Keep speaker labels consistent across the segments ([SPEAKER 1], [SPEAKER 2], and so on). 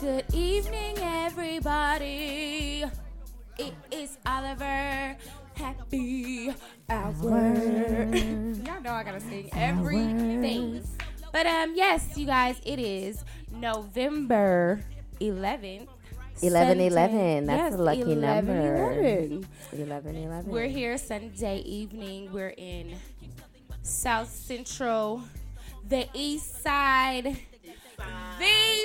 [SPEAKER 1] Good evening, everybody. It is Oliver. Happy hour. Y'all know I gotta sing everything. But um, yes, you guys, it is November 11th.
[SPEAKER 2] 11/11. That's
[SPEAKER 1] Yes,
[SPEAKER 2] a lucky number.
[SPEAKER 1] 11/11.
[SPEAKER 2] 11 11.
[SPEAKER 1] We're here Sunday evening. We're in South Central, the East Side, the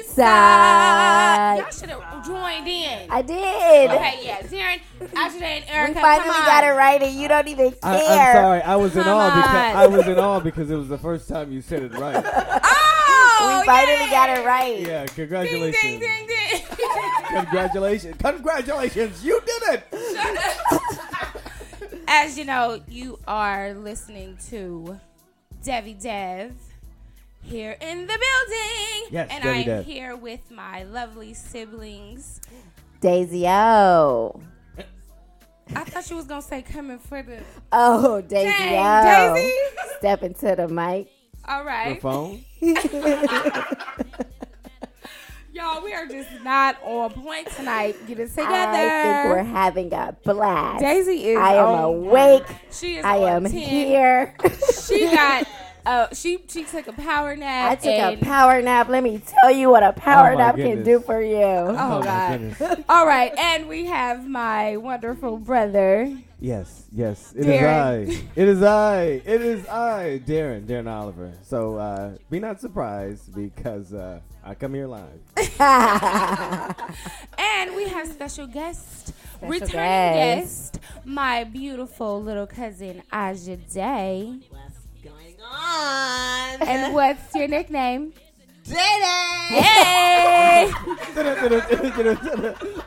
[SPEAKER 1] Side.
[SPEAKER 2] Side.
[SPEAKER 1] Y'all should have joined in.
[SPEAKER 2] I did.
[SPEAKER 1] Okay, yeah, Darren, Ashton, and Erica.
[SPEAKER 2] we finally
[SPEAKER 1] come on.
[SPEAKER 2] got it right, and you don't even care.
[SPEAKER 3] I, I'm sorry. I was in
[SPEAKER 1] Come
[SPEAKER 3] awe
[SPEAKER 1] on.
[SPEAKER 3] because I was in awe because it was the first time you said it right.
[SPEAKER 1] Oh,
[SPEAKER 2] we finally
[SPEAKER 1] yeah.
[SPEAKER 2] got it right.
[SPEAKER 3] Yeah,
[SPEAKER 1] Ding,
[SPEAKER 3] congratulations.
[SPEAKER 1] ding, ding, ding.
[SPEAKER 3] Congratulations. Congratulations. You did it.
[SPEAKER 1] As you know, you are listening to Devi Dev here in the building.
[SPEAKER 3] Yes,
[SPEAKER 1] and
[SPEAKER 3] Devi
[SPEAKER 1] I'm
[SPEAKER 3] Dev.
[SPEAKER 1] here with my lovely siblings.
[SPEAKER 2] Daisy O.
[SPEAKER 1] I thought you was gonna say coming for the
[SPEAKER 2] Oh, Daisy
[SPEAKER 1] Dang,
[SPEAKER 2] O.
[SPEAKER 1] Daisy.
[SPEAKER 2] Step into the mic.
[SPEAKER 1] All
[SPEAKER 3] Your
[SPEAKER 1] right,
[SPEAKER 3] phone?
[SPEAKER 1] y'all. We are just not on point tonight. Get it together.
[SPEAKER 2] I think we're having a blast.
[SPEAKER 1] Daisy is.
[SPEAKER 2] I am
[SPEAKER 1] on-
[SPEAKER 2] awake.
[SPEAKER 1] She is.
[SPEAKER 2] I
[SPEAKER 1] on 10.
[SPEAKER 2] am here.
[SPEAKER 1] She got. Uh, she she took a power nap.
[SPEAKER 2] I took a
[SPEAKER 1] and-
[SPEAKER 2] power nap. Let me tell you what a power
[SPEAKER 3] Oh, my
[SPEAKER 2] nap can
[SPEAKER 3] goodness.
[SPEAKER 2] do for you.
[SPEAKER 1] Oh,
[SPEAKER 3] my
[SPEAKER 1] God.
[SPEAKER 3] goodness.
[SPEAKER 1] All right, and we have my wonderful brother.
[SPEAKER 3] Yes, yes. It is
[SPEAKER 1] Darren.
[SPEAKER 3] I. It is I. It is I, Darren, Darren Oliver. So uh, be not surprised because uh, I come here live.
[SPEAKER 1] And we have special guest, returning guest.
[SPEAKER 2] guest.
[SPEAKER 1] my beautiful little cousin Aja Day.
[SPEAKER 4] What's going on?
[SPEAKER 1] And what's your nickname?
[SPEAKER 4] Diddy!
[SPEAKER 1] Hey!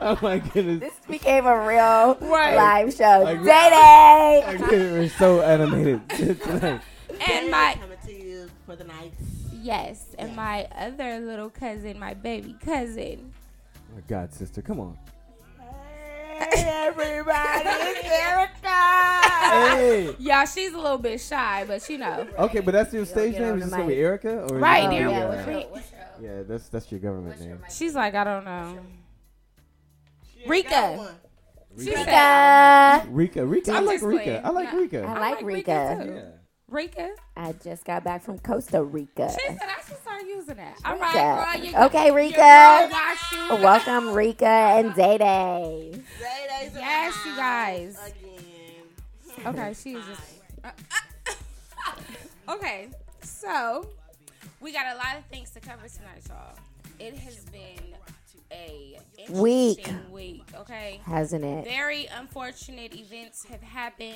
[SPEAKER 3] oh my goodness.
[SPEAKER 2] This became a real
[SPEAKER 1] Right.
[SPEAKER 2] live show.
[SPEAKER 3] Like-
[SPEAKER 2] Day
[SPEAKER 3] I get it. We're so animated tonight.
[SPEAKER 1] and my
[SPEAKER 4] coming to you for the night.
[SPEAKER 1] yes, and my other little cousin, my baby cousin.
[SPEAKER 3] Oh my God, sister, come on.
[SPEAKER 4] Everybody,
[SPEAKER 3] Hey.
[SPEAKER 1] Yeah, she's a little bit shy, but you know.
[SPEAKER 3] Okay, but that's your stage
[SPEAKER 2] get
[SPEAKER 3] name.
[SPEAKER 2] on the
[SPEAKER 3] Is this gonna be
[SPEAKER 2] mic.
[SPEAKER 3] Erica? Or is
[SPEAKER 1] Right,
[SPEAKER 3] it
[SPEAKER 2] Darren,
[SPEAKER 3] gonna be,
[SPEAKER 2] yeah,
[SPEAKER 3] uh,
[SPEAKER 2] what's
[SPEAKER 1] Darren.
[SPEAKER 3] Yeah, that's that's your government name.
[SPEAKER 1] She's like, I don't know. Rika. She
[SPEAKER 2] Rika.
[SPEAKER 1] said,
[SPEAKER 3] Rika, Rika, I
[SPEAKER 1] I'm
[SPEAKER 3] like
[SPEAKER 1] just
[SPEAKER 3] Rika.
[SPEAKER 1] playing.
[SPEAKER 3] I like
[SPEAKER 1] No.
[SPEAKER 2] I
[SPEAKER 3] Rika.
[SPEAKER 2] like Rika.
[SPEAKER 1] too.
[SPEAKER 3] Yeah.
[SPEAKER 1] Rika?
[SPEAKER 2] I just got back from Costa Rica.
[SPEAKER 1] She said I should start using that. All
[SPEAKER 2] Rika.
[SPEAKER 1] right, girl. You,
[SPEAKER 2] Okay,
[SPEAKER 1] your
[SPEAKER 2] Rika.
[SPEAKER 1] girl got you.
[SPEAKER 2] Welcome, Rika and Day Day.
[SPEAKER 4] Daydays in the
[SPEAKER 1] Yes, you
[SPEAKER 4] house
[SPEAKER 1] guys.
[SPEAKER 4] Again.
[SPEAKER 1] Okay, she is just. okay, so we got a lot of things to cover tonight, y'all. It has been a interesting
[SPEAKER 2] Week.
[SPEAKER 1] Week, okay.
[SPEAKER 2] Hasn't it?
[SPEAKER 1] Very unfortunate events have happened.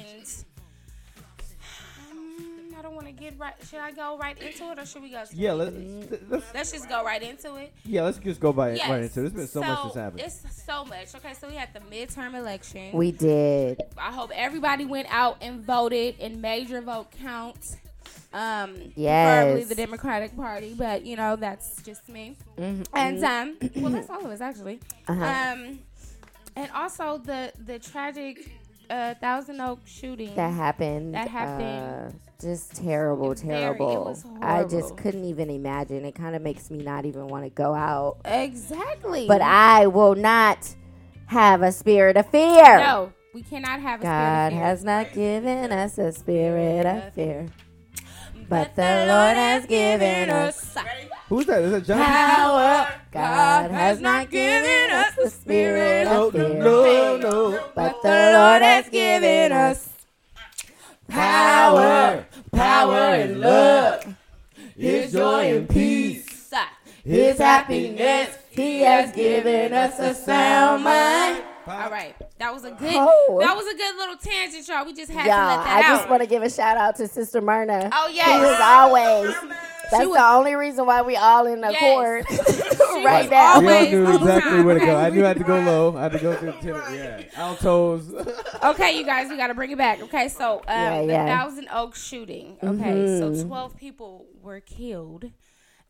[SPEAKER 1] Um, I don't want to get right. Should I go right into it, or should we go?
[SPEAKER 3] Yeah, let's, let's
[SPEAKER 1] Let's just go right into it.
[SPEAKER 3] yeah, let's just go by
[SPEAKER 1] Yes.
[SPEAKER 3] right into. it. There's been so, much that's happened.
[SPEAKER 1] It's so much. Okay, so we had the midterm election.
[SPEAKER 2] We did.
[SPEAKER 1] I hope everybody went out and voted and made your vote count. Um,
[SPEAKER 2] Yes.
[SPEAKER 1] preferably the Democratic Party, but you know that's just me. And um, well, that's all of us actually.
[SPEAKER 2] Mm-hmm. Uh-huh.
[SPEAKER 1] Um, and also the the tragic uh, Thousand Oak shooting.
[SPEAKER 2] That happened.
[SPEAKER 1] That happened.
[SPEAKER 2] Uh, just terrible,
[SPEAKER 1] Very- it
[SPEAKER 2] terrible.
[SPEAKER 1] was
[SPEAKER 2] I just
[SPEAKER 1] horrible.
[SPEAKER 2] couldn't even imagine. It kind of makes me not even want to go out.
[SPEAKER 1] exactly.
[SPEAKER 2] But I will not have a spirit of fear.
[SPEAKER 1] no, we cannot have a spirit
[SPEAKER 2] God
[SPEAKER 1] of fear.
[SPEAKER 2] has not given us a spirit of fear, but the Lord has given us
[SPEAKER 3] Who's that? Is that John?
[SPEAKER 2] power. God has not given us the spirit
[SPEAKER 3] No,
[SPEAKER 2] of
[SPEAKER 3] no,
[SPEAKER 2] fear,
[SPEAKER 3] no, no.
[SPEAKER 2] but the Lord has given us power.
[SPEAKER 3] power and love, His joy and peace,
[SPEAKER 2] His happiness, He has given us a sound mind.
[SPEAKER 1] All right, that was a good.
[SPEAKER 2] Oh.
[SPEAKER 1] That was a good little tangent, y'all. We just had
[SPEAKER 2] Y'all,
[SPEAKER 1] to let
[SPEAKER 2] I
[SPEAKER 1] that
[SPEAKER 2] just
[SPEAKER 1] out.
[SPEAKER 2] want to give a shout out to Sister Myrna.
[SPEAKER 1] Oh, yes.
[SPEAKER 2] Who is always. That's
[SPEAKER 1] was-
[SPEAKER 2] the only reason why we all in
[SPEAKER 1] Yes.
[SPEAKER 2] accord
[SPEAKER 1] was
[SPEAKER 2] right now.
[SPEAKER 3] We all
[SPEAKER 1] Always,
[SPEAKER 3] knew
[SPEAKER 1] all the
[SPEAKER 3] exactly
[SPEAKER 1] time.
[SPEAKER 3] where to go.
[SPEAKER 1] Okay.
[SPEAKER 3] I knew I had to go low. I had to go through the tenor. Yeah, altos.
[SPEAKER 1] Okay, you guys, we got to bring it back. Okay, so um,
[SPEAKER 2] Yeah,
[SPEAKER 1] the
[SPEAKER 2] yeah. Mm-hmm.
[SPEAKER 1] Thousand Oak shooting. Okay, so 12 people were killed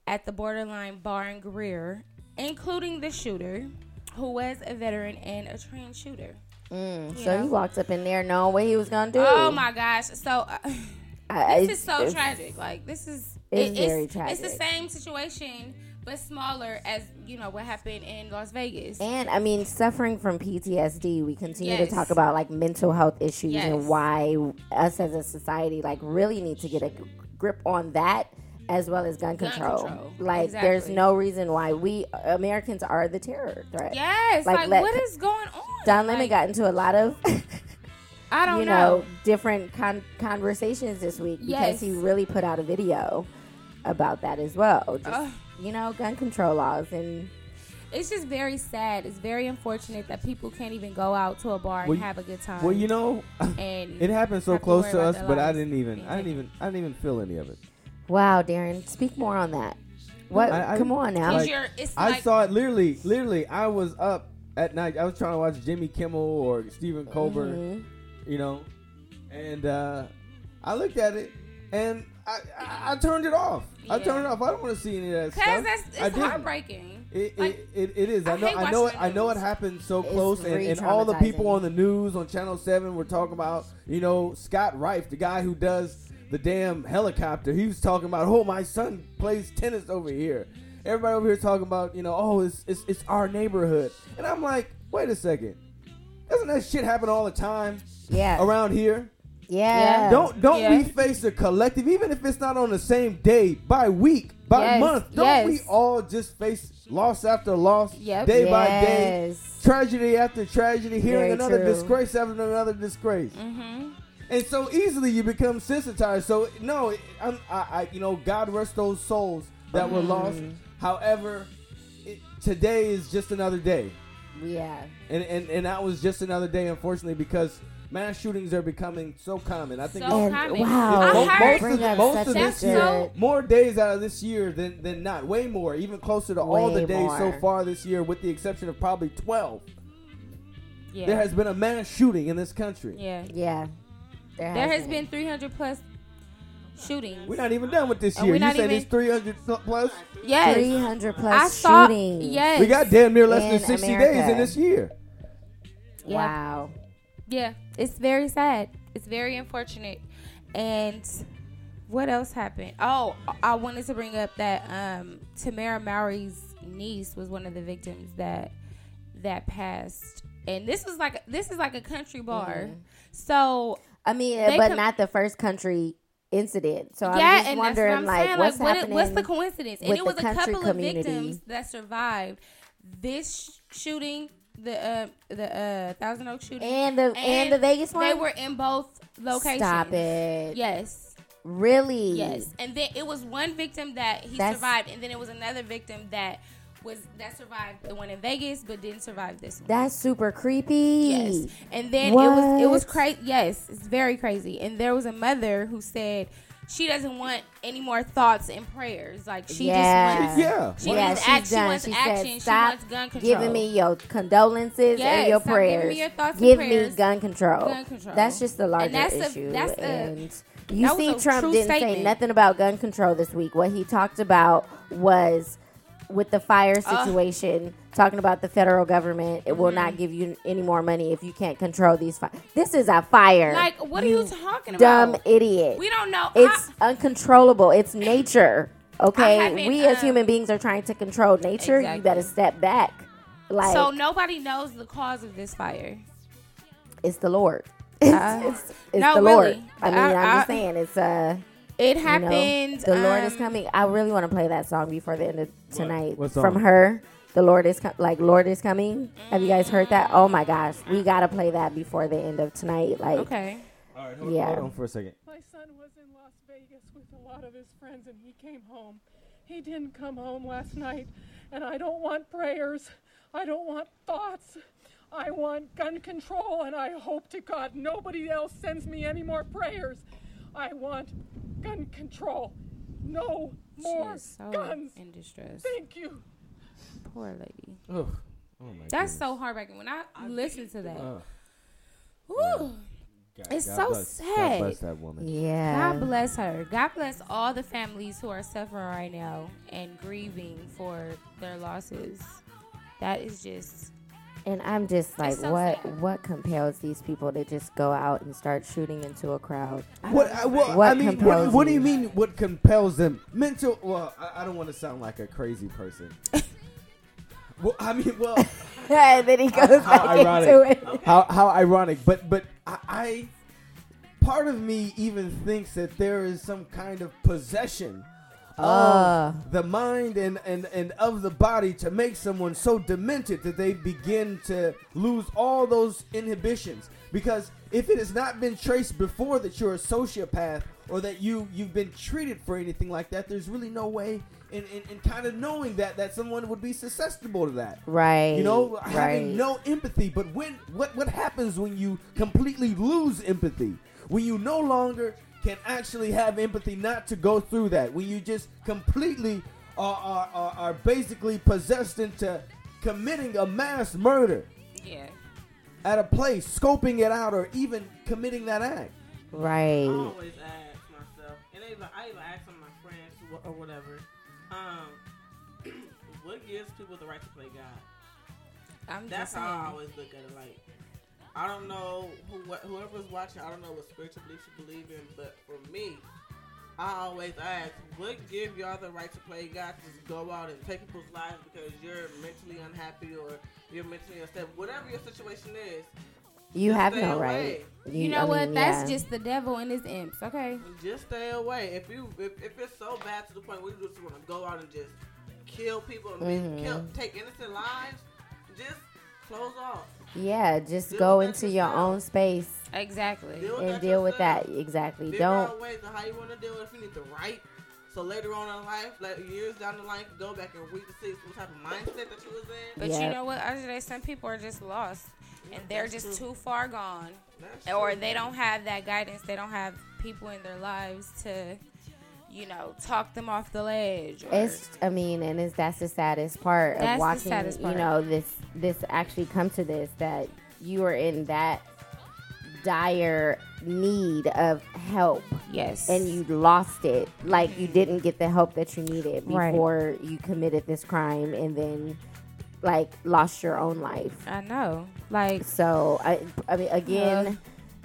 [SPEAKER 1] at the borderline bar in Greer, including the shooter, who was a veteran and a trans shooter.
[SPEAKER 2] Mm,
[SPEAKER 1] Yeah.
[SPEAKER 2] So he walked up in there knowing what he was gonna do.
[SPEAKER 1] Oh my gosh! So uh,
[SPEAKER 2] I-
[SPEAKER 1] this
[SPEAKER 2] it's-
[SPEAKER 1] is so
[SPEAKER 2] it's-
[SPEAKER 1] tragic. Like this is
[SPEAKER 2] it's very
[SPEAKER 1] It's the
[SPEAKER 2] tragic.
[SPEAKER 1] same situation but smaller as you know what happened in Las Vegas.
[SPEAKER 2] And I mean, suffering from PTSD, we continue
[SPEAKER 1] Yes.
[SPEAKER 2] to talk about like mental health issues
[SPEAKER 1] Yes.
[SPEAKER 2] and why us as a society like really need to get a g- grip on that as well as gun
[SPEAKER 1] Gun
[SPEAKER 2] control.
[SPEAKER 1] control.
[SPEAKER 2] Like, there's
[SPEAKER 1] Exactly.
[SPEAKER 2] no reason why we Americans are the terror threat.
[SPEAKER 1] yes,
[SPEAKER 2] Like,
[SPEAKER 1] like,
[SPEAKER 2] let-
[SPEAKER 1] what is going on?
[SPEAKER 2] Don Lemon
[SPEAKER 1] Like,
[SPEAKER 2] got into a lot of,
[SPEAKER 1] I don't
[SPEAKER 2] you know, different con- conversations this week
[SPEAKER 1] Yes.
[SPEAKER 2] because he really put out a video about that as well. Just,
[SPEAKER 1] Ugh.
[SPEAKER 2] you know, gun control laws and
[SPEAKER 1] It's just very sad. It's very unfortunate that people can't even go out to a bar and
[SPEAKER 3] Well,
[SPEAKER 1] have a good time.
[SPEAKER 3] Well, you know,
[SPEAKER 1] Um, and
[SPEAKER 3] it happened so
[SPEAKER 1] Have to
[SPEAKER 3] close
[SPEAKER 1] worry
[SPEAKER 3] to
[SPEAKER 1] about
[SPEAKER 3] us,
[SPEAKER 1] their
[SPEAKER 3] but I
[SPEAKER 1] lives
[SPEAKER 3] didn't even,
[SPEAKER 1] being
[SPEAKER 3] I didn't
[SPEAKER 1] taken.
[SPEAKER 3] even, I didn't even feel any of it.
[SPEAKER 2] Wow, Darren, speak more on that. What?
[SPEAKER 3] I- I-
[SPEAKER 2] come on now.
[SPEAKER 1] 'Cause
[SPEAKER 3] like,
[SPEAKER 1] you're- it's
[SPEAKER 3] I
[SPEAKER 1] like-
[SPEAKER 3] saw it literally, literally. I was up at night. I was trying to watch Jimmy Kimmel or Stephen Colbert,
[SPEAKER 1] Mm-hmm.
[SPEAKER 3] you know, and uh, I looked at it and I, I, I turned it off. I
[SPEAKER 1] Yeah.
[SPEAKER 3] turned it off. I don't want to see any of that
[SPEAKER 1] because
[SPEAKER 3] stuff.
[SPEAKER 1] that's
[SPEAKER 3] I
[SPEAKER 1] it's
[SPEAKER 3] didn't.
[SPEAKER 1] heartbreaking.
[SPEAKER 3] It,
[SPEAKER 1] Like,
[SPEAKER 3] it, it, it is.
[SPEAKER 1] I
[SPEAKER 3] I know.
[SPEAKER 1] hate
[SPEAKER 3] I know. It,
[SPEAKER 1] watching the
[SPEAKER 3] I know it
[SPEAKER 1] news.
[SPEAKER 3] happened so close, and, and all the people
[SPEAKER 2] re-traumatizing.
[SPEAKER 3] on the news on Channel Seven were talking about. You know, Scott Rife, the guy who does the damn helicopter. He was talking about, oh, my son plays tennis over here. Everybody over here talking about, you know, oh, it's it's, it's our neighborhood, and I'm like, wait a second, doesn't that shit happen all the time
[SPEAKER 2] Yeah.
[SPEAKER 3] around here?
[SPEAKER 2] Yeah.
[SPEAKER 3] Don't don't
[SPEAKER 1] Yeah.
[SPEAKER 3] we face a collective, even if it's not on the same day, by week, by
[SPEAKER 1] Yes,
[SPEAKER 3] month? Don't
[SPEAKER 1] yes.
[SPEAKER 3] we all just face loss after loss,
[SPEAKER 1] Yep.
[SPEAKER 3] day by day,
[SPEAKER 2] Yes.
[SPEAKER 3] tragedy after tragedy, hearing
[SPEAKER 2] Very
[SPEAKER 3] another
[SPEAKER 2] true.
[SPEAKER 3] disgrace after another disgrace,
[SPEAKER 1] hmm
[SPEAKER 3] and so easily you become sensitized. So no, I'm, I, I you know God rest those souls that
[SPEAKER 1] Mm-hmm.
[SPEAKER 3] were lost. However, it, today is just another day.
[SPEAKER 2] Yeah.
[SPEAKER 3] And, and and that was just another day, unfortunately, because mass shootings are becoming so common. I think
[SPEAKER 1] So
[SPEAKER 3] it's-
[SPEAKER 2] And
[SPEAKER 1] common.
[SPEAKER 2] wow,
[SPEAKER 1] I
[SPEAKER 3] Mo-
[SPEAKER 1] heard-
[SPEAKER 3] most
[SPEAKER 2] Bring
[SPEAKER 3] of,
[SPEAKER 2] up
[SPEAKER 3] most
[SPEAKER 2] such
[SPEAKER 3] of
[SPEAKER 2] a
[SPEAKER 3] this
[SPEAKER 1] good-
[SPEAKER 3] year,
[SPEAKER 1] So-
[SPEAKER 3] more days out of this year than, than not. Way more, even closer to all
[SPEAKER 2] Way
[SPEAKER 3] the days so
[SPEAKER 2] more.
[SPEAKER 3] far this year, with the exception of probably 12.
[SPEAKER 1] Yeah,
[SPEAKER 3] There has been a mass shooting in this country.
[SPEAKER 1] yeah.
[SPEAKER 2] Yeah.
[SPEAKER 1] There has been 300 plus shootings.
[SPEAKER 3] We're not even done with this
[SPEAKER 1] And
[SPEAKER 3] year.
[SPEAKER 1] we're
[SPEAKER 3] You
[SPEAKER 1] not
[SPEAKER 3] said
[SPEAKER 1] even-
[SPEAKER 3] it's 300 pl- plus?
[SPEAKER 1] yes,
[SPEAKER 2] 300
[SPEAKER 1] I
[SPEAKER 2] plus
[SPEAKER 1] saw.
[SPEAKER 2] shootings.
[SPEAKER 1] Yes,
[SPEAKER 3] We got damn near less than
[SPEAKER 2] In
[SPEAKER 3] 60 days
[SPEAKER 2] America.
[SPEAKER 3] in this year.
[SPEAKER 1] Yeah.
[SPEAKER 2] Wow.
[SPEAKER 1] Yeah, it's very sad. It's very unfortunate. And what else happened? Oh, I wanted to bring up that um, Tamara Mowry's niece was one of the victims that that passed. And this was like this is like a country bar.
[SPEAKER 2] Mm-hmm.
[SPEAKER 1] So
[SPEAKER 2] I mean,
[SPEAKER 1] They
[SPEAKER 2] but
[SPEAKER 1] com-
[SPEAKER 2] not the first country incident. So
[SPEAKER 1] yeah,
[SPEAKER 2] I'm just
[SPEAKER 1] and
[SPEAKER 2] wondering,
[SPEAKER 1] that's what I'm
[SPEAKER 2] like,
[SPEAKER 1] saying.
[SPEAKER 2] what's
[SPEAKER 1] like, what,
[SPEAKER 2] happening?
[SPEAKER 1] what's the coincidence? And
[SPEAKER 2] with
[SPEAKER 1] it was
[SPEAKER 2] the
[SPEAKER 1] a
[SPEAKER 2] country
[SPEAKER 1] couple
[SPEAKER 2] community?
[SPEAKER 1] of victims that survived this sh- shooting, the uh, the uh, Thousand Oak shooting,
[SPEAKER 2] and the and, the Vegas one.
[SPEAKER 1] They were in both locations.
[SPEAKER 2] Stop it.
[SPEAKER 1] Yes.
[SPEAKER 2] Really?
[SPEAKER 1] Yes. And then it was one victim that he
[SPEAKER 2] That's-
[SPEAKER 1] survived, and then it was another victim that was that survived the one in Vegas, but didn't survive this one.
[SPEAKER 2] That's super creepy.
[SPEAKER 1] Yes. And then it was it was
[SPEAKER 2] What?
[SPEAKER 1] crazy. Yes, it's very crazy. And there was a mother who said she doesn't want any more thoughts and prayers. Like she
[SPEAKER 2] Yeah.
[SPEAKER 1] just wants.
[SPEAKER 3] Yeah.
[SPEAKER 1] She
[SPEAKER 2] yeah,
[SPEAKER 1] needs
[SPEAKER 2] she's
[SPEAKER 1] action. She
[SPEAKER 2] done.
[SPEAKER 1] wants
[SPEAKER 2] she
[SPEAKER 1] action. She
[SPEAKER 2] Said, Stop
[SPEAKER 1] wants gun control."
[SPEAKER 2] Giving me your condolences
[SPEAKER 1] Yes,
[SPEAKER 2] and your
[SPEAKER 1] stop giving me
[SPEAKER 2] prayers.
[SPEAKER 1] your thoughts and
[SPEAKER 2] Give
[SPEAKER 1] prayers.
[SPEAKER 2] me gun control.
[SPEAKER 1] Gun control.
[SPEAKER 2] That's just the larger
[SPEAKER 1] And that's a-
[SPEAKER 2] issue.
[SPEAKER 1] that's a-
[SPEAKER 2] and you
[SPEAKER 1] that was
[SPEAKER 2] see,
[SPEAKER 1] a
[SPEAKER 2] Trump
[SPEAKER 1] true
[SPEAKER 2] didn't say
[SPEAKER 1] statement.
[SPEAKER 2] nothing about gun control this week. What he talked about was with the fire
[SPEAKER 1] Ugh. Mm-hmm.
[SPEAKER 2] situation, talking about the federal government. It will not give you any more money if you can't control these fires. This is a fire.
[SPEAKER 1] Like, what are you talking about?
[SPEAKER 2] dumb idiot.
[SPEAKER 1] We don't know.
[SPEAKER 2] It's
[SPEAKER 1] I-
[SPEAKER 2] uncontrollable. It's nature. Okay,
[SPEAKER 1] haven't,
[SPEAKER 2] we as
[SPEAKER 1] um,
[SPEAKER 2] human beings are trying to control nature.
[SPEAKER 1] Exactly.
[SPEAKER 2] You better step back. Like
[SPEAKER 1] so nobody knows the cause of this fire.
[SPEAKER 2] it's the Lord. It's, it's, it's
[SPEAKER 1] Uh, no,
[SPEAKER 2] the Lord.
[SPEAKER 1] really.
[SPEAKER 2] I mean,
[SPEAKER 1] I-
[SPEAKER 2] I, am
[SPEAKER 1] I-
[SPEAKER 2] just saying it's uh.
[SPEAKER 1] It
[SPEAKER 2] you know,
[SPEAKER 1] happened.
[SPEAKER 2] the Lord is
[SPEAKER 1] um,
[SPEAKER 2] coming. I really want to play that song before the end of tonight
[SPEAKER 3] what
[SPEAKER 2] from
[SPEAKER 3] song?
[SPEAKER 2] her. The Lord is com- like Lord is coming. Have you guys heard that? Oh my gosh, we gotta play that before the end of tonight. Like,
[SPEAKER 1] Okay.
[SPEAKER 2] yeah.
[SPEAKER 3] Hold on for a second.
[SPEAKER 5] My son was in Las Vegas with a lot of his friends and he came home. He didn't come home last night, and I don't want prayers. I don't want thoughts. I want gun control, and I hope to God nobody else sends me any more prayers. I want gun control. No
[SPEAKER 1] She
[SPEAKER 5] more
[SPEAKER 1] is so
[SPEAKER 5] guns.
[SPEAKER 1] in distress.
[SPEAKER 5] Thank you.
[SPEAKER 1] Poor lady.
[SPEAKER 3] Oh, oh my
[SPEAKER 1] That's so heartbreaking. When I listen to that,
[SPEAKER 3] Oh,
[SPEAKER 1] whew,
[SPEAKER 3] God-
[SPEAKER 1] It's
[SPEAKER 3] God
[SPEAKER 1] so
[SPEAKER 3] bless- God
[SPEAKER 1] sad.
[SPEAKER 3] bless that woman.
[SPEAKER 2] yeah.
[SPEAKER 1] God bless her. God bless all the families who are suffering right now and grieving for their losses. That is just
[SPEAKER 2] And I'm just like,
[SPEAKER 1] so
[SPEAKER 2] what?
[SPEAKER 1] sad.
[SPEAKER 2] What compels these people to just go out and start shooting into a crowd?
[SPEAKER 3] What, I, well,
[SPEAKER 2] What
[SPEAKER 3] I mean, what,
[SPEAKER 2] compels
[SPEAKER 3] what do you
[SPEAKER 2] you?
[SPEAKER 3] mean? What compels them? Mental. Well, I, I don't want to sound like a crazy person. well, I mean, well,
[SPEAKER 2] and then he goes
[SPEAKER 3] how
[SPEAKER 2] back into
[SPEAKER 3] ironic!
[SPEAKER 2] it.
[SPEAKER 3] How, how ironic! But but I, I, part of me even thinks that there is some kind of possession of
[SPEAKER 2] Ah.
[SPEAKER 3] the mind and, and and of the body to make someone so demented that they begin to lose all those inhibitions. Because if it has not been traced before that you're a sociopath or that you you've been treated for anything like that, there's really no way. in in in kind of knowing that that someone would be susceptible to that,
[SPEAKER 2] Right.
[SPEAKER 3] you know,
[SPEAKER 2] Right.
[SPEAKER 3] having no empathy. But when what what happens when you completely lose empathy? When you no longer can actually have empathy, not to go through that. When you just completely are are, are, are basically possessed into committing a mass murder
[SPEAKER 1] Yeah.
[SPEAKER 3] at a place, scoping it out, or even committing that act.
[SPEAKER 4] I
[SPEAKER 2] Right.
[SPEAKER 4] always ask myself, and I even, I even ask some of my friends wh- or whatever, um, what gives people the right to play God?
[SPEAKER 1] I'm
[SPEAKER 4] That's
[SPEAKER 1] just
[SPEAKER 4] how I
[SPEAKER 1] saying.
[SPEAKER 4] always look at it. Like, I don't know who wh- whoever's watching. I don't know what spiritual beliefs you believe in, but for me, I always ask, what give y'all the right to play God to just go out and take people's lives because you're mentally unhappy or you're mentally unstable, whatever your situation is.
[SPEAKER 2] You
[SPEAKER 4] Just
[SPEAKER 2] have
[SPEAKER 4] stay
[SPEAKER 2] no
[SPEAKER 4] away.
[SPEAKER 2] right.
[SPEAKER 1] You know
[SPEAKER 2] I
[SPEAKER 1] what?
[SPEAKER 2] mean,
[SPEAKER 1] That's
[SPEAKER 2] yeah.
[SPEAKER 1] just the devil and his imps. Okay.
[SPEAKER 4] Just stay away. If you if, if it's so bad to the point where you just want to go out and just kill people and be- kill,
[SPEAKER 2] Mm-hmm.
[SPEAKER 4] take innocent lives, just close off.
[SPEAKER 2] Yeah, just
[SPEAKER 4] Deal
[SPEAKER 2] go
[SPEAKER 4] with that
[SPEAKER 2] into your
[SPEAKER 4] yourself.
[SPEAKER 2] own space
[SPEAKER 1] Exactly.
[SPEAKER 4] Deal with
[SPEAKER 2] and
[SPEAKER 4] that
[SPEAKER 2] deal with
[SPEAKER 4] yourself.
[SPEAKER 2] that. Exactly.
[SPEAKER 4] Figure
[SPEAKER 2] Don't.
[SPEAKER 4] out ways of how you want to deal with it if you need to write. So later on in life, like years down the line, you can go back and read to see what type of mindset that you was in.
[SPEAKER 1] But
[SPEAKER 2] Yeah.
[SPEAKER 1] you know what, Andre? Some people are just lost, and they're
[SPEAKER 4] that's
[SPEAKER 1] just
[SPEAKER 4] true.
[SPEAKER 1] too far gone,
[SPEAKER 4] That's
[SPEAKER 1] or
[SPEAKER 4] true.
[SPEAKER 1] they don't have that guidance. They don't have people in their lives to, you know, talk them off the ledge. Or,
[SPEAKER 2] It's. I mean, and it's that's the saddest part
[SPEAKER 1] That's
[SPEAKER 2] of
[SPEAKER 1] the
[SPEAKER 2] watching.
[SPEAKER 1] saddest part.
[SPEAKER 2] You know, this this actually come to this that you are in that dire need of help
[SPEAKER 1] yes,
[SPEAKER 2] and you lost it like you didn't get the help that you needed
[SPEAKER 1] Right.
[SPEAKER 2] before you committed this crime and then like lost your own life
[SPEAKER 1] I know, like
[SPEAKER 2] So I, I mean, again,
[SPEAKER 1] Yeah.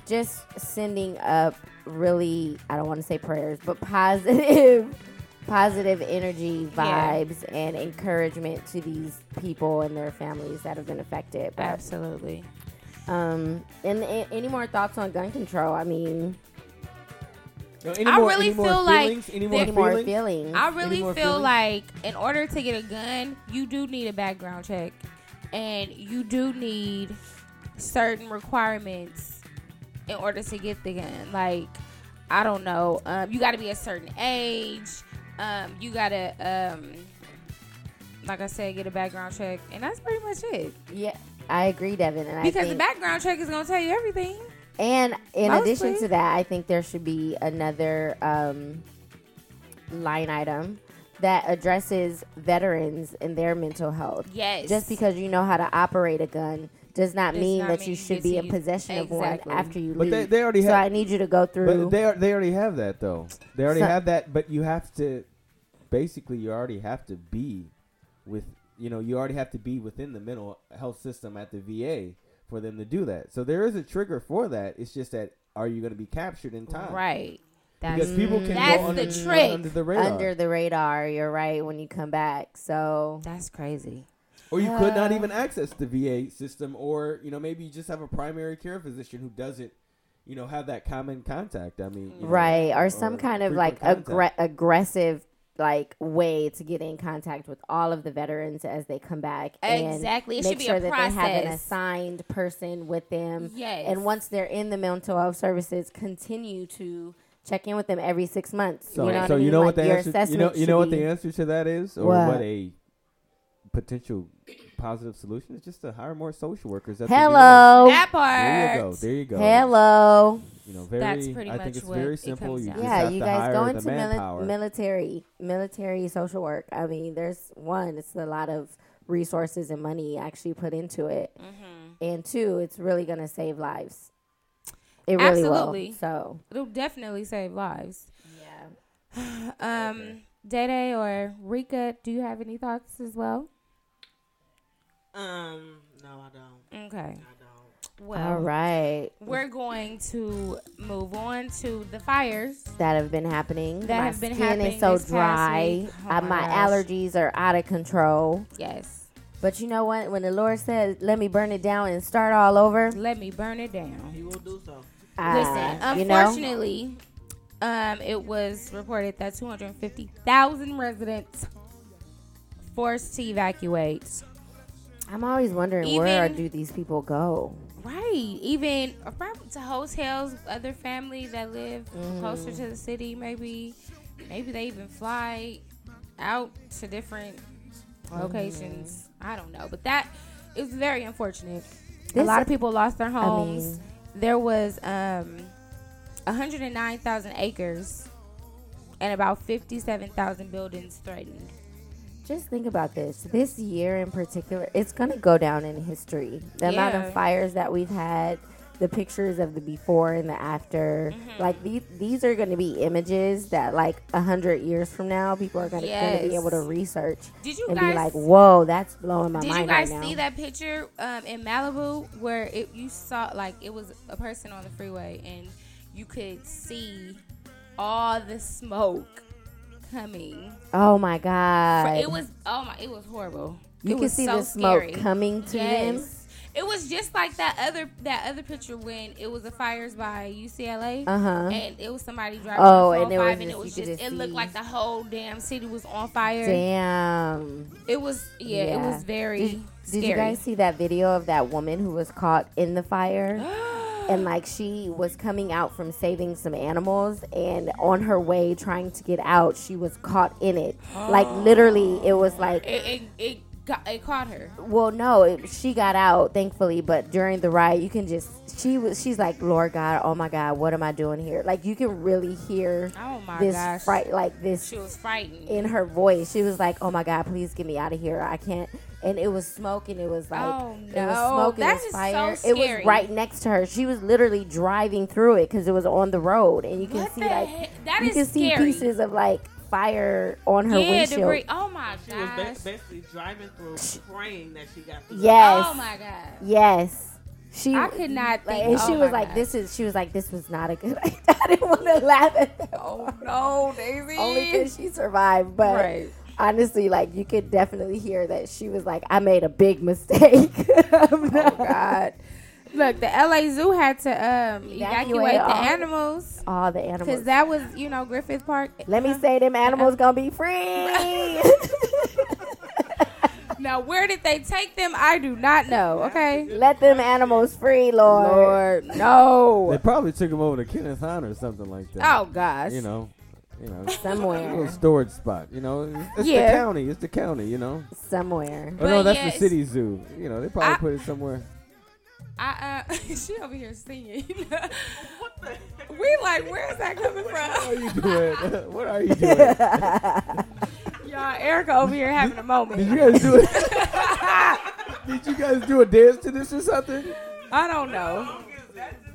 [SPEAKER 2] just sending up really, I don't want to say prayers, but positive, positive energy
[SPEAKER 1] Yeah.
[SPEAKER 2] vibes and encouragement to these people and their families that have been affected. But,
[SPEAKER 1] absolutely.
[SPEAKER 2] um, and a- any more thoughts on gun control? I mean,
[SPEAKER 3] You know, any
[SPEAKER 1] I
[SPEAKER 3] more-
[SPEAKER 1] really
[SPEAKER 3] any more
[SPEAKER 1] feel like
[SPEAKER 3] feelings? any more
[SPEAKER 2] any more
[SPEAKER 3] feelings?
[SPEAKER 2] feelings?
[SPEAKER 1] I really
[SPEAKER 3] more
[SPEAKER 1] feel
[SPEAKER 3] feelings?
[SPEAKER 1] like in order to get a gun, you do need a background check, and you do need certain requirements in order to get the gun. Like I don't know, um, you got to be a certain age. Um, you gotta, um, like I said, get a background check, and that's pretty much it.
[SPEAKER 2] yeah, I agree, Devin. And I
[SPEAKER 1] Because the
[SPEAKER 2] think,
[SPEAKER 1] background check is gonna tell you everything.
[SPEAKER 2] And in
[SPEAKER 1] Mostly.
[SPEAKER 2] addition to that, I think there should be another um, line item that addresses veterans and their mental health.
[SPEAKER 1] Yes.
[SPEAKER 2] Just because you know how to operate a gun does not
[SPEAKER 1] Does
[SPEAKER 2] mean
[SPEAKER 1] not
[SPEAKER 2] that
[SPEAKER 1] mean
[SPEAKER 2] you
[SPEAKER 1] you
[SPEAKER 2] should
[SPEAKER 1] get
[SPEAKER 2] be
[SPEAKER 1] to
[SPEAKER 2] in
[SPEAKER 1] use-
[SPEAKER 2] possession
[SPEAKER 1] Exactly.
[SPEAKER 2] of one after you
[SPEAKER 3] But
[SPEAKER 2] leave.
[SPEAKER 3] they- they already
[SPEAKER 2] so
[SPEAKER 3] have-
[SPEAKER 2] I need you to go through.
[SPEAKER 3] But they are, they already have that though. They already
[SPEAKER 2] So-
[SPEAKER 3] have that. But you have to, basically, you already have to be with you know you already have to be within the mental health system at the VA for them to do that. So there is a trigger for that. It's just that are you going to be captured in time?
[SPEAKER 1] Right. That's
[SPEAKER 3] Ah. Because people can
[SPEAKER 1] that's
[SPEAKER 3] go under,
[SPEAKER 1] the trick.
[SPEAKER 3] under the radar,
[SPEAKER 2] under the radar, you're right, when you come back. So
[SPEAKER 1] that's crazy.
[SPEAKER 3] or you could not
[SPEAKER 2] Uh,
[SPEAKER 3] even access the VA system, or you know maybe you just have a primary care physician who doesn't. You know, have that common contact. I mean, you know,
[SPEAKER 2] right or some kind of like
[SPEAKER 3] frequent contact.
[SPEAKER 2] aggre- aggressive like way to get in contact with all of the veterans as they come back and
[SPEAKER 1] Exactly. It
[SPEAKER 2] make
[SPEAKER 1] should be
[SPEAKER 2] sure
[SPEAKER 1] a
[SPEAKER 2] that they have an
[SPEAKER 1] process.
[SPEAKER 2] assigned person with them
[SPEAKER 1] Yes.
[SPEAKER 2] and once they're in the mental health services continue to check in with them every six months
[SPEAKER 3] So,
[SPEAKER 2] you know
[SPEAKER 3] so
[SPEAKER 2] what I mean?
[SPEAKER 3] you know
[SPEAKER 2] Like,
[SPEAKER 3] what the
[SPEAKER 2] your
[SPEAKER 3] answer, you know,
[SPEAKER 2] assessment
[SPEAKER 3] you know what
[SPEAKER 2] should be-
[SPEAKER 3] the answer to that is, or what,
[SPEAKER 2] What?
[SPEAKER 3] a potential positive solution is, just to hire more social workers. At the VA.
[SPEAKER 2] hello
[SPEAKER 1] that part.
[SPEAKER 3] There you go. There you go.
[SPEAKER 2] hello
[SPEAKER 3] You know, very.
[SPEAKER 1] That's pretty
[SPEAKER 3] I
[SPEAKER 1] much
[SPEAKER 3] think it's
[SPEAKER 1] what
[SPEAKER 3] very
[SPEAKER 1] it
[SPEAKER 3] simple.
[SPEAKER 1] comes
[SPEAKER 3] You
[SPEAKER 1] down
[SPEAKER 3] just
[SPEAKER 1] to.
[SPEAKER 2] yeah
[SPEAKER 3] have
[SPEAKER 2] you
[SPEAKER 3] to
[SPEAKER 2] guys
[SPEAKER 3] hire
[SPEAKER 2] go
[SPEAKER 3] the
[SPEAKER 2] into
[SPEAKER 3] manpower.
[SPEAKER 2] mili- military military social work i mean there's one it's a lot of resources and money actually put into it
[SPEAKER 1] Mm-hmm.
[SPEAKER 2] and two it's really going to save lives it really
[SPEAKER 1] Absolutely.
[SPEAKER 2] will so
[SPEAKER 1] It'll definitely save lives.
[SPEAKER 2] yeah
[SPEAKER 1] Um, Day Day or Rika, do you have any thoughts as well?
[SPEAKER 4] Um, no, No, I don't.
[SPEAKER 1] Okay.
[SPEAKER 4] I don't.
[SPEAKER 1] Well,
[SPEAKER 2] All right.
[SPEAKER 1] we're going to move on to the fires.
[SPEAKER 2] That have been happening.
[SPEAKER 1] That
[SPEAKER 2] my
[SPEAKER 1] have been
[SPEAKER 2] skin
[SPEAKER 1] happening
[SPEAKER 2] is so
[SPEAKER 1] this past
[SPEAKER 2] dry.
[SPEAKER 1] week. Oh
[SPEAKER 2] Uh,
[SPEAKER 1] my
[SPEAKER 2] my
[SPEAKER 1] gosh.
[SPEAKER 2] allergies are out of control.
[SPEAKER 1] Yes.
[SPEAKER 2] But you know what? When the Lord says, "Let me burn it down and start all over,"
[SPEAKER 1] Let me burn it down.
[SPEAKER 4] He will do so.
[SPEAKER 1] Listen,
[SPEAKER 2] ah, you know,
[SPEAKER 1] unfortunately, um, it was reported that 250,000 residents forced to evacuate.
[SPEAKER 2] I'm always wondering where
[SPEAKER 1] even-
[SPEAKER 2] do these people go?
[SPEAKER 1] Right. Even from- to hotels, other family that live
[SPEAKER 2] Mm-hmm.
[SPEAKER 1] closer to the city, maybe. Maybe they even fly out to different
[SPEAKER 2] Oh,
[SPEAKER 1] locations. I don't know. But that is very unfortunate. a
[SPEAKER 2] This-
[SPEAKER 1] lot of people lost their
[SPEAKER 2] I
[SPEAKER 1] homes.
[SPEAKER 2] mean-
[SPEAKER 1] there was um, 109,000 acres and about 57,000 buildings threatened.
[SPEAKER 2] Just think about this. This year in particular, it's going to go down in history. The amount
[SPEAKER 1] Yeah.
[SPEAKER 2] of fires that we've had, the pictures of the before and the after.
[SPEAKER 1] Mm-hmm.
[SPEAKER 2] Like these, these are going to be images that, like a hundred years from now, people are going to be
[SPEAKER 1] Yes.
[SPEAKER 2] able to research
[SPEAKER 1] Did you
[SPEAKER 2] and
[SPEAKER 1] guys
[SPEAKER 2] be like, "Whoa, that's blowing my
[SPEAKER 1] Did you
[SPEAKER 2] mind
[SPEAKER 1] guys
[SPEAKER 2] right now."
[SPEAKER 1] see that picture um, in Malibu where it you saw like it was a person on the freeway and you could see all the smoke coming.
[SPEAKER 2] Oh my
[SPEAKER 1] For-
[SPEAKER 2] god!
[SPEAKER 1] It was oh my, it was horrible.
[SPEAKER 2] you
[SPEAKER 1] it
[SPEAKER 2] can
[SPEAKER 1] was
[SPEAKER 2] see
[SPEAKER 1] so
[SPEAKER 2] the smoke
[SPEAKER 1] scary.
[SPEAKER 2] coming to them.
[SPEAKER 1] Yes. It was just like that other that other picture when it was the fires by UCLA.
[SPEAKER 2] Uh-huh.
[SPEAKER 1] And it was somebody driving
[SPEAKER 2] Oh,
[SPEAKER 1] oh,
[SPEAKER 2] and it was
[SPEAKER 1] and it
[SPEAKER 2] just-
[SPEAKER 1] was
[SPEAKER 2] you
[SPEAKER 1] just
[SPEAKER 2] could
[SPEAKER 1] it
[SPEAKER 2] just
[SPEAKER 1] looked
[SPEAKER 2] see.
[SPEAKER 1] like the whole damn city was on fire.
[SPEAKER 2] Damn.
[SPEAKER 1] It was yeah, it
[SPEAKER 2] Yeah.
[SPEAKER 1] was very
[SPEAKER 2] Did,
[SPEAKER 1] scary.
[SPEAKER 2] did you guys see that video of that woman who was caught in the fire? and like she was coming out from saving some animals and on her way trying to get out, she was caught in it. Like literally it was like
[SPEAKER 1] it it, it, got, it caught her.
[SPEAKER 2] well no, it, she got out thankfully, but during the ride you can just she was she's like, "Lord God, oh my God, what am I doing here?" Like you can really hear
[SPEAKER 1] Oh my
[SPEAKER 2] this
[SPEAKER 1] gosh.
[SPEAKER 2] fright like this
[SPEAKER 1] She was frightened.
[SPEAKER 2] in her voice. She was like, "Oh my God, please get me out of here! I can't." And it was smoke, and it was like,
[SPEAKER 1] Oh,
[SPEAKER 2] it was
[SPEAKER 1] no.
[SPEAKER 2] smoke,
[SPEAKER 1] That
[SPEAKER 2] it was
[SPEAKER 1] is so
[SPEAKER 2] fire. It
[SPEAKER 1] scary.
[SPEAKER 2] was right next to her. She was literally driving through it because it was on the road, and you can
[SPEAKER 1] What
[SPEAKER 2] see
[SPEAKER 1] the
[SPEAKER 2] like
[SPEAKER 1] heck? That
[SPEAKER 2] you
[SPEAKER 1] is
[SPEAKER 2] can
[SPEAKER 1] scary.
[SPEAKER 2] see pieces of like fire on her
[SPEAKER 1] yeah,
[SPEAKER 2] windshield.
[SPEAKER 1] debris. Oh my
[SPEAKER 4] She was
[SPEAKER 1] gosh.
[SPEAKER 4] ba- basically driving through, praying that she got through.
[SPEAKER 2] Yes,
[SPEAKER 1] Oh my god.
[SPEAKER 2] yes. She
[SPEAKER 1] I could not
[SPEAKER 2] like,
[SPEAKER 1] think.
[SPEAKER 2] and
[SPEAKER 1] oh
[SPEAKER 2] she
[SPEAKER 1] my
[SPEAKER 2] was like,
[SPEAKER 1] God.
[SPEAKER 2] "This is." She was like, "This was not a good idea." I didn't want to laugh at that.
[SPEAKER 1] Oh no, Daisy.
[SPEAKER 2] Only because she survived, but.
[SPEAKER 1] Right.
[SPEAKER 2] honestly, like you could definitely hear that she was like, "I made a big mistake." oh
[SPEAKER 1] Oh God. Look, the LA Zoo had to um, evacuate
[SPEAKER 2] Evacuate
[SPEAKER 1] the
[SPEAKER 2] all-
[SPEAKER 1] animals
[SPEAKER 2] All the
[SPEAKER 1] because
[SPEAKER 2] animals.
[SPEAKER 1] that was, you know, Griffith Park.
[SPEAKER 2] Let me say, them animals gonna be free.
[SPEAKER 1] Now, where did they take them? I do not know. Okay.
[SPEAKER 2] Let them animals free,
[SPEAKER 1] Lord,
[SPEAKER 2] Lord.
[SPEAKER 3] They
[SPEAKER 1] no.
[SPEAKER 3] probably took him over to Kenneth Hunt or something like that.
[SPEAKER 1] Oh gosh.
[SPEAKER 3] you know, you know, a little
[SPEAKER 2] Somewhere,
[SPEAKER 3] storage spot. You know, it's, it's
[SPEAKER 1] Yeah.
[SPEAKER 3] the county. It's the county. You know.
[SPEAKER 2] somewhere.
[SPEAKER 3] Oh no,
[SPEAKER 1] But
[SPEAKER 3] that's
[SPEAKER 1] yeah,
[SPEAKER 3] the
[SPEAKER 1] it's-
[SPEAKER 3] city zoo. You know, they probably
[SPEAKER 1] I-
[SPEAKER 3] put it somewhere.
[SPEAKER 1] I uh, she over here singing.
[SPEAKER 4] What the heck?
[SPEAKER 1] we like, where is that coming
[SPEAKER 3] What are
[SPEAKER 1] from?
[SPEAKER 3] you doing? what are you doing?
[SPEAKER 1] Y'all, Erica over here having a
[SPEAKER 3] Did you
[SPEAKER 1] moment.
[SPEAKER 3] guys do it? Did you guys do a dance to this or something?
[SPEAKER 1] I don't know.
[SPEAKER 4] That just,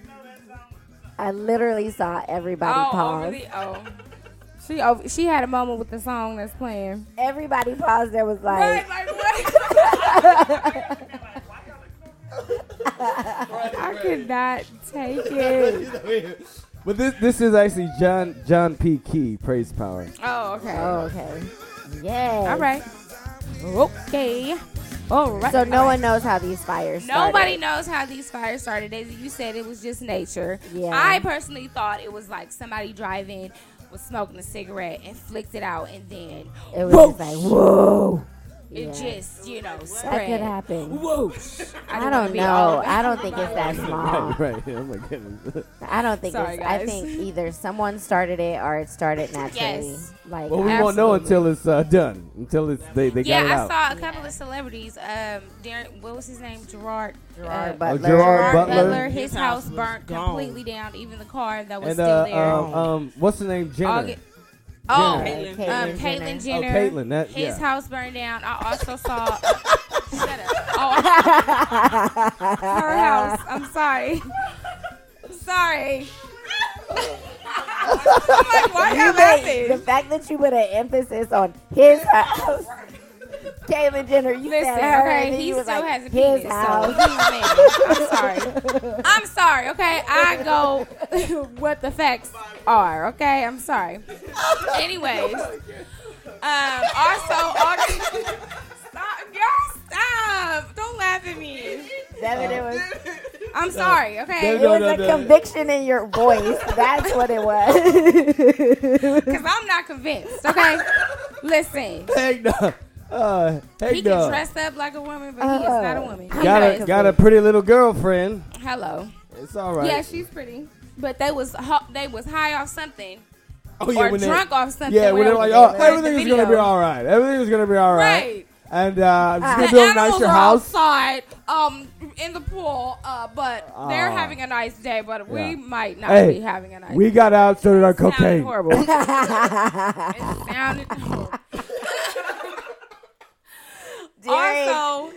[SPEAKER 4] you know, that sounds
[SPEAKER 2] I literally saw everybody
[SPEAKER 1] Oh,
[SPEAKER 2] pause.
[SPEAKER 1] over the oh. She over, she had a moment with the song that's playing.
[SPEAKER 2] Everybody paused. There was like,
[SPEAKER 1] like what? I could not take it.
[SPEAKER 3] But this this is actually John John P. Key, Praise Power.
[SPEAKER 1] Oh, okay.
[SPEAKER 2] "Oh, okay, yeah."
[SPEAKER 1] All right. Okay. All right.
[SPEAKER 2] So no
[SPEAKER 1] All right.
[SPEAKER 2] one knows how these fires. started.
[SPEAKER 1] Nobody knows how these fires started. Daisy, you said it was just nature.
[SPEAKER 2] Yeah.
[SPEAKER 1] I personally thought it was like somebody driving was smoking a cigarette and flicked it out, and then
[SPEAKER 2] It was just like, whoa.
[SPEAKER 1] it
[SPEAKER 2] Yeah.
[SPEAKER 1] just, you know,
[SPEAKER 2] that
[SPEAKER 1] spread.
[SPEAKER 2] could happen.
[SPEAKER 1] Whoosh.
[SPEAKER 2] I
[SPEAKER 1] wanna
[SPEAKER 2] don't
[SPEAKER 1] be all
[SPEAKER 2] know.
[SPEAKER 1] of it.
[SPEAKER 2] I don't think it's that small.
[SPEAKER 3] Right, right. Oh my goodness.
[SPEAKER 2] I don't think
[SPEAKER 1] Sorry,
[SPEAKER 2] it's. I
[SPEAKER 1] guys.
[SPEAKER 2] think either someone started it or it started naturally.
[SPEAKER 1] Yes.
[SPEAKER 2] Like
[SPEAKER 3] Well, we won't know
[SPEAKER 1] Absolutely.
[SPEAKER 3] until it's uh, done. Until it's they they got it
[SPEAKER 1] Yeah, I
[SPEAKER 3] out.
[SPEAKER 1] saw a couple of celebrities. Um, Darren, what was his name? Gerard.
[SPEAKER 2] Gerard
[SPEAKER 1] uh,
[SPEAKER 2] Butler.
[SPEAKER 3] Gerard
[SPEAKER 1] Gerard Butler.
[SPEAKER 3] Butler.
[SPEAKER 1] His
[SPEAKER 4] His
[SPEAKER 1] house
[SPEAKER 4] house was
[SPEAKER 1] burnt
[SPEAKER 4] gone.
[SPEAKER 1] completely down. Even the car that was
[SPEAKER 3] and
[SPEAKER 1] still
[SPEAKER 3] uh,
[SPEAKER 1] there.
[SPEAKER 3] um, um, what's the name? Jenner.
[SPEAKER 1] Augu- oh,
[SPEAKER 3] Jenner.
[SPEAKER 2] Caitlyn
[SPEAKER 1] um,
[SPEAKER 2] Jenner.
[SPEAKER 1] Caitlyn
[SPEAKER 3] Oh,
[SPEAKER 1] Jenner.
[SPEAKER 3] Caitlyn. That
[SPEAKER 1] His
[SPEAKER 3] yeah.
[SPEAKER 1] house burned down. I also saw. Shut up. Oh, her house. I'm sorry. Sorry. I'm like, why y'all
[SPEAKER 2] You made- the
[SPEAKER 1] laughing?
[SPEAKER 2] fact that you put an emphasis on his house. Caitlyn Jenner, you
[SPEAKER 1] Listen,
[SPEAKER 2] said her,
[SPEAKER 1] okay,
[SPEAKER 2] and then
[SPEAKER 1] he
[SPEAKER 2] you was
[SPEAKER 1] still
[SPEAKER 2] like,
[SPEAKER 1] has a
[SPEAKER 2] his
[SPEAKER 1] penis, so
[SPEAKER 2] house.
[SPEAKER 1] he's mad. I'm sorry. I'm sorry, okay? I go what the facts are, okay? I'm sorry. Anyways, um, also, August, stop, y'all stop. Don't laugh at me.
[SPEAKER 2] Devin, it was,
[SPEAKER 1] I'm sorry, okay?
[SPEAKER 2] it
[SPEAKER 3] No,
[SPEAKER 2] was
[SPEAKER 3] no,
[SPEAKER 2] a
[SPEAKER 3] no.
[SPEAKER 2] conviction in your voice. That's what it was.
[SPEAKER 1] Because I'm not convinced, okay? Listen,
[SPEAKER 3] Heck no. Uh, heck
[SPEAKER 1] he can
[SPEAKER 3] no.
[SPEAKER 1] dress up like a woman, but he is not a woman.
[SPEAKER 2] Oh.
[SPEAKER 3] got
[SPEAKER 1] Anyways,
[SPEAKER 3] a got a pretty little girlfriend.
[SPEAKER 1] hello.
[SPEAKER 3] It's all right.
[SPEAKER 1] Yeah, she's pretty. But they was ho- they was high off something
[SPEAKER 3] oh,
[SPEAKER 1] or
[SPEAKER 3] when they-
[SPEAKER 1] drunk off something.
[SPEAKER 3] Yeah, when they're like,
[SPEAKER 1] whatever.
[SPEAKER 3] oh,
[SPEAKER 1] Whereas the
[SPEAKER 3] everything is gonna be
[SPEAKER 1] video-
[SPEAKER 3] all right. Everything is gonna be all right.
[SPEAKER 1] Right.
[SPEAKER 3] And uh, I'm just
[SPEAKER 1] The
[SPEAKER 3] gonna build a
[SPEAKER 1] animals
[SPEAKER 3] nicer
[SPEAKER 1] are
[SPEAKER 3] house.
[SPEAKER 1] outside, um, in the pool, uh, but they're
[SPEAKER 3] Aw.
[SPEAKER 1] having a nice day. But we
[SPEAKER 3] Ah. Yeah.
[SPEAKER 1] might not
[SPEAKER 3] Hey,
[SPEAKER 1] be having a nice. day.
[SPEAKER 3] We got out, started our
[SPEAKER 1] It sounded
[SPEAKER 3] cocaine.
[SPEAKER 1] Horrible. it sounded horrible.
[SPEAKER 2] Dang.
[SPEAKER 1] Also,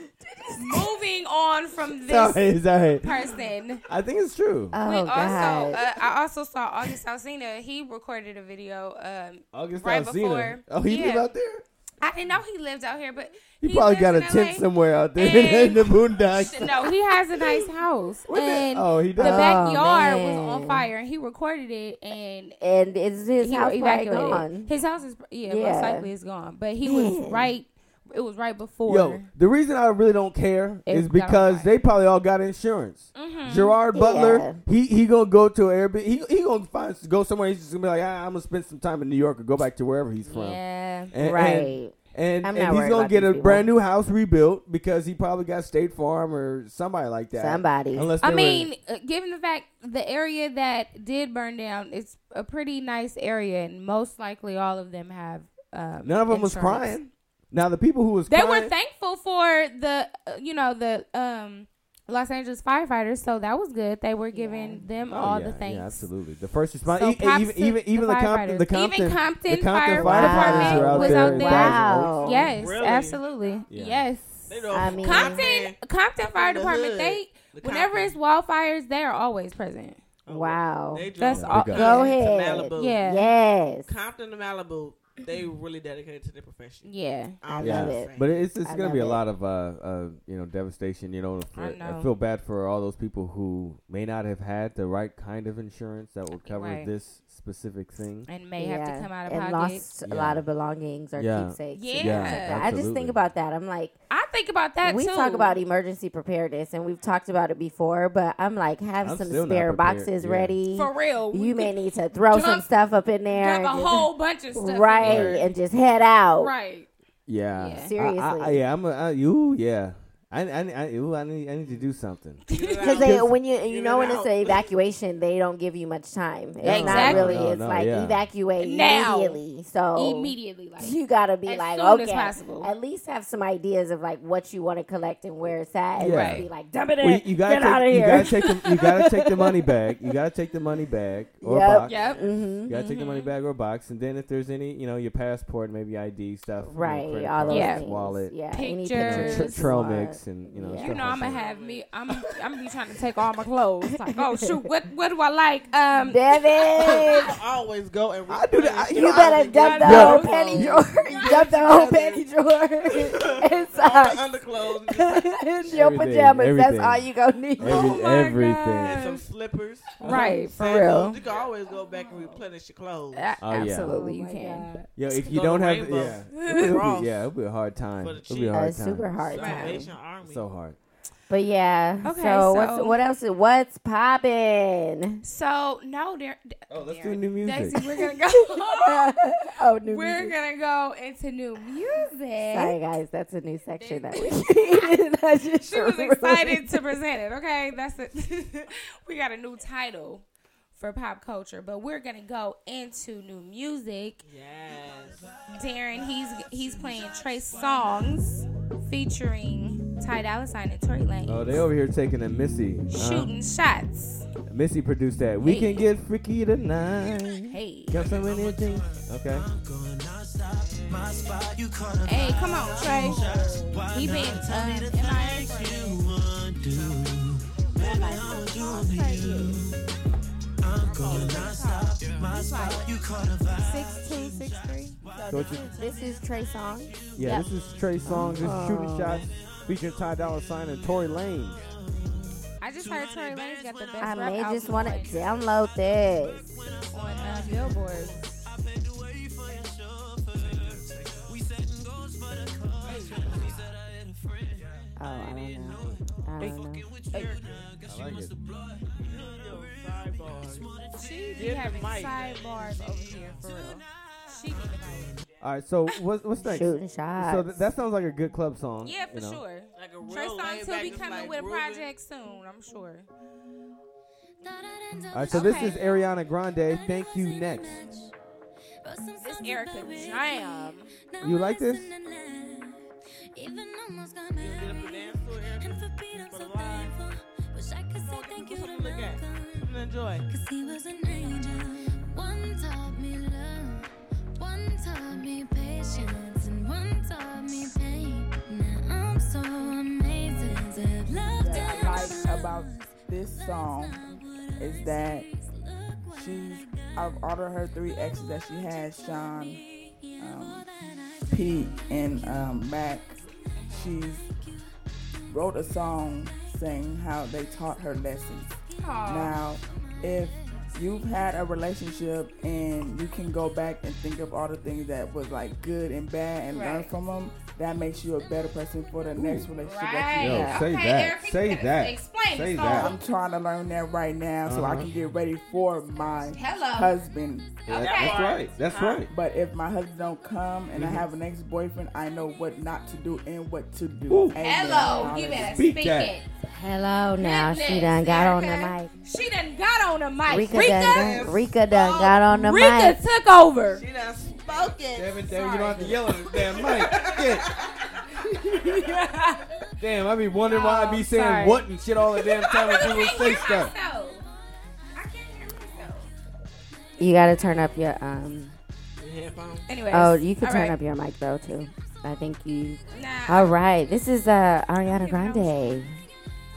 [SPEAKER 1] moving on from this
[SPEAKER 3] Sorry, sorry.
[SPEAKER 1] person.
[SPEAKER 3] I think it's true.
[SPEAKER 2] oh,
[SPEAKER 1] we also,
[SPEAKER 2] God.
[SPEAKER 1] uh, I also saw August Alsina. He recorded a video. Um,
[SPEAKER 3] August
[SPEAKER 1] right
[SPEAKER 3] Alsina.
[SPEAKER 1] before-
[SPEAKER 3] Oh, he
[SPEAKER 1] yeah.
[SPEAKER 3] live out there.
[SPEAKER 1] I didn't know he lived out here, but
[SPEAKER 3] He, probably
[SPEAKER 1] lives
[SPEAKER 3] got a
[SPEAKER 1] in
[SPEAKER 3] tent
[SPEAKER 1] LA.
[SPEAKER 3] somewhere out there
[SPEAKER 1] And-
[SPEAKER 3] in the boondocks.
[SPEAKER 1] No, he has a nice house,
[SPEAKER 3] What the-
[SPEAKER 1] and
[SPEAKER 3] oh, he
[SPEAKER 1] the
[SPEAKER 3] does.
[SPEAKER 2] Oh,
[SPEAKER 1] backyard was
[SPEAKER 2] man.
[SPEAKER 1] on fire, and he recorded it, and
[SPEAKER 2] and is his
[SPEAKER 1] he
[SPEAKER 2] house probably
[SPEAKER 1] evacuated.
[SPEAKER 2] gone?
[SPEAKER 1] His house is yeah,
[SPEAKER 2] Yeah.
[SPEAKER 1] most likely is gone, but he was right. It was right before.
[SPEAKER 3] Yo, the reason I really don't care
[SPEAKER 1] It
[SPEAKER 3] is
[SPEAKER 1] got
[SPEAKER 3] because
[SPEAKER 1] right.
[SPEAKER 3] they probably all got insurance.
[SPEAKER 1] Mm-hmm.
[SPEAKER 3] Gerard Butler, he he gonna go to an Airbnb. He, he gonna find go somewhere. He's just gonna be like, ah, I'm gonna spend some time in New York or go back to wherever he's from.
[SPEAKER 1] yeah,
[SPEAKER 3] And- and-
[SPEAKER 2] Right.
[SPEAKER 3] And,
[SPEAKER 2] I'm
[SPEAKER 3] and,
[SPEAKER 2] not
[SPEAKER 3] he's
[SPEAKER 2] worried
[SPEAKER 3] gonna
[SPEAKER 2] about
[SPEAKER 3] get
[SPEAKER 2] these
[SPEAKER 3] a
[SPEAKER 2] people.
[SPEAKER 3] brand new house rebuilt because he probably got State Farm or somebody like that.
[SPEAKER 2] Somebody.
[SPEAKER 3] Unless
[SPEAKER 1] I
[SPEAKER 3] they were-
[SPEAKER 1] mean, uh, given the fact the area that did burn down, it's a pretty nice area, and most likely all of them have. Um,
[SPEAKER 3] none of them was
[SPEAKER 1] insurance.
[SPEAKER 3] crying. Now the people who was
[SPEAKER 1] They
[SPEAKER 3] crying,
[SPEAKER 1] were thankful for the, uh, you know, the um, Los Angeles firefighters, so that was good. They were giving them
[SPEAKER 3] Oh,
[SPEAKER 1] all
[SPEAKER 3] yeah,
[SPEAKER 1] the
[SPEAKER 3] yeah,
[SPEAKER 1] thanks.
[SPEAKER 3] absolutely. The first response,
[SPEAKER 1] So
[SPEAKER 3] e-
[SPEAKER 1] props
[SPEAKER 3] even
[SPEAKER 1] to
[SPEAKER 3] even even the, Compton,
[SPEAKER 1] firefighters.
[SPEAKER 3] the Compton,
[SPEAKER 1] even Compton,
[SPEAKER 3] the Compton
[SPEAKER 1] Fire, Department
[SPEAKER 3] Firefighters are out
[SPEAKER 1] was
[SPEAKER 3] there.
[SPEAKER 1] out
[SPEAKER 3] in
[SPEAKER 1] there.
[SPEAKER 3] Thousand Oaks.
[SPEAKER 2] Wow.
[SPEAKER 1] Yes,
[SPEAKER 4] Really?
[SPEAKER 1] absolutely.
[SPEAKER 3] Yeah.
[SPEAKER 1] Yes.
[SPEAKER 4] They don't-
[SPEAKER 2] I mean-
[SPEAKER 1] Compton, Compton Fire
[SPEAKER 4] The
[SPEAKER 1] Department.
[SPEAKER 4] hood.
[SPEAKER 1] They,
[SPEAKER 4] The
[SPEAKER 1] whenever
[SPEAKER 4] Compton.
[SPEAKER 1] it's wildfires, they are always present.
[SPEAKER 3] Oh,
[SPEAKER 2] Wow.
[SPEAKER 4] They drove
[SPEAKER 1] That's
[SPEAKER 4] from
[SPEAKER 1] all-
[SPEAKER 4] Compton
[SPEAKER 2] Go
[SPEAKER 4] to
[SPEAKER 2] ahead.
[SPEAKER 4] Malibu.
[SPEAKER 1] Yeah.
[SPEAKER 2] Yes.
[SPEAKER 4] Compton to Malibu, they really dedicated to their profession.
[SPEAKER 1] Yeah.
[SPEAKER 4] I
[SPEAKER 2] I
[SPEAKER 3] Yeah,
[SPEAKER 2] love
[SPEAKER 4] was
[SPEAKER 2] it.
[SPEAKER 4] saying.
[SPEAKER 3] But it's, it's
[SPEAKER 2] I
[SPEAKER 3] going to
[SPEAKER 2] love
[SPEAKER 3] be a
[SPEAKER 2] it.
[SPEAKER 3] lot of uh, uh, you know devastation. You know, for,
[SPEAKER 1] I
[SPEAKER 3] I,
[SPEAKER 1] know.
[SPEAKER 3] feel bad for all those people who may not have had the right kind of insurance that would cover
[SPEAKER 1] Right.
[SPEAKER 3] this specific thing.
[SPEAKER 1] And may have
[SPEAKER 2] Yeah.
[SPEAKER 1] to come out of
[SPEAKER 2] and
[SPEAKER 1] pocket.
[SPEAKER 2] lost
[SPEAKER 3] Yeah.
[SPEAKER 2] a lot of belongings or
[SPEAKER 3] Yeah.
[SPEAKER 2] keepsakes.
[SPEAKER 1] Yeah.
[SPEAKER 2] Yeah, I just think
[SPEAKER 3] absolutely.
[SPEAKER 2] about that. I'm like,
[SPEAKER 1] I think about that
[SPEAKER 2] we
[SPEAKER 1] too.
[SPEAKER 2] talk about emergency preparedness, and we've talked about it before. But I'm like, have
[SPEAKER 3] I'm
[SPEAKER 2] some
[SPEAKER 3] still not
[SPEAKER 2] spare
[SPEAKER 3] prepared,
[SPEAKER 2] boxes
[SPEAKER 3] yeah.
[SPEAKER 2] ready.
[SPEAKER 1] for real. We
[SPEAKER 2] you may
[SPEAKER 1] could
[SPEAKER 2] need to throw some
[SPEAKER 1] dump-
[SPEAKER 2] stuff up in there,
[SPEAKER 1] dump
[SPEAKER 2] and
[SPEAKER 1] a
[SPEAKER 2] just-
[SPEAKER 1] whole bunch of stuff. in
[SPEAKER 2] right,
[SPEAKER 1] there.
[SPEAKER 2] and just head out.
[SPEAKER 1] Right.
[SPEAKER 3] Yeah,
[SPEAKER 1] Yeah.
[SPEAKER 3] I- I-
[SPEAKER 2] Seriously.
[SPEAKER 3] I, yeah, I'm. A, I, ooh, yeah. I, I, I, ooh, I need, I need to do something.
[SPEAKER 2] Because they,
[SPEAKER 3] Just-
[SPEAKER 2] when you you
[SPEAKER 4] in
[SPEAKER 2] know when
[SPEAKER 4] and
[SPEAKER 2] it's an evacuation, they don't give you much time. It's not
[SPEAKER 1] Exactly.
[SPEAKER 2] really.
[SPEAKER 3] No,
[SPEAKER 2] it's
[SPEAKER 3] no,
[SPEAKER 2] like
[SPEAKER 3] yeah.
[SPEAKER 2] evacuate
[SPEAKER 1] Now.
[SPEAKER 2] immediately. So
[SPEAKER 1] Immediately, like
[SPEAKER 2] you gotta be
[SPEAKER 1] As
[SPEAKER 2] like,
[SPEAKER 1] soon as
[SPEAKER 2] okay,
[SPEAKER 1] possible.
[SPEAKER 2] at least have some ideas of like what you want to collect and where it's at, and
[SPEAKER 3] Yeah.
[SPEAKER 2] just be like, dump it in,
[SPEAKER 3] Well, you, you gotta
[SPEAKER 2] get
[SPEAKER 3] take,
[SPEAKER 2] out of
[SPEAKER 3] you
[SPEAKER 2] here.
[SPEAKER 3] gotta take the, you gotta take the money bag. You gotta take the money bag or
[SPEAKER 2] Yep.
[SPEAKER 3] box.
[SPEAKER 1] Yep.
[SPEAKER 2] Mm-hmm.
[SPEAKER 3] You gotta take the money bag or box, and then if there's any, you know, your passport, maybe ID stuff, you know,
[SPEAKER 2] right,
[SPEAKER 3] credit
[SPEAKER 2] all those
[SPEAKER 3] cards,
[SPEAKER 1] Yeah.
[SPEAKER 2] things.
[SPEAKER 3] wallet,
[SPEAKER 2] yeah,
[SPEAKER 3] you know,
[SPEAKER 1] Pictures.
[SPEAKER 3] tr- trail mix, and you know,
[SPEAKER 2] Yeah.
[SPEAKER 3] stuff
[SPEAKER 1] You know,
[SPEAKER 3] like
[SPEAKER 1] I'm
[SPEAKER 3] that.
[SPEAKER 1] gonna have me. I'm. I'm be trying to take all my clothes. Like, oh shoot, what? What do I like? Um,
[SPEAKER 2] Devin,
[SPEAKER 4] I always go and
[SPEAKER 3] I do that- I-
[SPEAKER 4] replenish
[SPEAKER 2] you better dump the
[SPEAKER 1] Yeah.
[SPEAKER 2] whole panty drawer, dump the whole panty drawer, and
[SPEAKER 4] my
[SPEAKER 2] socks,
[SPEAKER 4] underclothes and just-
[SPEAKER 2] and your
[SPEAKER 3] Everything,
[SPEAKER 2] pajamas.
[SPEAKER 3] everything.
[SPEAKER 2] That's all you gonna need.
[SPEAKER 3] Every-
[SPEAKER 1] Oh my
[SPEAKER 3] everything.
[SPEAKER 1] God.
[SPEAKER 4] and some slippers.
[SPEAKER 1] right for
[SPEAKER 4] Sandals.
[SPEAKER 1] real.
[SPEAKER 4] You can always go back and replenish your clothes
[SPEAKER 1] A-
[SPEAKER 3] Oh, yeah.
[SPEAKER 1] absolutely,
[SPEAKER 2] Oh
[SPEAKER 1] you
[SPEAKER 2] my
[SPEAKER 1] can.
[SPEAKER 2] God.
[SPEAKER 3] Yo, if you
[SPEAKER 4] Go to
[SPEAKER 3] don't have,
[SPEAKER 4] Rainbow.
[SPEAKER 3] yeah, it'll
[SPEAKER 4] Ross.
[SPEAKER 3] be, yeah, it'll be a hard time.
[SPEAKER 4] For the
[SPEAKER 3] It'll be a
[SPEAKER 4] cheap.
[SPEAKER 3] hard
[SPEAKER 2] A
[SPEAKER 3] time.
[SPEAKER 2] super hard time.
[SPEAKER 4] Salvation Army.
[SPEAKER 3] So hard.
[SPEAKER 2] But yeah.
[SPEAKER 1] Okay,
[SPEAKER 2] Okay. So, what's,
[SPEAKER 1] so-
[SPEAKER 2] what else? is- What's poppin'?
[SPEAKER 1] So no, there.
[SPEAKER 3] Oh, let's
[SPEAKER 1] there-
[SPEAKER 3] do new music.
[SPEAKER 1] Daisy, we're gonna go.
[SPEAKER 2] oh, new
[SPEAKER 1] we're
[SPEAKER 2] music.
[SPEAKER 1] gonna go into new music.
[SPEAKER 2] Sorry, guys. That's a new section that we created. I just
[SPEAKER 1] She was
[SPEAKER 2] really-
[SPEAKER 1] excited to present it. Okay, that's it. we got a new title for pop culture, but we're gonna go into new music.
[SPEAKER 4] Yes.
[SPEAKER 1] Darren, he's he's playing Trey songs featuring Ty Dolla Sign and Tory Lane.
[SPEAKER 3] Oh, uh-huh. they over here taking a Missy. huh?
[SPEAKER 1] shooting shots.
[SPEAKER 3] Missy produced that. We
[SPEAKER 1] Hey.
[SPEAKER 3] can get freaky tonight.
[SPEAKER 1] Hey,
[SPEAKER 3] Got so many things. Okay.
[SPEAKER 1] hey, come on, Trey. He been uh, MIA for a minute. What am I supposed to do? Trey, yeah.
[SPEAKER 6] my
[SPEAKER 1] He's
[SPEAKER 6] spot.
[SPEAKER 1] like
[SPEAKER 6] You caught a vibe.
[SPEAKER 1] six two, six three.
[SPEAKER 3] Don't you-
[SPEAKER 2] This is Trey Songz.
[SPEAKER 3] Yeah,
[SPEAKER 2] Yep.
[SPEAKER 3] this is Trey Songz. This is Shooting
[SPEAKER 2] Oh.
[SPEAKER 3] Shots featuring Ty Dolla Sign and Tory Lane.
[SPEAKER 1] I just heard Tory Lane's got the best
[SPEAKER 2] I
[SPEAKER 1] rap
[SPEAKER 2] may
[SPEAKER 1] album
[SPEAKER 2] just want to
[SPEAKER 1] on-
[SPEAKER 2] download this. Oh,
[SPEAKER 1] on uh, Billboard.
[SPEAKER 2] Oh, I don't know. I don't know.
[SPEAKER 3] I like it.
[SPEAKER 1] She be
[SPEAKER 4] Give
[SPEAKER 1] having
[SPEAKER 4] the mic.
[SPEAKER 1] sidebars over here for real. She need to know.
[SPEAKER 3] All right, so what's, what's next?
[SPEAKER 2] Shooting shots.
[SPEAKER 3] So th- that sounds like a good club song.
[SPEAKER 1] Yeah, for
[SPEAKER 3] you know?
[SPEAKER 1] sure.
[SPEAKER 4] Like a
[SPEAKER 1] Trey
[SPEAKER 4] real
[SPEAKER 1] Songz
[SPEAKER 4] laid
[SPEAKER 1] will
[SPEAKER 4] back,
[SPEAKER 1] be
[SPEAKER 4] just
[SPEAKER 1] coming
[SPEAKER 4] like
[SPEAKER 1] with a
[SPEAKER 4] grooving.
[SPEAKER 1] project soon, I'm sure.
[SPEAKER 3] All right, so this
[SPEAKER 1] Okay.
[SPEAKER 3] is Ariana Grande. Thank you. Next,
[SPEAKER 1] This Erica Jam.
[SPEAKER 3] you like this?
[SPEAKER 7] Even almost got
[SPEAKER 4] You get up and
[SPEAKER 7] married.
[SPEAKER 4] dance to it.
[SPEAKER 7] And for Pete, I'm
[SPEAKER 4] For
[SPEAKER 7] so
[SPEAKER 4] the line.
[SPEAKER 7] thankful. Wish I could say thank you
[SPEAKER 4] Look
[SPEAKER 7] to
[SPEAKER 4] at- look at.
[SPEAKER 7] Malcolm.
[SPEAKER 4] And Enjoy.
[SPEAKER 7] Cause he was an angel. One taught me love. One taught me patience. And one taught me pain. Now I'm so amazing. I've loved
[SPEAKER 8] that
[SPEAKER 7] and
[SPEAKER 8] I like
[SPEAKER 7] lost.
[SPEAKER 8] about this song is that she's I've ordered her three exes that she has, Sean, um, Pete, and um, Mac. She's wrote a song saying how they taught her lessons. Now, if you've had a relationship and you can go back and think of all the things that was like good and bad and learn
[SPEAKER 1] Right.
[SPEAKER 8] from them, that makes you a better person for the next relationship that you
[SPEAKER 1] Right.
[SPEAKER 8] have.
[SPEAKER 3] say
[SPEAKER 1] Okay,
[SPEAKER 3] that.
[SPEAKER 1] Erica, you
[SPEAKER 3] say
[SPEAKER 1] gotta
[SPEAKER 3] that.
[SPEAKER 1] explain
[SPEAKER 3] say
[SPEAKER 1] the
[SPEAKER 3] that.
[SPEAKER 1] song.
[SPEAKER 8] I'm trying to learn that right now so I
[SPEAKER 3] Uh-huh.
[SPEAKER 8] can get ready for my
[SPEAKER 1] Hello.
[SPEAKER 8] husband.
[SPEAKER 3] Yeah,
[SPEAKER 1] Okay.
[SPEAKER 3] That's right. That's right.
[SPEAKER 8] But if my husband don't come and I
[SPEAKER 3] Mm-hmm.
[SPEAKER 8] have an ex-boyfriend, I know what not to do and what to do.
[SPEAKER 3] Ooh.
[SPEAKER 8] Amen.
[SPEAKER 1] Hello, you
[SPEAKER 8] Hallelujah.
[SPEAKER 1] better
[SPEAKER 3] Speak
[SPEAKER 1] speak
[SPEAKER 3] that.
[SPEAKER 1] it.
[SPEAKER 2] Hello, now she
[SPEAKER 1] Goodness,
[SPEAKER 2] done got on the
[SPEAKER 1] Erica.
[SPEAKER 2] mic.
[SPEAKER 1] She done got on the mic. Rika,
[SPEAKER 2] Rika,
[SPEAKER 1] Oh, Rika,
[SPEAKER 2] done, done, Rika done got on the mic.
[SPEAKER 1] took over.
[SPEAKER 4] She done spoken.
[SPEAKER 3] Damn it, damn, you don't have to yell at this damn mic. Shit. damn, I be wondering why I be
[SPEAKER 1] No,
[SPEAKER 3] saying
[SPEAKER 1] sorry.
[SPEAKER 3] what and shit all the damn time
[SPEAKER 1] I
[SPEAKER 3] when
[SPEAKER 1] can't
[SPEAKER 3] people say
[SPEAKER 1] hear
[SPEAKER 3] stuff.
[SPEAKER 1] myself. I can't hear myself.
[SPEAKER 2] You gotta turn up your um.
[SPEAKER 4] Headphones.
[SPEAKER 1] Anyways,
[SPEAKER 2] Oh, you can
[SPEAKER 1] all
[SPEAKER 2] turn
[SPEAKER 1] right.
[SPEAKER 2] up your mic though too. I think you.
[SPEAKER 1] Nah,
[SPEAKER 2] All right, this is uh Ariana Grande.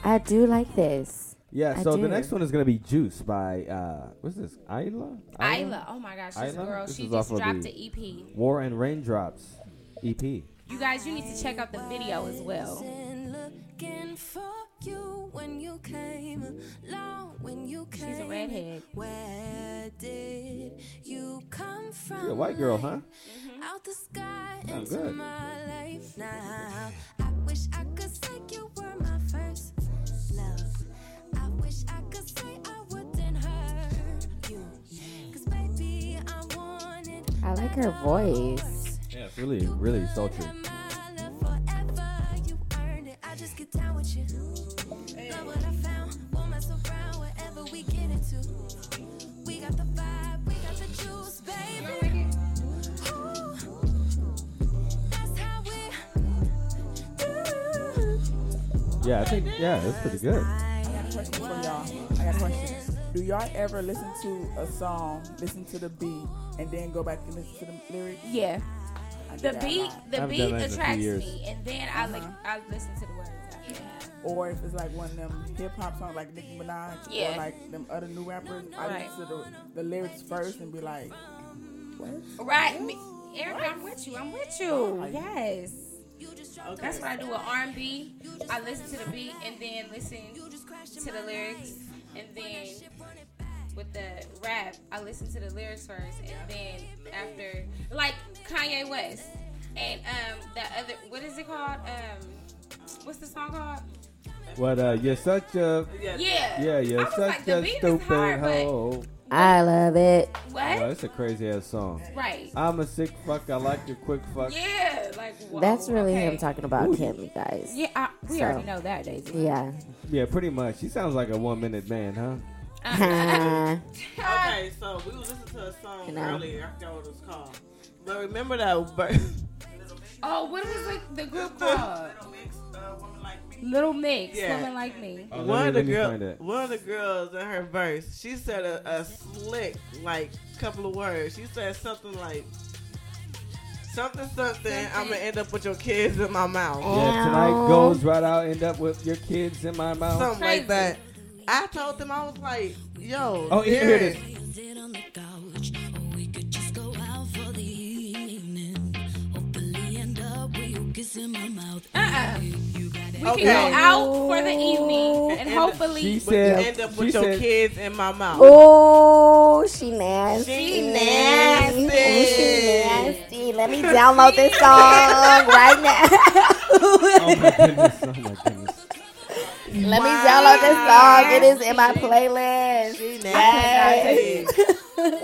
[SPEAKER 2] I do like this.
[SPEAKER 3] Yeah,
[SPEAKER 2] I
[SPEAKER 3] so the
[SPEAKER 2] do.
[SPEAKER 3] next one is gonna be Juice by uh what's this? Isla?
[SPEAKER 1] Isla. Oh my gosh, this
[SPEAKER 3] Isla?
[SPEAKER 1] girl.
[SPEAKER 3] This
[SPEAKER 1] she
[SPEAKER 3] is
[SPEAKER 1] just
[SPEAKER 3] off of
[SPEAKER 1] dropped
[SPEAKER 3] the-
[SPEAKER 1] the EP.
[SPEAKER 3] War and Raindrops E EP.
[SPEAKER 1] You guys, you need to check out the video as well.
[SPEAKER 7] Looking for you when you came along, when you came.
[SPEAKER 1] She's a redhead.
[SPEAKER 7] Where did you come from?
[SPEAKER 3] You're a white girl, huh?
[SPEAKER 7] Out the sky
[SPEAKER 3] Sound
[SPEAKER 7] into
[SPEAKER 3] good.
[SPEAKER 7] my life now. I wish I could say you were my first love. I wish I could say I wouldn't hurt you. Cause baby, I wanted
[SPEAKER 2] I like her voice.
[SPEAKER 3] Yeah, it's really, really sultry.
[SPEAKER 7] my love forever. You earned it. I just get down with you. Love what I found. Won't mess around wherever we get into. We got the vibe. We got the juice, baby. Ooh, that's how we do.
[SPEAKER 3] Yeah, I think yeah, that's pretty good.
[SPEAKER 8] I got a question for y'all. I got a question. Do y'all ever listen to a song, listen to the beat, and then go back and listen to the lyrics?
[SPEAKER 1] Yeah,
[SPEAKER 8] I
[SPEAKER 1] the
[SPEAKER 8] do that a
[SPEAKER 1] beat,
[SPEAKER 8] lot.
[SPEAKER 1] the
[SPEAKER 3] I've
[SPEAKER 1] beat
[SPEAKER 3] done that in a few
[SPEAKER 1] attracts
[SPEAKER 3] years.
[SPEAKER 1] me, and then I like I listen to the words. after that.
[SPEAKER 8] Or if it's like one of them hip hop songs like Nicki Minaj
[SPEAKER 1] Yeah.
[SPEAKER 8] or like them other new rappers, I
[SPEAKER 1] Right.
[SPEAKER 8] listen to the, the lyrics first and be like, what?
[SPEAKER 1] Right, me, Erica, I'm with you. I'm with you. Yes, that's what I do with R&B. I listen to the beat and then listen to the lyrics, and then with the rap, I listen to the lyrics first, and then after, like Kanye West and um the other, what is it called? Um, what's the song called?
[SPEAKER 3] What uh you're such a
[SPEAKER 1] Yeah.
[SPEAKER 3] yeah,
[SPEAKER 1] I
[SPEAKER 3] you're
[SPEAKER 1] was
[SPEAKER 3] such
[SPEAKER 1] like, the
[SPEAKER 3] a
[SPEAKER 1] beat
[SPEAKER 3] stupid
[SPEAKER 1] is hard, but
[SPEAKER 3] hoe.
[SPEAKER 2] I love it.
[SPEAKER 3] Yeah,
[SPEAKER 1] What?
[SPEAKER 3] it's a crazy ass song.
[SPEAKER 1] Right.
[SPEAKER 3] I'm a sick fuck, I like your quick fuck.
[SPEAKER 1] Yeah. Like. whoa,
[SPEAKER 2] That's really
[SPEAKER 1] okay.
[SPEAKER 2] him talking about
[SPEAKER 3] Ooh.
[SPEAKER 2] Kim, you guys.
[SPEAKER 1] Yeah, I, we
[SPEAKER 2] So.
[SPEAKER 1] already know that, Daisy.
[SPEAKER 2] Yeah.
[SPEAKER 3] Yeah, pretty much. He sounds like a one minute man, huh?
[SPEAKER 2] Uh,
[SPEAKER 4] Okay, so we was listening to a song
[SPEAKER 2] You know.
[SPEAKER 4] earlier. I forgot what it was called. But remember that verse?
[SPEAKER 1] Oh, what was like the group called? Little Mix,
[SPEAKER 4] Yeah.
[SPEAKER 1] Woman Like Me.
[SPEAKER 3] Oh, let
[SPEAKER 4] One
[SPEAKER 3] me-
[SPEAKER 4] of the
[SPEAKER 3] let me find
[SPEAKER 4] girl,
[SPEAKER 3] it.
[SPEAKER 4] one of the girls in her verse, she said a, a slick like couple of words. She said something like something something. I'm gonna end up with your kids in my mouth,
[SPEAKER 3] Yeah, tonight
[SPEAKER 2] Ow.
[SPEAKER 3] goes right out, end up with your kids in my mouth.
[SPEAKER 4] something
[SPEAKER 1] Crazy.
[SPEAKER 4] like that. I told them I was like, yo,
[SPEAKER 3] oh, here it is.
[SPEAKER 7] Sit on the couch. kiss in my mouth.
[SPEAKER 1] Uh-uh.
[SPEAKER 7] You got it.
[SPEAKER 1] We
[SPEAKER 4] Okay.
[SPEAKER 1] can go out for the
[SPEAKER 2] Oh.
[SPEAKER 1] evening and hopefully.
[SPEAKER 3] She
[SPEAKER 4] But you
[SPEAKER 3] said,
[SPEAKER 4] end up
[SPEAKER 3] she
[SPEAKER 4] with your
[SPEAKER 3] said,
[SPEAKER 4] kids in my mouth.
[SPEAKER 2] Oh, she nasty.
[SPEAKER 4] She
[SPEAKER 2] nasty.
[SPEAKER 4] nasty.
[SPEAKER 2] She nasty. Let me download this song right now.
[SPEAKER 3] Oh my goodness! Oh my goodness!
[SPEAKER 2] Let me download this song. It is in my playlist.
[SPEAKER 4] She
[SPEAKER 2] Yes.
[SPEAKER 4] nasty.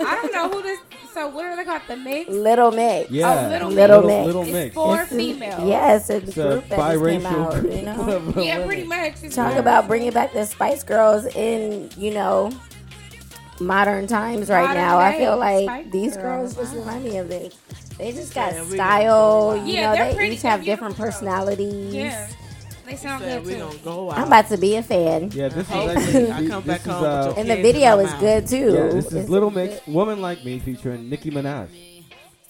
[SPEAKER 1] I don't know who this. So what are they called? The mix.
[SPEAKER 2] Little Mix.
[SPEAKER 3] Yeah,
[SPEAKER 1] Little
[SPEAKER 2] Little Mix.
[SPEAKER 3] mix. Little
[SPEAKER 1] It's
[SPEAKER 3] mix.
[SPEAKER 1] for
[SPEAKER 2] It's a-
[SPEAKER 1] females.
[SPEAKER 2] Yes, it's a
[SPEAKER 3] It's a
[SPEAKER 2] group that just came
[SPEAKER 3] biracial
[SPEAKER 2] out.
[SPEAKER 3] group
[SPEAKER 2] You know,
[SPEAKER 3] of
[SPEAKER 1] Yeah,
[SPEAKER 3] women.
[SPEAKER 1] pretty much. It's
[SPEAKER 2] talk
[SPEAKER 1] very-
[SPEAKER 2] about bringing back the Spice Girls in you know modern times right
[SPEAKER 1] Modern
[SPEAKER 2] now. I
[SPEAKER 1] day
[SPEAKER 2] feel like
[SPEAKER 1] Spice
[SPEAKER 2] these
[SPEAKER 1] Girls.
[SPEAKER 2] girls just remind me of this. They just got
[SPEAKER 4] Yeah, we gonna
[SPEAKER 2] style.
[SPEAKER 4] go
[SPEAKER 2] You
[SPEAKER 1] Yeah,
[SPEAKER 2] know,
[SPEAKER 1] they're
[SPEAKER 2] they
[SPEAKER 1] pretty-
[SPEAKER 2] each
[SPEAKER 1] they're
[SPEAKER 2] have different
[SPEAKER 1] beautiful.
[SPEAKER 2] personalities.
[SPEAKER 1] Yeah, they sound
[SPEAKER 4] Said
[SPEAKER 1] good
[SPEAKER 4] we
[SPEAKER 1] too.
[SPEAKER 4] gonna go out.
[SPEAKER 2] I'm about to be a fan.
[SPEAKER 3] Yeah, this is
[SPEAKER 4] Hopefully,
[SPEAKER 3] actually.
[SPEAKER 4] Oh. I come
[SPEAKER 3] this
[SPEAKER 4] back
[SPEAKER 3] is,
[SPEAKER 4] home with
[SPEAKER 3] uh,
[SPEAKER 4] your
[SPEAKER 2] And the
[SPEAKER 4] kids in
[SPEAKER 2] video
[SPEAKER 4] my
[SPEAKER 2] is
[SPEAKER 4] mouth.
[SPEAKER 2] good too.
[SPEAKER 3] Yeah, this is
[SPEAKER 2] It's-
[SPEAKER 3] Little Mix, Woman Like Me featuring Nicki Minaj.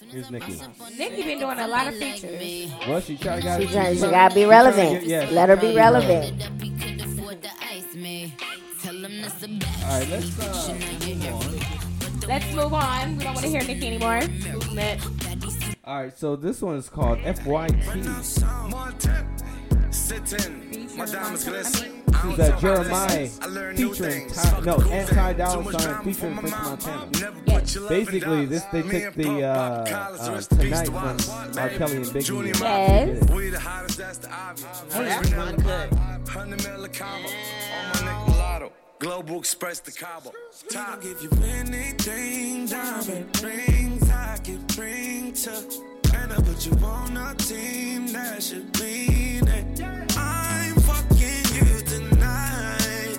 [SPEAKER 3] Here's Nicki.
[SPEAKER 1] Nicki been doing a lot of features.
[SPEAKER 3] Well, she tried to got
[SPEAKER 2] She trying- she gotta be relevant. Let her be relevant.
[SPEAKER 6] up, he could afford the ice, man. Tell him that's the best.
[SPEAKER 3] All right, let's uh, move on.
[SPEAKER 1] Let's move on. We don't want to hear Nicki anymore. Movement.
[SPEAKER 3] All right, so this one is called FYT.
[SPEAKER 9] My diamonds glisten.
[SPEAKER 3] This is uh, Jeremiah featuring Ty, no Anti Dollar Sign featuring French Montana.
[SPEAKER 1] Yes.
[SPEAKER 3] Basically, this they took the uh, uh, tonight from R. Kelly and Biggie.
[SPEAKER 1] Yes.
[SPEAKER 9] We the hottest, that's the obvious.
[SPEAKER 4] That's my cut.
[SPEAKER 9] 100 mil of combo. On my neck, mulatto. Global Express to Cabo. Top. give you anything, diamond rings I can bring to. And I put you on a team that should be it. I'm fucking you tonight.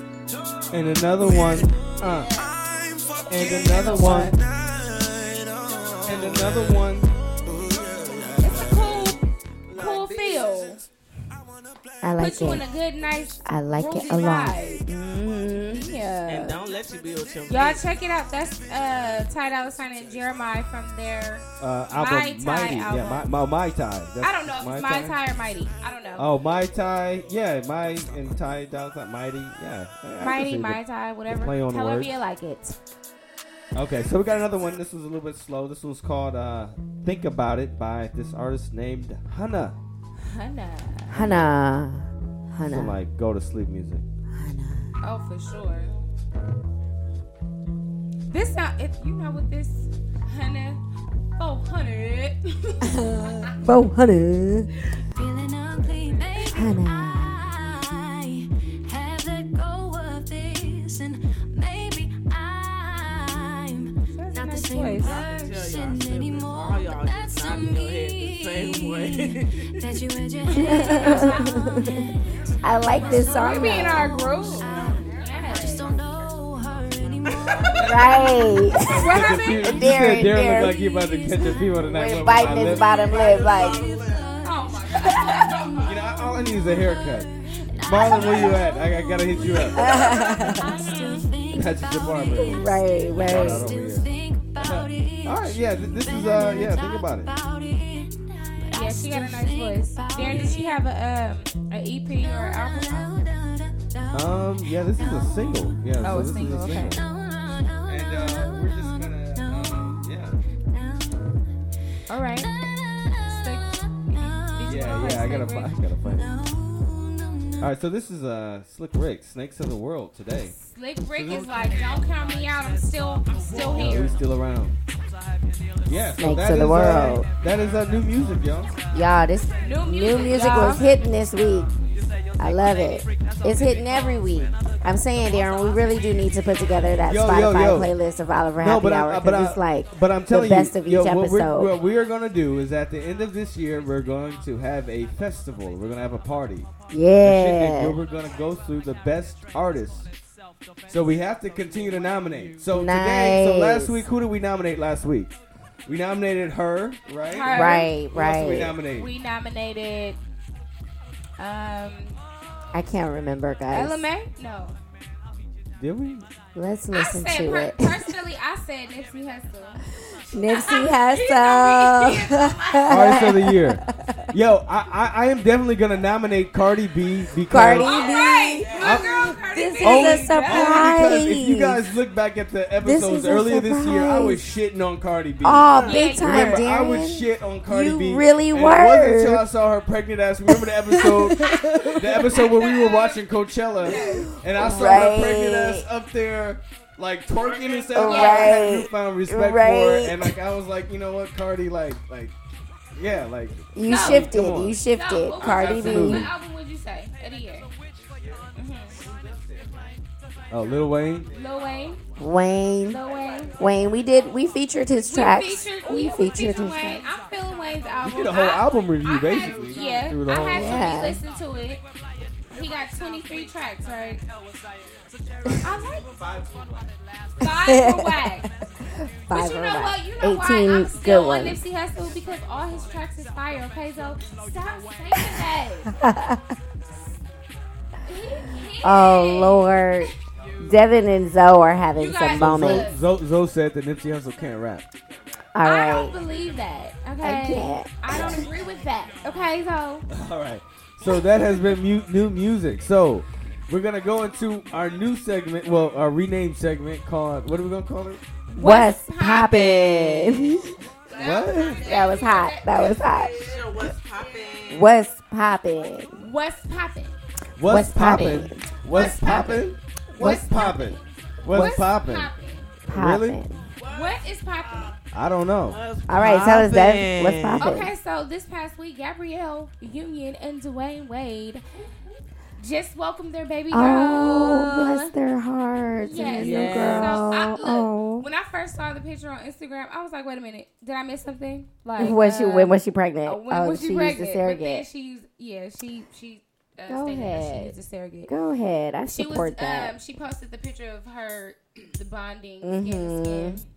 [SPEAKER 3] And another one. Uh,
[SPEAKER 9] I'm fucking
[SPEAKER 3] and another one.
[SPEAKER 9] tonight. Oh.
[SPEAKER 3] And another one.
[SPEAKER 1] It's a cool, cool feel.
[SPEAKER 2] I like
[SPEAKER 1] Put you in
[SPEAKER 2] it.
[SPEAKER 1] a good, nice.
[SPEAKER 2] I like
[SPEAKER 1] groovy
[SPEAKER 2] it a lot.
[SPEAKER 1] vibe.
[SPEAKER 2] Mm,
[SPEAKER 4] And
[SPEAKER 1] Yeah.
[SPEAKER 4] don't let you be with your
[SPEAKER 1] Y'all check it out. That's uh, Ty Dolla Sign and Jeremiah from their.
[SPEAKER 3] Uh,
[SPEAKER 1] Mai
[SPEAKER 3] album
[SPEAKER 1] Tai
[SPEAKER 3] Mighty. Yeah,
[SPEAKER 1] album.
[SPEAKER 3] my, my, my Tai. That's
[SPEAKER 1] I don't know if it's my Ty or Mighty. I don't know.
[SPEAKER 3] Oh, my Tai. Yeah, my and Tai Dollar Sign. Mighty. Yeah. I- I can
[SPEAKER 1] Mighty,
[SPEAKER 3] see
[SPEAKER 1] my
[SPEAKER 3] that.
[SPEAKER 1] Ty, whatever.
[SPEAKER 3] play on
[SPEAKER 1] However
[SPEAKER 3] words.
[SPEAKER 1] you like it.
[SPEAKER 3] Okay, so we got another one. This was a little bit slow. This one's called uh, Think About It by this artist named Hannah.
[SPEAKER 1] Hannah.
[SPEAKER 2] Hana.
[SPEAKER 3] So,
[SPEAKER 2] Hana.
[SPEAKER 3] like, go to sleep music.
[SPEAKER 1] Oh, for sure. This sound. If you know what this, Hannah. Oh, honey. Oh,
[SPEAKER 2] Bo honey.
[SPEAKER 7] Feeling unclean, baby. I have let go of this, and maybe I'm
[SPEAKER 1] That's a
[SPEAKER 7] not the
[SPEAKER 1] nice
[SPEAKER 7] same
[SPEAKER 1] voice.
[SPEAKER 7] person anymore.
[SPEAKER 4] All y'all
[SPEAKER 7] but
[SPEAKER 4] just
[SPEAKER 7] that's
[SPEAKER 4] not
[SPEAKER 7] on
[SPEAKER 4] in your head the same
[SPEAKER 7] me.
[SPEAKER 4] way.
[SPEAKER 7] that you had your hands on.
[SPEAKER 2] I like this
[SPEAKER 1] We
[SPEAKER 2] song.
[SPEAKER 1] be in
[SPEAKER 2] though.
[SPEAKER 1] our groove.
[SPEAKER 7] I just don't know her anymore.
[SPEAKER 1] What
[SPEAKER 2] Right.
[SPEAKER 1] happened?
[SPEAKER 3] Darren,
[SPEAKER 2] Darren,
[SPEAKER 3] Darren
[SPEAKER 2] Darren.
[SPEAKER 3] looked like he about to catch a fever tonight.
[SPEAKER 2] We're
[SPEAKER 3] with
[SPEAKER 2] biting
[SPEAKER 3] my
[SPEAKER 2] his
[SPEAKER 3] lip.
[SPEAKER 2] bottom lip like
[SPEAKER 1] Oh my god.
[SPEAKER 3] You know, all I need is a haircut. Marlon, where you at? I, I gotta hit you up.
[SPEAKER 7] I still think
[SPEAKER 3] That's your
[SPEAKER 7] about
[SPEAKER 3] department.
[SPEAKER 2] right,
[SPEAKER 3] Shout
[SPEAKER 2] right.
[SPEAKER 3] out over
[SPEAKER 7] Still
[SPEAKER 3] here.
[SPEAKER 7] think about it.
[SPEAKER 3] All right, yeah, th- this is uh, yeah, think about it.
[SPEAKER 7] About it. But I
[SPEAKER 1] Yeah, she got a
[SPEAKER 7] still
[SPEAKER 1] nice
[SPEAKER 7] think
[SPEAKER 1] voice.
[SPEAKER 7] about
[SPEAKER 1] Darren,
[SPEAKER 7] it.
[SPEAKER 1] did she have a um an EP or an album? out?
[SPEAKER 3] Um, yeah, this is a single. Yeah, so
[SPEAKER 1] a
[SPEAKER 3] this
[SPEAKER 1] single,
[SPEAKER 3] is a
[SPEAKER 1] okay.
[SPEAKER 3] single. And uh, we're just gonna, um, yeah,
[SPEAKER 1] All right.
[SPEAKER 3] yeah, yeah. I gotta, fi- I gotta find it. All right, so this is uh, Slick Rick, Snakes of the World today.
[SPEAKER 1] Slick Rick is like, don't count me out. I'm still, I'm still
[SPEAKER 3] You know,
[SPEAKER 1] here.
[SPEAKER 3] he's still around. Yeah, so
[SPEAKER 2] Snakes
[SPEAKER 3] that
[SPEAKER 2] of the
[SPEAKER 3] is,
[SPEAKER 2] World.
[SPEAKER 3] Uh, that is our new music, y'all.
[SPEAKER 2] Y'all, this
[SPEAKER 1] New music,
[SPEAKER 2] new music
[SPEAKER 1] y'all.
[SPEAKER 2] was hitting this week. I love it. It's hitting every week. I'm saying, Darren, we really do need to put together that
[SPEAKER 3] Yo, yo,
[SPEAKER 2] Spotify
[SPEAKER 3] yo.
[SPEAKER 2] playlist of Oliver
[SPEAKER 3] No,
[SPEAKER 2] Happy
[SPEAKER 3] but
[SPEAKER 2] Hour
[SPEAKER 3] I, but I,
[SPEAKER 2] because it's like
[SPEAKER 3] but I'm
[SPEAKER 2] the
[SPEAKER 3] telling
[SPEAKER 2] best
[SPEAKER 3] you,
[SPEAKER 2] of each
[SPEAKER 3] yo, what we're-
[SPEAKER 2] episode.
[SPEAKER 3] what we are gonna do is at the end of this year, we're going to have a festival. We're gonna have a party.
[SPEAKER 2] yeah.
[SPEAKER 3] Where we're gonna go through the best artists. So we have to continue to nominate. So today, so last
[SPEAKER 2] Nice.
[SPEAKER 3] week, who did we nominate last week? We nominated her, right?
[SPEAKER 1] Her.
[SPEAKER 2] right,
[SPEAKER 3] Who else did we
[SPEAKER 2] right.
[SPEAKER 3] nominated.
[SPEAKER 1] We nominated, um,
[SPEAKER 2] I can't remember, guys.
[SPEAKER 1] Ella May. No,
[SPEAKER 3] Did we?
[SPEAKER 2] Let's
[SPEAKER 1] I
[SPEAKER 2] listen
[SPEAKER 1] said
[SPEAKER 2] to
[SPEAKER 1] per-
[SPEAKER 2] it.
[SPEAKER 1] personally, I said Nipsey Hussle.
[SPEAKER 2] Nipsey
[SPEAKER 1] You know
[SPEAKER 2] Hussle.
[SPEAKER 3] Artist of the year. Yo, I, I, I am definitely gonna nominate Cardi B because
[SPEAKER 2] Cardi
[SPEAKER 1] All right, Oh, my
[SPEAKER 2] B.
[SPEAKER 1] girl, Cardi
[SPEAKER 2] This is
[SPEAKER 3] Only-
[SPEAKER 2] a surprise.
[SPEAKER 3] Oh, Because if you guys look back at the episodes
[SPEAKER 2] is a
[SPEAKER 3] earlier this year, I was shitting on Cardi B.
[SPEAKER 2] oh, big time,
[SPEAKER 3] Remember,
[SPEAKER 2] Darren.
[SPEAKER 3] I was shit on Cardi
[SPEAKER 2] You
[SPEAKER 3] B.
[SPEAKER 2] really
[SPEAKER 3] and
[SPEAKER 2] were.
[SPEAKER 3] It wasn't until I saw her pregnant ass. Remember the episode, the episode where we were watching Coachella, and I saw her pregnant
[SPEAKER 2] Right.
[SPEAKER 3] ass up there, like twerking and stuff. I
[SPEAKER 2] Right.
[SPEAKER 3] had newfound respect for
[SPEAKER 2] Right.
[SPEAKER 3] it, and like I was like, you know what, Cardi, like, like, yeah, like,
[SPEAKER 2] you
[SPEAKER 1] No,
[SPEAKER 2] shifted.
[SPEAKER 3] come on.
[SPEAKER 2] You shifted,
[SPEAKER 1] No,
[SPEAKER 2] Cardi
[SPEAKER 3] Absolutely.
[SPEAKER 2] B.
[SPEAKER 1] What album would you say of the year?
[SPEAKER 3] oh, Lil Wayne.
[SPEAKER 1] Lil Wayne.
[SPEAKER 2] Wayne,
[SPEAKER 1] Lil Wayne.
[SPEAKER 2] Wayne. We did. We featured his tracks.
[SPEAKER 1] we
[SPEAKER 2] We featured his
[SPEAKER 1] Wayne.
[SPEAKER 2] tracks.
[SPEAKER 1] I'm feeling Wayne's album.
[SPEAKER 3] You did a whole
[SPEAKER 1] I-
[SPEAKER 3] album
[SPEAKER 1] I
[SPEAKER 3] review
[SPEAKER 1] had-
[SPEAKER 3] basically.
[SPEAKER 1] Yeah,
[SPEAKER 3] through the
[SPEAKER 1] I
[SPEAKER 3] whole
[SPEAKER 1] had
[SPEAKER 2] album. Yeah.
[SPEAKER 1] Tony listen to it. He got 23 tracks, right? I like five for whack.
[SPEAKER 2] Five
[SPEAKER 1] But you
[SPEAKER 2] or
[SPEAKER 1] know
[SPEAKER 2] about
[SPEAKER 1] what? You know why
[SPEAKER 2] eighteen
[SPEAKER 1] I'm
[SPEAKER 2] good
[SPEAKER 1] still on
[SPEAKER 2] ones.
[SPEAKER 1] Nipsey Hussle because all his tracks is fire. Okay, so stop saying that. He
[SPEAKER 2] oh
[SPEAKER 1] can't.
[SPEAKER 2] Lord, Devin and Zoe are having
[SPEAKER 1] You
[SPEAKER 2] some
[SPEAKER 1] guys-
[SPEAKER 2] moments.
[SPEAKER 3] Zoe, Zoe said that Nipsey Hussle can't rap.
[SPEAKER 2] All
[SPEAKER 1] I don't
[SPEAKER 2] right.
[SPEAKER 1] believe that. Okay,
[SPEAKER 2] can't.
[SPEAKER 1] I don't agree with that. Okay, so
[SPEAKER 3] All right. So that has been mu- new music. So we're gonna go into our new segment. Well, our renamed segment called. What are we gonna call it?
[SPEAKER 2] What's poppin'?
[SPEAKER 3] What?
[SPEAKER 2] that was hot. That was hot.
[SPEAKER 4] Sure, what's poppin'?
[SPEAKER 2] What's poppin'?
[SPEAKER 1] what's poppin'?
[SPEAKER 3] What's
[SPEAKER 2] What's
[SPEAKER 3] poppin'?
[SPEAKER 2] poppin'?
[SPEAKER 3] What's poppin'? What's poppin'? What's poppin'?
[SPEAKER 2] Poppin'.
[SPEAKER 3] Really?
[SPEAKER 1] What is poppin'?
[SPEAKER 3] I don't know.
[SPEAKER 2] All right, tell us that. What's poppin'?
[SPEAKER 1] Okay, so this past week, Gabrielle Union and Dwayne Wade just welcomed their baby girl.
[SPEAKER 2] Oh, bless their hearts.
[SPEAKER 1] Yes.
[SPEAKER 2] And
[SPEAKER 1] Yes.
[SPEAKER 2] yes. girl.
[SPEAKER 1] So I, look,
[SPEAKER 2] oh.
[SPEAKER 1] when I first saw the picture on Instagram, I was like, "Wait a minute, did I miss something?" Like,
[SPEAKER 2] was she
[SPEAKER 1] uh,
[SPEAKER 2] when was she pregnant?
[SPEAKER 1] uh, when
[SPEAKER 2] oh,
[SPEAKER 1] was she,
[SPEAKER 2] she
[SPEAKER 1] pregnant?
[SPEAKER 2] used a
[SPEAKER 1] But then
[SPEAKER 2] surrogate.
[SPEAKER 1] she used, yeah, she she uh,
[SPEAKER 2] Go
[SPEAKER 1] stated that she
[SPEAKER 2] ahead.
[SPEAKER 1] used a surrogate.
[SPEAKER 2] Go ahead. I
[SPEAKER 1] She was
[SPEAKER 2] support that.
[SPEAKER 1] um she posted the picture of her the bonding
[SPEAKER 2] Mm-hmm.
[SPEAKER 1] skin to skin.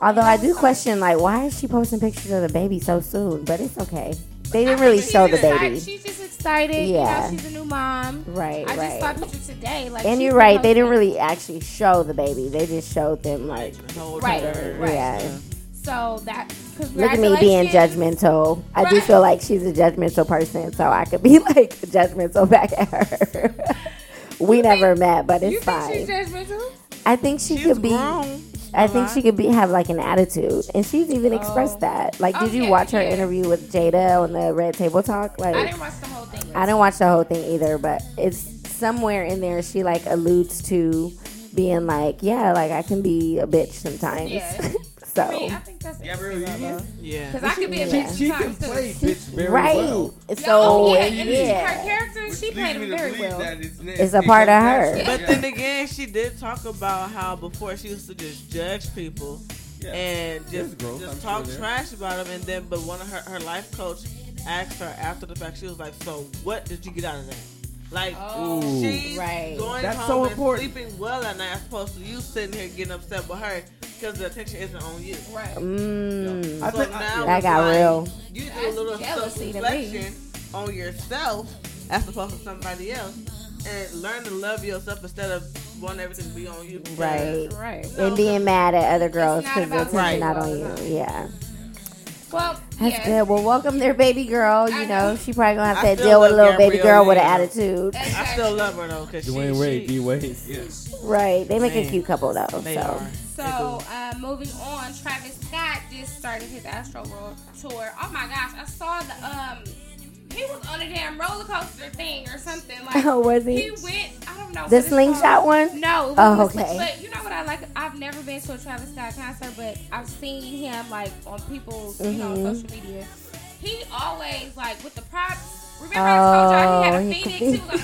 [SPEAKER 2] Although I do question, like, why is she posting pictures of the baby so soon? But it's okay. They didn't really
[SPEAKER 1] She's
[SPEAKER 2] show the
[SPEAKER 1] excited-
[SPEAKER 2] baby.
[SPEAKER 1] She's just excited. Yeah,
[SPEAKER 2] Yeah.
[SPEAKER 1] she's a new mom.
[SPEAKER 2] Right,
[SPEAKER 1] I just
[SPEAKER 2] right.
[SPEAKER 1] saw a picture today. Like,
[SPEAKER 2] and
[SPEAKER 1] she's
[SPEAKER 2] you're right.
[SPEAKER 1] supposed
[SPEAKER 2] They didn't
[SPEAKER 1] to-
[SPEAKER 2] really actually show the baby. They just showed them, like,
[SPEAKER 1] Right, right.
[SPEAKER 2] yeah.
[SPEAKER 1] So that
[SPEAKER 2] Look at me being
[SPEAKER 1] congratulations.
[SPEAKER 2] judgmental. I do
[SPEAKER 1] Right.
[SPEAKER 2] feel like she's a judgmental person, so I could be like judgmental back at her. we never met, but
[SPEAKER 1] You
[SPEAKER 2] it's
[SPEAKER 1] think she's
[SPEAKER 2] fine.
[SPEAKER 1] judgmental?
[SPEAKER 2] I think she could be. I think she could be have like an attitude, and she's even expressed that. Like,
[SPEAKER 1] Oh,
[SPEAKER 2] did you
[SPEAKER 1] yeah,
[SPEAKER 2] watch her
[SPEAKER 1] yeah.
[SPEAKER 2] interview with Jada on the Red Table Talk? Like,
[SPEAKER 1] I didn't watch the whole thing.
[SPEAKER 2] I didn't watch the whole thing either, but it's somewhere in there she like alludes to being like, yeah, like I can be a bitch sometimes.
[SPEAKER 1] Yeah.
[SPEAKER 2] so.
[SPEAKER 1] I mean, I think that's
[SPEAKER 3] Gabrielle Union.
[SPEAKER 4] Yeah.
[SPEAKER 1] because I could be a
[SPEAKER 2] Yeah.
[SPEAKER 1] bitch
[SPEAKER 3] She can
[SPEAKER 1] sometimes too.
[SPEAKER 3] play bitch very
[SPEAKER 2] right.
[SPEAKER 3] well.
[SPEAKER 2] So
[SPEAKER 1] oh, yeah,
[SPEAKER 2] yeah,
[SPEAKER 1] and her character, she played him very well.
[SPEAKER 2] It's a part of her.
[SPEAKER 4] But then again, she did talk about how before she used to just judge people and
[SPEAKER 3] There's
[SPEAKER 4] just
[SPEAKER 3] growth,
[SPEAKER 4] just
[SPEAKER 3] I'm
[SPEAKER 4] talk
[SPEAKER 3] sure there.
[SPEAKER 4] trash about them. And then, but one of her her life coach asked her after the fact. She was like, "So what did you get out of that?" Like
[SPEAKER 3] Oh.
[SPEAKER 4] she's
[SPEAKER 1] Right.
[SPEAKER 4] going
[SPEAKER 3] That's
[SPEAKER 4] home
[SPEAKER 3] so
[SPEAKER 4] and
[SPEAKER 3] important.
[SPEAKER 4] sleeping well at night, as opposed to you sitting here getting upset with her because the attention isn't on you.
[SPEAKER 1] Right.
[SPEAKER 2] Mm,
[SPEAKER 3] I
[SPEAKER 4] So
[SPEAKER 3] think
[SPEAKER 4] now
[SPEAKER 2] that
[SPEAKER 4] it's
[SPEAKER 2] got
[SPEAKER 4] like,
[SPEAKER 2] real.
[SPEAKER 4] You do a
[SPEAKER 1] That's
[SPEAKER 4] little
[SPEAKER 1] jealousy to me.
[SPEAKER 4] self-reflection on yourself as opposed to somebody else, and learn to love yourself instead of wanting everything to be on you. because
[SPEAKER 2] Right.
[SPEAKER 1] Right.
[SPEAKER 4] you know,
[SPEAKER 2] And being mad at other girls
[SPEAKER 1] not
[SPEAKER 2] because
[SPEAKER 1] about
[SPEAKER 2] they're
[SPEAKER 4] you.
[SPEAKER 2] not on you.
[SPEAKER 1] Right.
[SPEAKER 2] Yeah.
[SPEAKER 1] Well,
[SPEAKER 2] That's
[SPEAKER 1] yeah.
[SPEAKER 2] good. Well, welcome their baby girl.
[SPEAKER 1] I
[SPEAKER 2] You
[SPEAKER 1] know.
[SPEAKER 2] know, she probably gonna have
[SPEAKER 4] I
[SPEAKER 2] to
[SPEAKER 4] still
[SPEAKER 2] deal with a
[SPEAKER 4] love
[SPEAKER 2] little baby
[SPEAKER 4] Gabrielle
[SPEAKER 2] girl with an
[SPEAKER 4] Union.
[SPEAKER 2] attitude.
[SPEAKER 4] I
[SPEAKER 1] Exactly.
[SPEAKER 4] still love her though, cause
[SPEAKER 3] Dwayne
[SPEAKER 4] she,
[SPEAKER 3] Wade,
[SPEAKER 4] she,
[SPEAKER 3] D Wade. Yeah.
[SPEAKER 2] Right. They make a
[SPEAKER 4] Man.
[SPEAKER 2] cute couple though.
[SPEAKER 4] they
[SPEAKER 2] so
[SPEAKER 4] are.
[SPEAKER 1] So, uh, moving on, Travis Scott just started his Astro World tour. Oh my gosh, I saw the um, he was on a damn roller coaster thing or something like.
[SPEAKER 2] Oh, was he?
[SPEAKER 1] He went. I don't know.
[SPEAKER 2] The
[SPEAKER 1] what it's
[SPEAKER 2] slingshot
[SPEAKER 1] called.
[SPEAKER 2] one?
[SPEAKER 1] No. it
[SPEAKER 2] Oh,
[SPEAKER 1] was-
[SPEAKER 2] okay.
[SPEAKER 1] But you know what I like? I've never been to a Travis Scott concert, but I've seen him like on people's you know
[SPEAKER 2] Mhm.
[SPEAKER 1] social media. He always like with the props. Remember I told y'all
[SPEAKER 2] Oh,
[SPEAKER 1] he had a
[SPEAKER 2] he could
[SPEAKER 1] phoenix. He was on a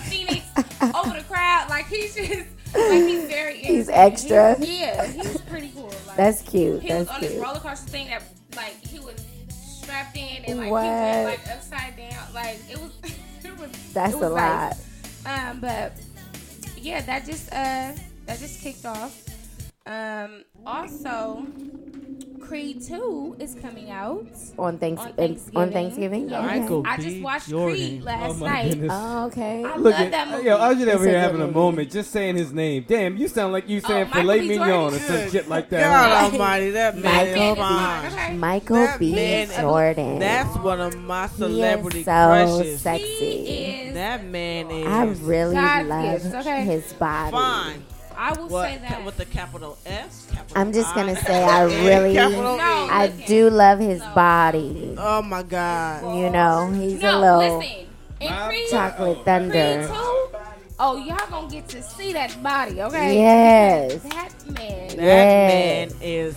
[SPEAKER 1] phoenix over the crowd. Like he's just like he's very.
[SPEAKER 2] He's
[SPEAKER 1] interesting.
[SPEAKER 2] extra.
[SPEAKER 1] He's- yeah, he's pretty cool. Like,
[SPEAKER 2] that's cute.
[SPEAKER 1] he was
[SPEAKER 2] That's
[SPEAKER 1] on this
[SPEAKER 2] cute.
[SPEAKER 1] roller coaster thing that like he was strapped in and like he
[SPEAKER 2] What?
[SPEAKER 1] went like upside down. Like it was it was
[SPEAKER 2] That's
[SPEAKER 1] it
[SPEAKER 2] a
[SPEAKER 1] was
[SPEAKER 2] lot.
[SPEAKER 1] nice. Um but yeah, that just uh that just kicked off. Um also Creed 2 is coming out.
[SPEAKER 2] on, thanks-
[SPEAKER 1] On
[SPEAKER 2] on Thanksgiving. On Thanksgiving.
[SPEAKER 1] Yes.
[SPEAKER 2] Okay.
[SPEAKER 1] I just
[SPEAKER 10] B.
[SPEAKER 1] watched
[SPEAKER 10] Jordan.
[SPEAKER 1] Creed last
[SPEAKER 3] Oh my
[SPEAKER 1] night.
[SPEAKER 3] goodness.
[SPEAKER 2] Oh, okay.
[SPEAKER 1] I
[SPEAKER 3] Look
[SPEAKER 1] love
[SPEAKER 3] at
[SPEAKER 1] that movie.
[SPEAKER 3] Yo, I was just
[SPEAKER 2] It's
[SPEAKER 3] over
[SPEAKER 2] a
[SPEAKER 3] here
[SPEAKER 2] good
[SPEAKER 3] having a
[SPEAKER 2] movie.
[SPEAKER 3] moment, just saying his name. Damn, you sound like you
[SPEAKER 1] Oh,
[SPEAKER 3] saying
[SPEAKER 1] Michael
[SPEAKER 3] filet
[SPEAKER 1] B.
[SPEAKER 3] mignon
[SPEAKER 1] Jordan.
[SPEAKER 3] or some shit like that.
[SPEAKER 4] God Almighty, that man
[SPEAKER 1] It's
[SPEAKER 4] is
[SPEAKER 2] Michael
[SPEAKER 1] fine,
[SPEAKER 4] fine.
[SPEAKER 1] okay?
[SPEAKER 2] Michael
[SPEAKER 4] That
[SPEAKER 2] B.
[SPEAKER 4] man-
[SPEAKER 2] Jordan.
[SPEAKER 4] That's one of my
[SPEAKER 2] He is
[SPEAKER 4] celebrity
[SPEAKER 2] so
[SPEAKER 4] crushes.
[SPEAKER 2] sexy.
[SPEAKER 1] He is.
[SPEAKER 4] That man is
[SPEAKER 2] I really
[SPEAKER 1] God's
[SPEAKER 2] love
[SPEAKER 1] gift, okay?
[SPEAKER 2] his body.
[SPEAKER 4] fine.
[SPEAKER 1] I will
[SPEAKER 4] What,
[SPEAKER 1] say that.
[SPEAKER 4] With the capital S. Capital
[SPEAKER 2] I'm just gonna
[SPEAKER 4] I,
[SPEAKER 2] say I
[SPEAKER 4] and
[SPEAKER 2] really-
[SPEAKER 1] No.
[SPEAKER 4] Capital E.
[SPEAKER 2] I
[SPEAKER 1] Listen.
[SPEAKER 2] do love his body.
[SPEAKER 4] Oh my God.
[SPEAKER 2] You know, he's a
[SPEAKER 1] no,
[SPEAKER 2] little
[SPEAKER 1] listen. In Creed,
[SPEAKER 2] chocolate
[SPEAKER 1] Creed 2,
[SPEAKER 2] thunder.
[SPEAKER 1] oh, y'all gonna get to see that body, okay?
[SPEAKER 2] Yes.
[SPEAKER 1] That man.
[SPEAKER 4] That
[SPEAKER 2] Yes.
[SPEAKER 4] man is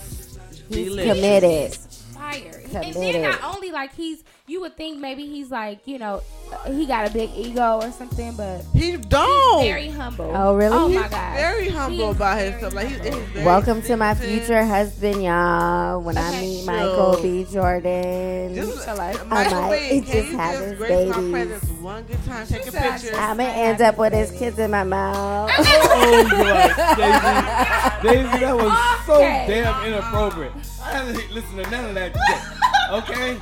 [SPEAKER 2] He's
[SPEAKER 4] delicious.
[SPEAKER 2] committed.
[SPEAKER 1] fire. And then
[SPEAKER 2] Committed.
[SPEAKER 1] not only like he's, you would think maybe he's like, you know, uh, he got a big ego or something, but
[SPEAKER 4] He don't.
[SPEAKER 1] very humble.
[SPEAKER 2] Oh, really?
[SPEAKER 1] Oh
[SPEAKER 4] He's
[SPEAKER 1] my God.
[SPEAKER 4] very humble
[SPEAKER 1] He's
[SPEAKER 4] about
[SPEAKER 1] very
[SPEAKER 4] himself. Like he's, he's very
[SPEAKER 2] Welcome to my
[SPEAKER 4] sensitive.
[SPEAKER 2] future husband, y'all. When I
[SPEAKER 1] Okay.
[SPEAKER 2] meet
[SPEAKER 4] Yo.
[SPEAKER 2] Michael B. Jordan,
[SPEAKER 4] Just,
[SPEAKER 1] Your life.
[SPEAKER 4] Michael
[SPEAKER 2] I might
[SPEAKER 4] Lee,
[SPEAKER 2] just
[SPEAKER 4] can you
[SPEAKER 2] have
[SPEAKER 4] just
[SPEAKER 2] his
[SPEAKER 4] grace my
[SPEAKER 2] babies.
[SPEAKER 4] presence one good time? Take a
[SPEAKER 1] said,
[SPEAKER 4] picture.
[SPEAKER 2] I'ma end up with his kids in my mouth.
[SPEAKER 3] Oh, God, Daisy, Daisy, that was so
[SPEAKER 1] Okay.
[SPEAKER 3] damn inappropriate. I haven't listened to none of that shit. Okay,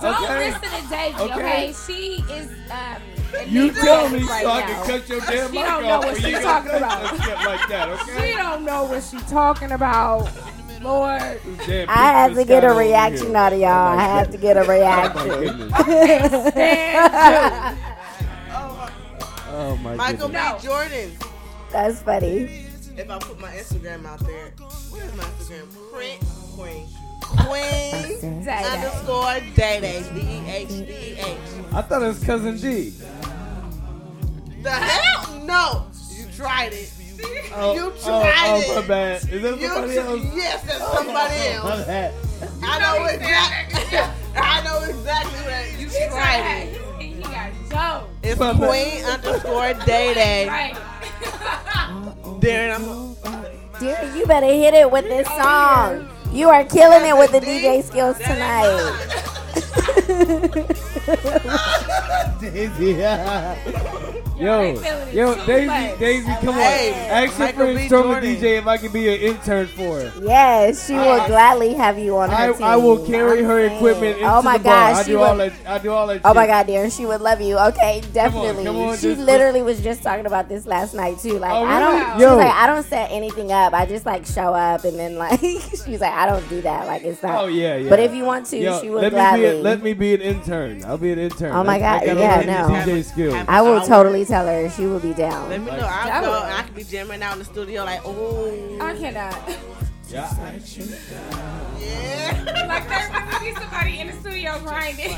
[SPEAKER 1] Don't
[SPEAKER 3] okay.
[SPEAKER 1] listen to Davy, okay?
[SPEAKER 3] Okay.
[SPEAKER 1] She is. Um,
[SPEAKER 3] You
[SPEAKER 1] inebriated
[SPEAKER 3] tell me
[SPEAKER 1] right
[SPEAKER 3] so I
[SPEAKER 1] now.
[SPEAKER 3] can cut your damn
[SPEAKER 1] She
[SPEAKER 3] mic
[SPEAKER 1] don't know
[SPEAKER 3] off.
[SPEAKER 1] what
[SPEAKER 3] when
[SPEAKER 1] she
[SPEAKER 3] you
[SPEAKER 1] talking
[SPEAKER 3] say
[SPEAKER 1] about.
[SPEAKER 3] some shit like that,
[SPEAKER 1] She
[SPEAKER 3] okay?
[SPEAKER 1] don't know what she talking about, Lord.
[SPEAKER 3] Damn
[SPEAKER 2] I had to
[SPEAKER 3] Pittsburgh
[SPEAKER 2] get
[SPEAKER 3] Scott
[SPEAKER 2] a
[SPEAKER 3] over here.
[SPEAKER 2] reaction out of y'all. I had to get a
[SPEAKER 3] Oh my
[SPEAKER 2] reaction.
[SPEAKER 3] goodness.
[SPEAKER 1] Stand
[SPEAKER 3] Oh my
[SPEAKER 4] Michael B.
[SPEAKER 3] goodness.
[SPEAKER 1] No.
[SPEAKER 4] Jordan.
[SPEAKER 2] That's funny.
[SPEAKER 4] If I put my Instagram out there, where's my Instagram? Print Queen.
[SPEAKER 1] Day
[SPEAKER 4] Queen
[SPEAKER 1] Day.
[SPEAKER 4] underscore Day Day. D E H D E H.
[SPEAKER 3] I thought it was cousin D.
[SPEAKER 4] The hell? No. You tried it.
[SPEAKER 3] Oh,
[SPEAKER 4] you
[SPEAKER 3] oh,
[SPEAKER 4] tried
[SPEAKER 3] oh, my
[SPEAKER 4] it.
[SPEAKER 3] bad. Is that
[SPEAKER 4] You
[SPEAKER 3] somebody
[SPEAKER 4] tri-
[SPEAKER 3] else? Oh,
[SPEAKER 4] Yes, that's somebody
[SPEAKER 3] My
[SPEAKER 4] else.
[SPEAKER 3] bad.
[SPEAKER 4] I know exactly. I know exactly what you
[SPEAKER 1] She
[SPEAKER 4] tried it.
[SPEAKER 1] He he got Joe.
[SPEAKER 4] It's
[SPEAKER 3] My bad.
[SPEAKER 4] Queen underscore Day Day.
[SPEAKER 1] Right.
[SPEAKER 4] Darren, I'm.
[SPEAKER 2] Dear, you better hit it with this song. You are killing it with the DJ skills
[SPEAKER 4] That is
[SPEAKER 2] tonight.
[SPEAKER 4] mine.
[SPEAKER 3] Daisy.
[SPEAKER 1] ain't
[SPEAKER 3] yo,
[SPEAKER 1] feeling it
[SPEAKER 3] yo,
[SPEAKER 1] too
[SPEAKER 3] Daisy,
[SPEAKER 1] much.
[SPEAKER 3] Daisy, come on.
[SPEAKER 4] Hey,
[SPEAKER 3] Ask your
[SPEAKER 4] Michael
[SPEAKER 3] friend
[SPEAKER 4] B.
[SPEAKER 3] Stormy
[SPEAKER 4] Jordan.
[SPEAKER 3] DJ if I can be an intern for her.
[SPEAKER 2] Yes, she will gladly have you on her
[SPEAKER 3] I,
[SPEAKER 2] team.
[SPEAKER 3] I will carry
[SPEAKER 2] I'm
[SPEAKER 3] her
[SPEAKER 2] saying.
[SPEAKER 3] equipment into
[SPEAKER 2] Oh my
[SPEAKER 3] the bar.
[SPEAKER 2] gosh,
[SPEAKER 3] I
[SPEAKER 2] she
[SPEAKER 3] do
[SPEAKER 2] would.
[SPEAKER 3] all that. I do all that.
[SPEAKER 2] Oh my
[SPEAKER 3] shit.
[SPEAKER 2] God, dear, she would love you. Okay,
[SPEAKER 3] on,
[SPEAKER 2] definitely.
[SPEAKER 3] come on,
[SPEAKER 2] she
[SPEAKER 3] just-
[SPEAKER 2] literally was just talking about this last night too. Like
[SPEAKER 3] Oh,
[SPEAKER 2] I
[SPEAKER 3] really?
[SPEAKER 2] don't, she
[SPEAKER 3] Yo.
[SPEAKER 2] was like I don't set anything up. I just like show up and then like she's like I don't do that. Like it's not.
[SPEAKER 3] Oh yeah, yeah.
[SPEAKER 2] But if you want to,
[SPEAKER 3] Yo,
[SPEAKER 2] she would
[SPEAKER 3] let me be
[SPEAKER 2] gladly.
[SPEAKER 3] a, let me be an intern. I'll be an intern.
[SPEAKER 2] Oh my
[SPEAKER 3] That's-
[SPEAKER 2] God,
[SPEAKER 3] I got
[SPEAKER 2] yeah,
[SPEAKER 3] all these
[SPEAKER 2] no.
[SPEAKER 3] DJ skills.
[SPEAKER 2] I will
[SPEAKER 4] Hour.
[SPEAKER 2] totally tell her. She will be down.
[SPEAKER 4] Let me know.
[SPEAKER 3] Like-
[SPEAKER 4] I'll
[SPEAKER 1] Double.
[SPEAKER 4] go. and I could be jamming out in the studio like, oh,
[SPEAKER 1] I cannot.
[SPEAKER 3] Yeah.
[SPEAKER 4] yeah.
[SPEAKER 1] Like there's gonna be somebody in the studio grinding.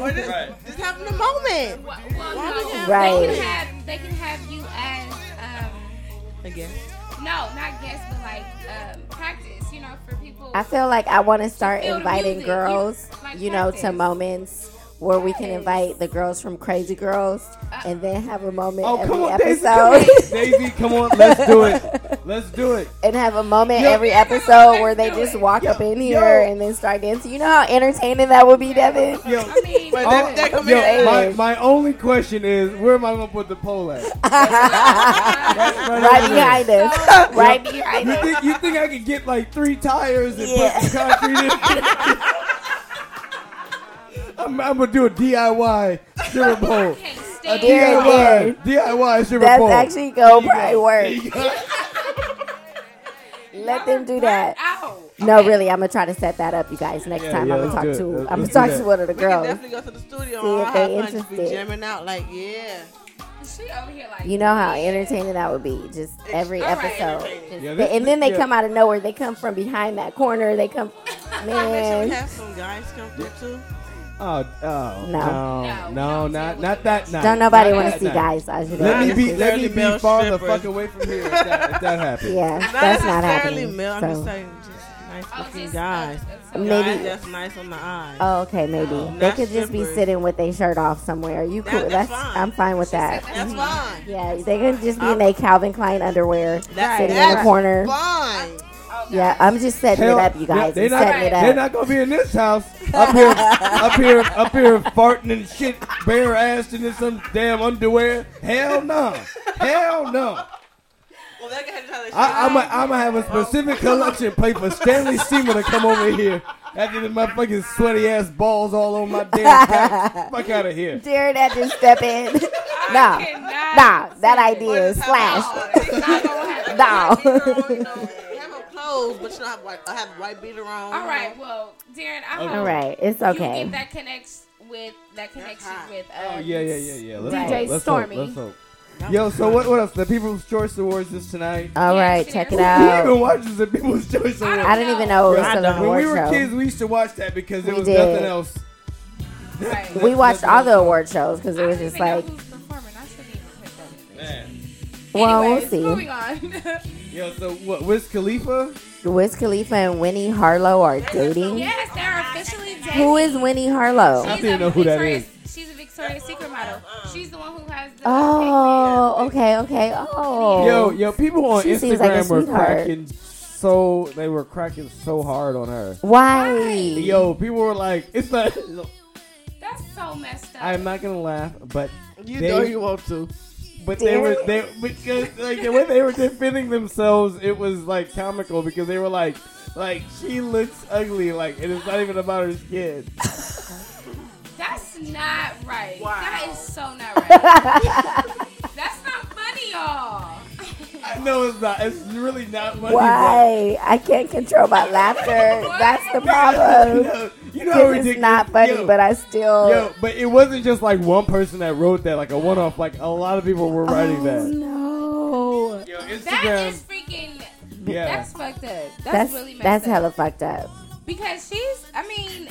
[SPEAKER 4] or just,
[SPEAKER 3] Right.
[SPEAKER 4] just having a moment.
[SPEAKER 1] well, no,
[SPEAKER 2] Right.
[SPEAKER 1] They can have they can have you as um
[SPEAKER 4] Again.
[SPEAKER 1] no not guest but like um practice you know for people.
[SPEAKER 2] I feel like I want to start
[SPEAKER 1] Feel the
[SPEAKER 2] inviting
[SPEAKER 1] music.
[SPEAKER 2] girls,
[SPEAKER 1] You- like
[SPEAKER 2] you know,
[SPEAKER 1] practice.
[SPEAKER 2] to moments where we can
[SPEAKER 1] Yes.
[SPEAKER 2] invite the girls from Crazy Girls and then have a moment
[SPEAKER 3] Oh
[SPEAKER 2] every
[SPEAKER 3] come on, Daisy. Come on.
[SPEAKER 2] episode.
[SPEAKER 3] Daisy, come on. Let's do it. Let's do it.
[SPEAKER 2] and have a moment
[SPEAKER 3] Yo.
[SPEAKER 2] every episode where they
[SPEAKER 1] do
[SPEAKER 2] just
[SPEAKER 1] it.
[SPEAKER 2] walk up in
[SPEAKER 3] Yo.
[SPEAKER 2] here and then start dancing. You know how entertaining that would be, Devin?
[SPEAKER 3] Yo.
[SPEAKER 1] I mean,
[SPEAKER 4] But
[SPEAKER 3] Oh,
[SPEAKER 4] they, they come
[SPEAKER 3] yo,
[SPEAKER 4] here.
[SPEAKER 3] my, my only question is, where am I gonna put the pole at?
[SPEAKER 2] Right behind us. right behind
[SPEAKER 3] You
[SPEAKER 2] us.
[SPEAKER 3] think, you think I could get like three tires and
[SPEAKER 2] Yeah.
[SPEAKER 3] put some concrete in? I'm, I'm gonna do a DIY sugar bowl.
[SPEAKER 1] can't
[SPEAKER 3] A
[SPEAKER 1] stand
[SPEAKER 2] There it
[SPEAKER 3] DIY, DIY sugar
[SPEAKER 2] That's
[SPEAKER 3] bowl.
[SPEAKER 2] actually going to
[SPEAKER 3] There
[SPEAKER 2] probably
[SPEAKER 3] you go.
[SPEAKER 2] work.
[SPEAKER 3] You got-
[SPEAKER 2] Let them do that.
[SPEAKER 1] out.
[SPEAKER 2] No, really, I'm going to try to set that up, you guys. Next
[SPEAKER 3] Yeah,
[SPEAKER 2] time
[SPEAKER 3] yeah,
[SPEAKER 2] I'm going
[SPEAKER 3] let's
[SPEAKER 2] to talk
[SPEAKER 3] do it.
[SPEAKER 2] to
[SPEAKER 3] Let's-
[SPEAKER 2] I'm going to
[SPEAKER 3] let's do
[SPEAKER 2] talk
[SPEAKER 3] that.
[SPEAKER 2] to one of the
[SPEAKER 4] We can
[SPEAKER 2] girls.
[SPEAKER 4] definitely go to the studio
[SPEAKER 2] See
[SPEAKER 4] and
[SPEAKER 2] if
[SPEAKER 4] all
[SPEAKER 2] they
[SPEAKER 4] have fun. Just be
[SPEAKER 2] interested.
[SPEAKER 4] jamming out like, yeah.
[SPEAKER 1] She over here like
[SPEAKER 2] You know how entertaining that would be, just every
[SPEAKER 1] All right.
[SPEAKER 2] episode. Just-
[SPEAKER 3] Yeah, this-
[SPEAKER 2] and then they
[SPEAKER 3] yeah.
[SPEAKER 2] come out of nowhere. They come from behind that corner. They come,
[SPEAKER 4] Should we
[SPEAKER 2] man.
[SPEAKER 4] have some guys come through too?
[SPEAKER 3] Oh, oh
[SPEAKER 1] No.
[SPEAKER 3] no, no, not not that night.
[SPEAKER 2] Don't nobody
[SPEAKER 3] Not
[SPEAKER 2] want to
[SPEAKER 3] that
[SPEAKER 2] see
[SPEAKER 3] night.
[SPEAKER 2] guys. I should
[SPEAKER 3] Let me
[SPEAKER 4] Not
[SPEAKER 3] be let me
[SPEAKER 4] necessarily
[SPEAKER 3] be far the
[SPEAKER 4] strippers.
[SPEAKER 3] fuck away from here if that, if that happens.
[SPEAKER 2] Yeah,
[SPEAKER 4] Not
[SPEAKER 2] that's not
[SPEAKER 4] necessarily
[SPEAKER 2] happening.
[SPEAKER 4] male. I'm just
[SPEAKER 2] So.
[SPEAKER 4] saying, just nice
[SPEAKER 1] Oh,
[SPEAKER 4] looking
[SPEAKER 1] just,
[SPEAKER 4] guys.
[SPEAKER 1] uh, uh,
[SPEAKER 2] Maybe-
[SPEAKER 4] Guys that's nice on the eyes.
[SPEAKER 2] Oh, okay, maybe they
[SPEAKER 4] not
[SPEAKER 2] could just be
[SPEAKER 4] strippers.
[SPEAKER 2] sitting with their shirt off somewhere. You cool?
[SPEAKER 4] that's
[SPEAKER 2] That's,
[SPEAKER 4] fine.
[SPEAKER 2] I'm fine with that.
[SPEAKER 4] that's fine.
[SPEAKER 2] Yeah, they could just be in their Calvin Klein underwear,
[SPEAKER 4] That's,
[SPEAKER 2] sitting in
[SPEAKER 4] that's
[SPEAKER 2] the corner.
[SPEAKER 4] fine.
[SPEAKER 2] Yeah, I'm just setting
[SPEAKER 3] Hell,
[SPEAKER 2] it up, you
[SPEAKER 3] yeah,
[SPEAKER 2] guys.
[SPEAKER 3] They're
[SPEAKER 2] I'm
[SPEAKER 3] not,
[SPEAKER 2] setting it
[SPEAKER 3] they're
[SPEAKER 2] up.
[SPEAKER 3] not gonna be in this house. Up here, up here, up here, farting and shit, bare assed in some damn underwear. Hell no, hell no.
[SPEAKER 4] Well, they can tell that
[SPEAKER 3] I, I'm going to have a specific collection plate for Stanley Seaman to come over here after the motherfucking sweaty ass balls all on my damn couch. Fuck out of here.
[SPEAKER 2] Jared had to step in. no, nah, that idea is slashed. No.
[SPEAKER 4] Have them clothes, but you don't have white. I have white beater on.
[SPEAKER 1] All right, well, Darren, I hope
[SPEAKER 2] All right, it's
[SPEAKER 1] you get
[SPEAKER 2] okay.
[SPEAKER 1] that connects with that connection
[SPEAKER 4] hot.
[SPEAKER 1] with. Uh,
[SPEAKER 3] Oh, yeah, yeah, yeah, yeah. Let's
[SPEAKER 2] DJ
[SPEAKER 3] hope, let's
[SPEAKER 1] Stormy.
[SPEAKER 3] Hope, let's hope. Yo, so what, what else? The People's Choice Awards is tonight.
[SPEAKER 2] All
[SPEAKER 1] Yeah,
[SPEAKER 2] right,
[SPEAKER 1] she
[SPEAKER 2] check
[SPEAKER 1] did.
[SPEAKER 2] it
[SPEAKER 3] Who even
[SPEAKER 2] out.
[SPEAKER 3] watches the People's Choice Awards?
[SPEAKER 2] I didn't even know it was Oh, still an
[SPEAKER 3] When we were
[SPEAKER 2] award
[SPEAKER 3] kids,
[SPEAKER 2] show.
[SPEAKER 3] we used to watch that because there
[SPEAKER 2] We
[SPEAKER 3] was
[SPEAKER 2] did.
[SPEAKER 3] nothing else.
[SPEAKER 1] Right.
[SPEAKER 2] We watched all the award shows because it
[SPEAKER 1] I
[SPEAKER 2] was
[SPEAKER 1] don't
[SPEAKER 2] just
[SPEAKER 1] even know
[SPEAKER 2] like,
[SPEAKER 1] who's performing. I shouldn't even put that in there.
[SPEAKER 3] Man.
[SPEAKER 2] well,
[SPEAKER 1] Anyways,
[SPEAKER 2] we'll
[SPEAKER 1] Moving
[SPEAKER 2] see.
[SPEAKER 1] on.
[SPEAKER 3] Yo, so what? Wiz Khalifa?
[SPEAKER 2] Wiz Khalifa and Winnie Harlow are dating.
[SPEAKER 1] yes, they're officially dating.
[SPEAKER 2] Who is Winnie Harlow?
[SPEAKER 3] I didn't know who that
[SPEAKER 1] is. She's a Victoria's Secret model. She's the one who has the.
[SPEAKER 2] Oh, okay, okay. Oh,
[SPEAKER 3] Yo, yo, people on
[SPEAKER 2] She seems
[SPEAKER 3] Instagram
[SPEAKER 2] like a
[SPEAKER 3] were
[SPEAKER 2] sweetheart.
[SPEAKER 3] cracking so they were cracking so hard on her.
[SPEAKER 2] why?
[SPEAKER 3] Yo, people were like, it's not.
[SPEAKER 1] That's so messed up.
[SPEAKER 3] I'm not gonna laugh, but
[SPEAKER 4] You
[SPEAKER 3] They-
[SPEAKER 4] know you want to.
[SPEAKER 3] but they were
[SPEAKER 2] Damn.
[SPEAKER 3] they because like the way they were defending themselves, it was like comical because they were like, like she looks ugly, like and it's not even about her skin.
[SPEAKER 1] That's not right.
[SPEAKER 4] Wow.
[SPEAKER 1] That is so not right. That's not funny, y'all.
[SPEAKER 3] I know it's not. It's really not money.
[SPEAKER 2] Why? I can't control my laughter. That's the
[SPEAKER 3] You
[SPEAKER 2] problem.
[SPEAKER 3] know, you know how
[SPEAKER 2] Because
[SPEAKER 3] ridiculous.
[SPEAKER 2] it's not funny,
[SPEAKER 3] yo,
[SPEAKER 2] but I still.
[SPEAKER 3] Yo, but it wasn't just like one person that wrote that, like a one-off. Like a lot of people were writing
[SPEAKER 2] Oh,
[SPEAKER 3] that.
[SPEAKER 1] Oh,
[SPEAKER 2] no.
[SPEAKER 3] Yo, Instagram.
[SPEAKER 1] That is freaking.
[SPEAKER 3] yeah.
[SPEAKER 1] That's fucked up. That's,
[SPEAKER 2] That's
[SPEAKER 1] really messed
[SPEAKER 2] that's
[SPEAKER 1] up.
[SPEAKER 2] hella fucked up.
[SPEAKER 1] Because she's, I mean,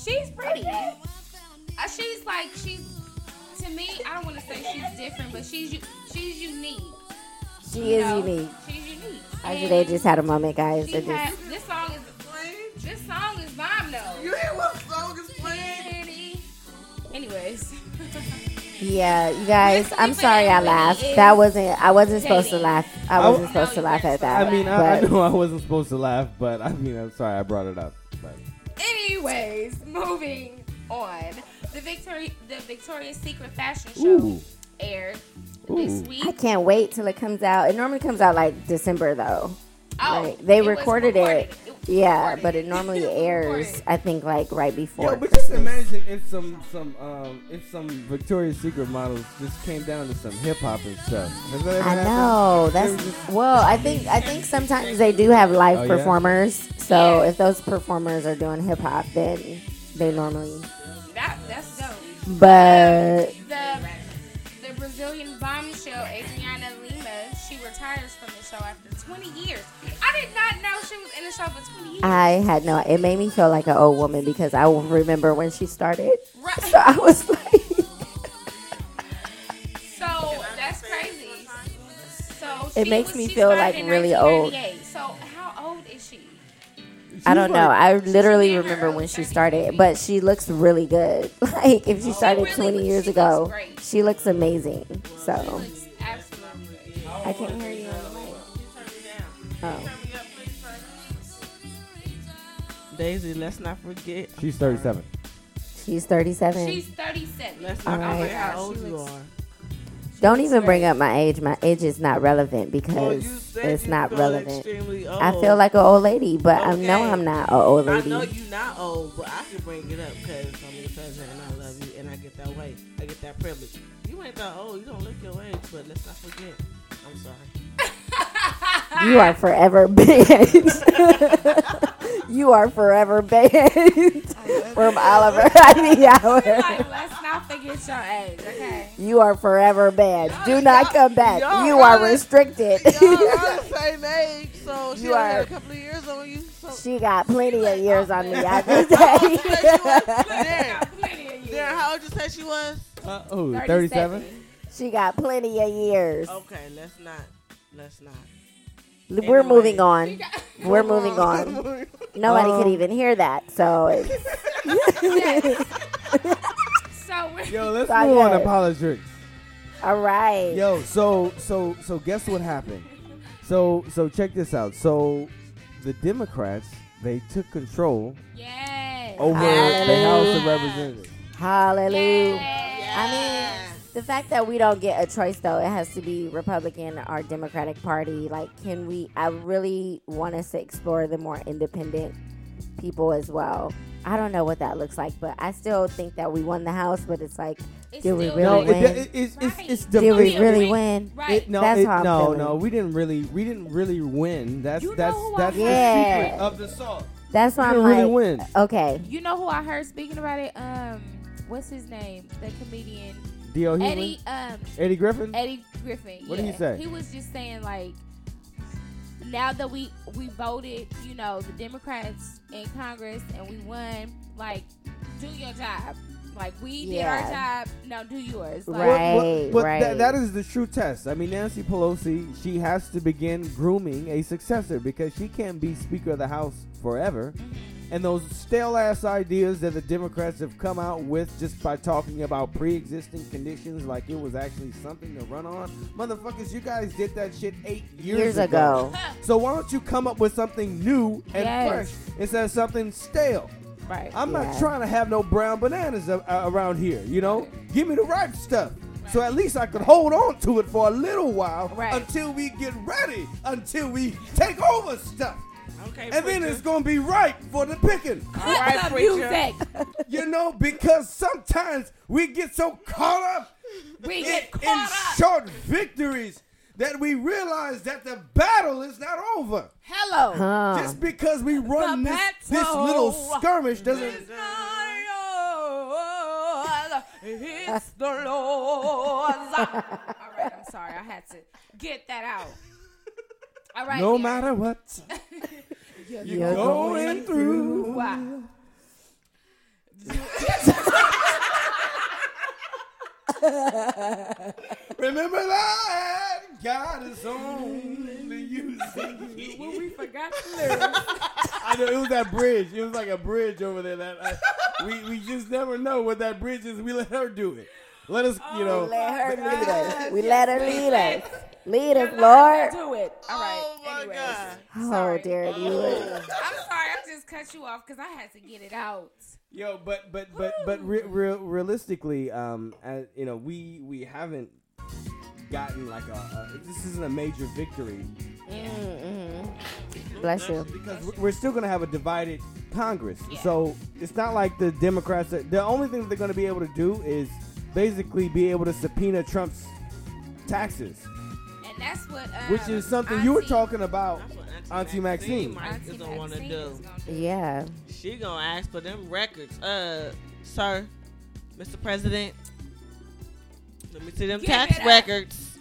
[SPEAKER 1] she's pretty. Uh, she's like, she's, to me, I don't want to say she's different, but she's u- she's unique.
[SPEAKER 2] She
[SPEAKER 1] you
[SPEAKER 2] is
[SPEAKER 1] know?
[SPEAKER 2] unique.
[SPEAKER 1] She's unique.
[SPEAKER 2] Actually,
[SPEAKER 1] And
[SPEAKER 2] they just had a moment, guys.
[SPEAKER 1] she
[SPEAKER 2] They just-
[SPEAKER 1] had- this song is, this song is bomb though.
[SPEAKER 4] You hear what song is playing?
[SPEAKER 1] Pretty. Anyways.
[SPEAKER 2] yeah, you guys.
[SPEAKER 1] Wiz
[SPEAKER 2] I'm
[SPEAKER 1] Khalifa
[SPEAKER 2] sorry I
[SPEAKER 1] and Whitney
[SPEAKER 2] laughed.
[SPEAKER 1] is
[SPEAKER 2] That wasn't. I wasn't supposed to
[SPEAKER 1] dating.
[SPEAKER 2] laugh. I
[SPEAKER 3] I-
[SPEAKER 2] wasn't supposed to
[SPEAKER 1] No,
[SPEAKER 2] laugh
[SPEAKER 1] you're
[SPEAKER 2] at that.
[SPEAKER 3] I mean, I, I
[SPEAKER 2] but-
[SPEAKER 3] know I wasn't supposed to laugh, but I mean, I'm sorry I brought it up. But
[SPEAKER 1] Anyways, moving on. The Victoria, the Victoria's Secret fashion show
[SPEAKER 3] Ooh.
[SPEAKER 1] aired
[SPEAKER 3] Ooh.
[SPEAKER 1] this
[SPEAKER 2] I
[SPEAKER 1] week.
[SPEAKER 2] can't wait till it comes out. It normally comes out like December though.
[SPEAKER 1] Oh,
[SPEAKER 2] Like, they
[SPEAKER 1] it was
[SPEAKER 2] recorded, it.
[SPEAKER 1] was
[SPEAKER 2] Yeah,
[SPEAKER 1] recorded.
[SPEAKER 2] but it normally
[SPEAKER 1] was
[SPEAKER 2] airs.
[SPEAKER 1] recorded.
[SPEAKER 2] I think like right before.
[SPEAKER 3] Yo, but just
[SPEAKER 2] Christmas.
[SPEAKER 3] imagine if some some um if some Victoria's Secret models just came down to some hip hop and stuff. Has that ever
[SPEAKER 2] I
[SPEAKER 3] happened?
[SPEAKER 2] know. That's
[SPEAKER 3] They were just-
[SPEAKER 2] well. I think I think sometimes they do have live
[SPEAKER 3] Oh, yeah?
[SPEAKER 2] performers. So
[SPEAKER 1] Yeah.
[SPEAKER 2] if those performers are doing hip hop, then they normally.
[SPEAKER 1] That, that's dope.
[SPEAKER 2] But
[SPEAKER 1] The, the Brazilian bombshell, Adriana Lima, she retires from the show after 20 years. I did not know she was in the show for 20 years.
[SPEAKER 2] I had no. It made me feel like an old woman because I will remember when she started.
[SPEAKER 1] Right.
[SPEAKER 2] So I was like,
[SPEAKER 1] So that's crazy. So
[SPEAKER 2] It
[SPEAKER 1] she
[SPEAKER 2] makes
[SPEAKER 1] was-
[SPEAKER 2] me
[SPEAKER 1] she
[SPEAKER 2] feel,
[SPEAKER 1] started
[SPEAKER 2] like,
[SPEAKER 1] in
[SPEAKER 2] really old.
[SPEAKER 1] 1998. So how old is she?
[SPEAKER 2] I don't know. I
[SPEAKER 1] in
[SPEAKER 2] literally
[SPEAKER 1] her
[SPEAKER 2] remember
[SPEAKER 1] early
[SPEAKER 2] when she
[SPEAKER 1] 30s.
[SPEAKER 2] started, but she looks really good. Like if she started
[SPEAKER 1] really-
[SPEAKER 2] 20 years
[SPEAKER 1] she looks
[SPEAKER 2] ago,
[SPEAKER 1] great.
[SPEAKER 2] she looks amazing. So
[SPEAKER 1] Looks absolutely good.
[SPEAKER 2] I can't hear you on the mic. Oh.
[SPEAKER 4] Daisy, let's not forget.
[SPEAKER 3] She's 37.
[SPEAKER 2] She's 37.
[SPEAKER 1] She's 37.
[SPEAKER 4] Let's
[SPEAKER 2] All
[SPEAKER 4] not
[SPEAKER 2] right.
[SPEAKER 4] forget how old
[SPEAKER 1] She
[SPEAKER 4] you
[SPEAKER 1] looks-
[SPEAKER 4] are.
[SPEAKER 2] Don't even bring up my age. My age is not relevant
[SPEAKER 4] Well,
[SPEAKER 2] because
[SPEAKER 4] Oh, you said
[SPEAKER 2] it's
[SPEAKER 4] you
[SPEAKER 2] not
[SPEAKER 4] feel
[SPEAKER 2] relevant.
[SPEAKER 4] extremely
[SPEAKER 2] I
[SPEAKER 4] old.
[SPEAKER 2] feel like an old lady, but I know
[SPEAKER 4] Okay.
[SPEAKER 2] I'm not an old
[SPEAKER 4] I
[SPEAKER 2] lady.
[SPEAKER 4] know you're not old, but I can bring it up because I'm your cousin and I love you and I get that way. I get that privilege. You ain't that old. You don't look your age, but let's not forget. I'm sorry.
[SPEAKER 2] You, are forever banned. you are forever banned from Oliver Ivy Hour.
[SPEAKER 1] Like, let's not forget your age, okay?
[SPEAKER 2] You are forever banned. Do not come back.
[SPEAKER 4] y'all
[SPEAKER 2] You are
[SPEAKER 4] really-
[SPEAKER 2] restricted.
[SPEAKER 4] Y'all are the same age, so she
[SPEAKER 2] You
[SPEAKER 4] only had
[SPEAKER 2] are-
[SPEAKER 4] a couple of years on you. So
[SPEAKER 2] she got plenty of years on me. I just say
[SPEAKER 4] Darren,
[SPEAKER 1] Plenty of
[SPEAKER 4] Darren,
[SPEAKER 1] years.
[SPEAKER 4] how old you say she was?
[SPEAKER 3] Uh, oh, 37.
[SPEAKER 2] she got plenty of years.
[SPEAKER 4] Okay, let's not. Let's not.
[SPEAKER 2] We're moving on. We're moving on.
[SPEAKER 4] on.
[SPEAKER 2] Nobody could
[SPEAKER 3] Um,
[SPEAKER 2] even hear that. So it's
[SPEAKER 1] So we're
[SPEAKER 3] Yo, let's
[SPEAKER 2] Sorry.
[SPEAKER 3] move on to politics.
[SPEAKER 2] all right.
[SPEAKER 3] Yo, so so so guess what happened? So so check this out. So the Democrats they took control
[SPEAKER 1] yes.
[SPEAKER 2] Oh,
[SPEAKER 3] over the House of Representatives.
[SPEAKER 2] Hallelujah.
[SPEAKER 1] Yes.
[SPEAKER 2] I mean, The fact that we don't get a choice, though, it has to be Republican or Democratic Party. Like, can we? I really want us to explore the more independent people as well. I don't know what that looks like, but I still think that we won the House. But it's like,
[SPEAKER 1] It's
[SPEAKER 2] did we
[SPEAKER 1] still-
[SPEAKER 2] really
[SPEAKER 3] No, it,
[SPEAKER 2] win?
[SPEAKER 3] it, it's, it's,
[SPEAKER 1] Right.
[SPEAKER 3] it's
[SPEAKER 1] Did
[SPEAKER 2] did
[SPEAKER 3] debate.
[SPEAKER 2] we really
[SPEAKER 1] Right.
[SPEAKER 2] win?
[SPEAKER 1] Right.
[SPEAKER 3] It- no,
[SPEAKER 2] That's
[SPEAKER 3] it-
[SPEAKER 2] how I'm
[SPEAKER 3] no,
[SPEAKER 2] feeling.
[SPEAKER 3] no, we didn't really, we didn't really win. That's
[SPEAKER 1] You know
[SPEAKER 3] that's
[SPEAKER 1] who I
[SPEAKER 3] that's the
[SPEAKER 2] Yeah.
[SPEAKER 3] secret of the song.
[SPEAKER 2] That's
[SPEAKER 3] We
[SPEAKER 2] why I'm
[SPEAKER 3] didn't really
[SPEAKER 2] like,
[SPEAKER 3] win.
[SPEAKER 2] okay,
[SPEAKER 1] You know who I heard speaking about it? Um, what's his name? The comedian
[SPEAKER 3] D.O. Hughley?
[SPEAKER 1] Eddie. Um,
[SPEAKER 3] Eddie Griffin.
[SPEAKER 1] Eddie Griffin.
[SPEAKER 3] What did he
[SPEAKER 1] yeah.
[SPEAKER 3] say?
[SPEAKER 1] He was just saying like, now that we we voted, you know, the Democrats in Congress and we won. Like, do your job. Like we did
[SPEAKER 2] Yeah.
[SPEAKER 1] our job. Now do yours. Like,
[SPEAKER 2] Right.
[SPEAKER 3] but
[SPEAKER 2] right.
[SPEAKER 3] tha- that is the true test. I mean, Nancy Pelosi, she has to begin grooming a successor because she can't be Speaker of the House forever. And those stale ass ideas that the Democrats have come out with just by talking about pre existing conditions like it was actually something to run on. Motherfuckers, you guys did that shit eight years,
[SPEAKER 2] years ago.
[SPEAKER 3] So why don't you come up with something new and
[SPEAKER 1] Yes.
[SPEAKER 3] fresh instead of something stale?
[SPEAKER 1] Right.
[SPEAKER 3] I'm not
[SPEAKER 2] Yeah.
[SPEAKER 3] trying to have no brown bananas a- a- around here, you know? Give me the ripe stuff. So at least I could hold on to it for a little while
[SPEAKER 1] Right.
[SPEAKER 3] until we get ready, until we take over stuff.
[SPEAKER 4] Okay,
[SPEAKER 3] And then it's going to be ripe for the picking,
[SPEAKER 4] all right,
[SPEAKER 1] The
[SPEAKER 4] preacher.
[SPEAKER 1] music.
[SPEAKER 3] you know? Because sometimes we get so caught up
[SPEAKER 1] We
[SPEAKER 3] in,
[SPEAKER 1] get
[SPEAKER 3] in
[SPEAKER 1] caught up.
[SPEAKER 3] short victories that we realize that the battle is not over.
[SPEAKER 1] Hello.
[SPEAKER 2] Huh.
[SPEAKER 3] Just because we run
[SPEAKER 1] Uh. The
[SPEAKER 3] this, this
[SPEAKER 1] battle
[SPEAKER 3] little skirmish doesn't.
[SPEAKER 1] It's the Lord's. All right, I'm sorry. I had to get that out. All right.
[SPEAKER 3] No
[SPEAKER 1] Derek.
[SPEAKER 3] matter what you're,
[SPEAKER 2] You're
[SPEAKER 3] going, through.
[SPEAKER 1] Wow.
[SPEAKER 3] Remember that God is only you.
[SPEAKER 1] Well, we forgot the lyrics.
[SPEAKER 3] I know it was that bridge. It was like a bridge over there. That I, we we just never know what that bridge is. We let her do it. Oh, Let us, you know.
[SPEAKER 2] We let her lead us. We let her lead us. Lead us, Lord.
[SPEAKER 1] Do it. All right.
[SPEAKER 4] Oh my
[SPEAKER 1] Anyways.
[SPEAKER 4] God.
[SPEAKER 2] Oh, Derek, you would.
[SPEAKER 1] I'm sorry. I just cut you off because I had to get it out.
[SPEAKER 3] Yo, but but but but re- re- realistically, um, as, you know, we we haven't gotten like a, a this isn't a major victory
[SPEAKER 2] Bless you.
[SPEAKER 3] because we're- we're still going to have a divided Congress.
[SPEAKER 1] Yeah.
[SPEAKER 3] So it's not like the Democrats. Are, the only thing they're going to be able to do is basically be able to subpoena Trump's taxes,
[SPEAKER 1] And that's what. Um,
[SPEAKER 3] which is something you were
[SPEAKER 1] Auntie-
[SPEAKER 3] talking about,
[SPEAKER 4] That's what
[SPEAKER 3] Auntie Maxine.
[SPEAKER 4] Mike
[SPEAKER 1] Auntie
[SPEAKER 4] is gonna want to
[SPEAKER 1] Maxine
[SPEAKER 4] do.
[SPEAKER 1] is gonna do.
[SPEAKER 2] Yeah.
[SPEAKER 4] She gonna ask for them records, uh, sir, Mr. President. Let me see them
[SPEAKER 1] Give
[SPEAKER 4] tax
[SPEAKER 1] it up.
[SPEAKER 4] records,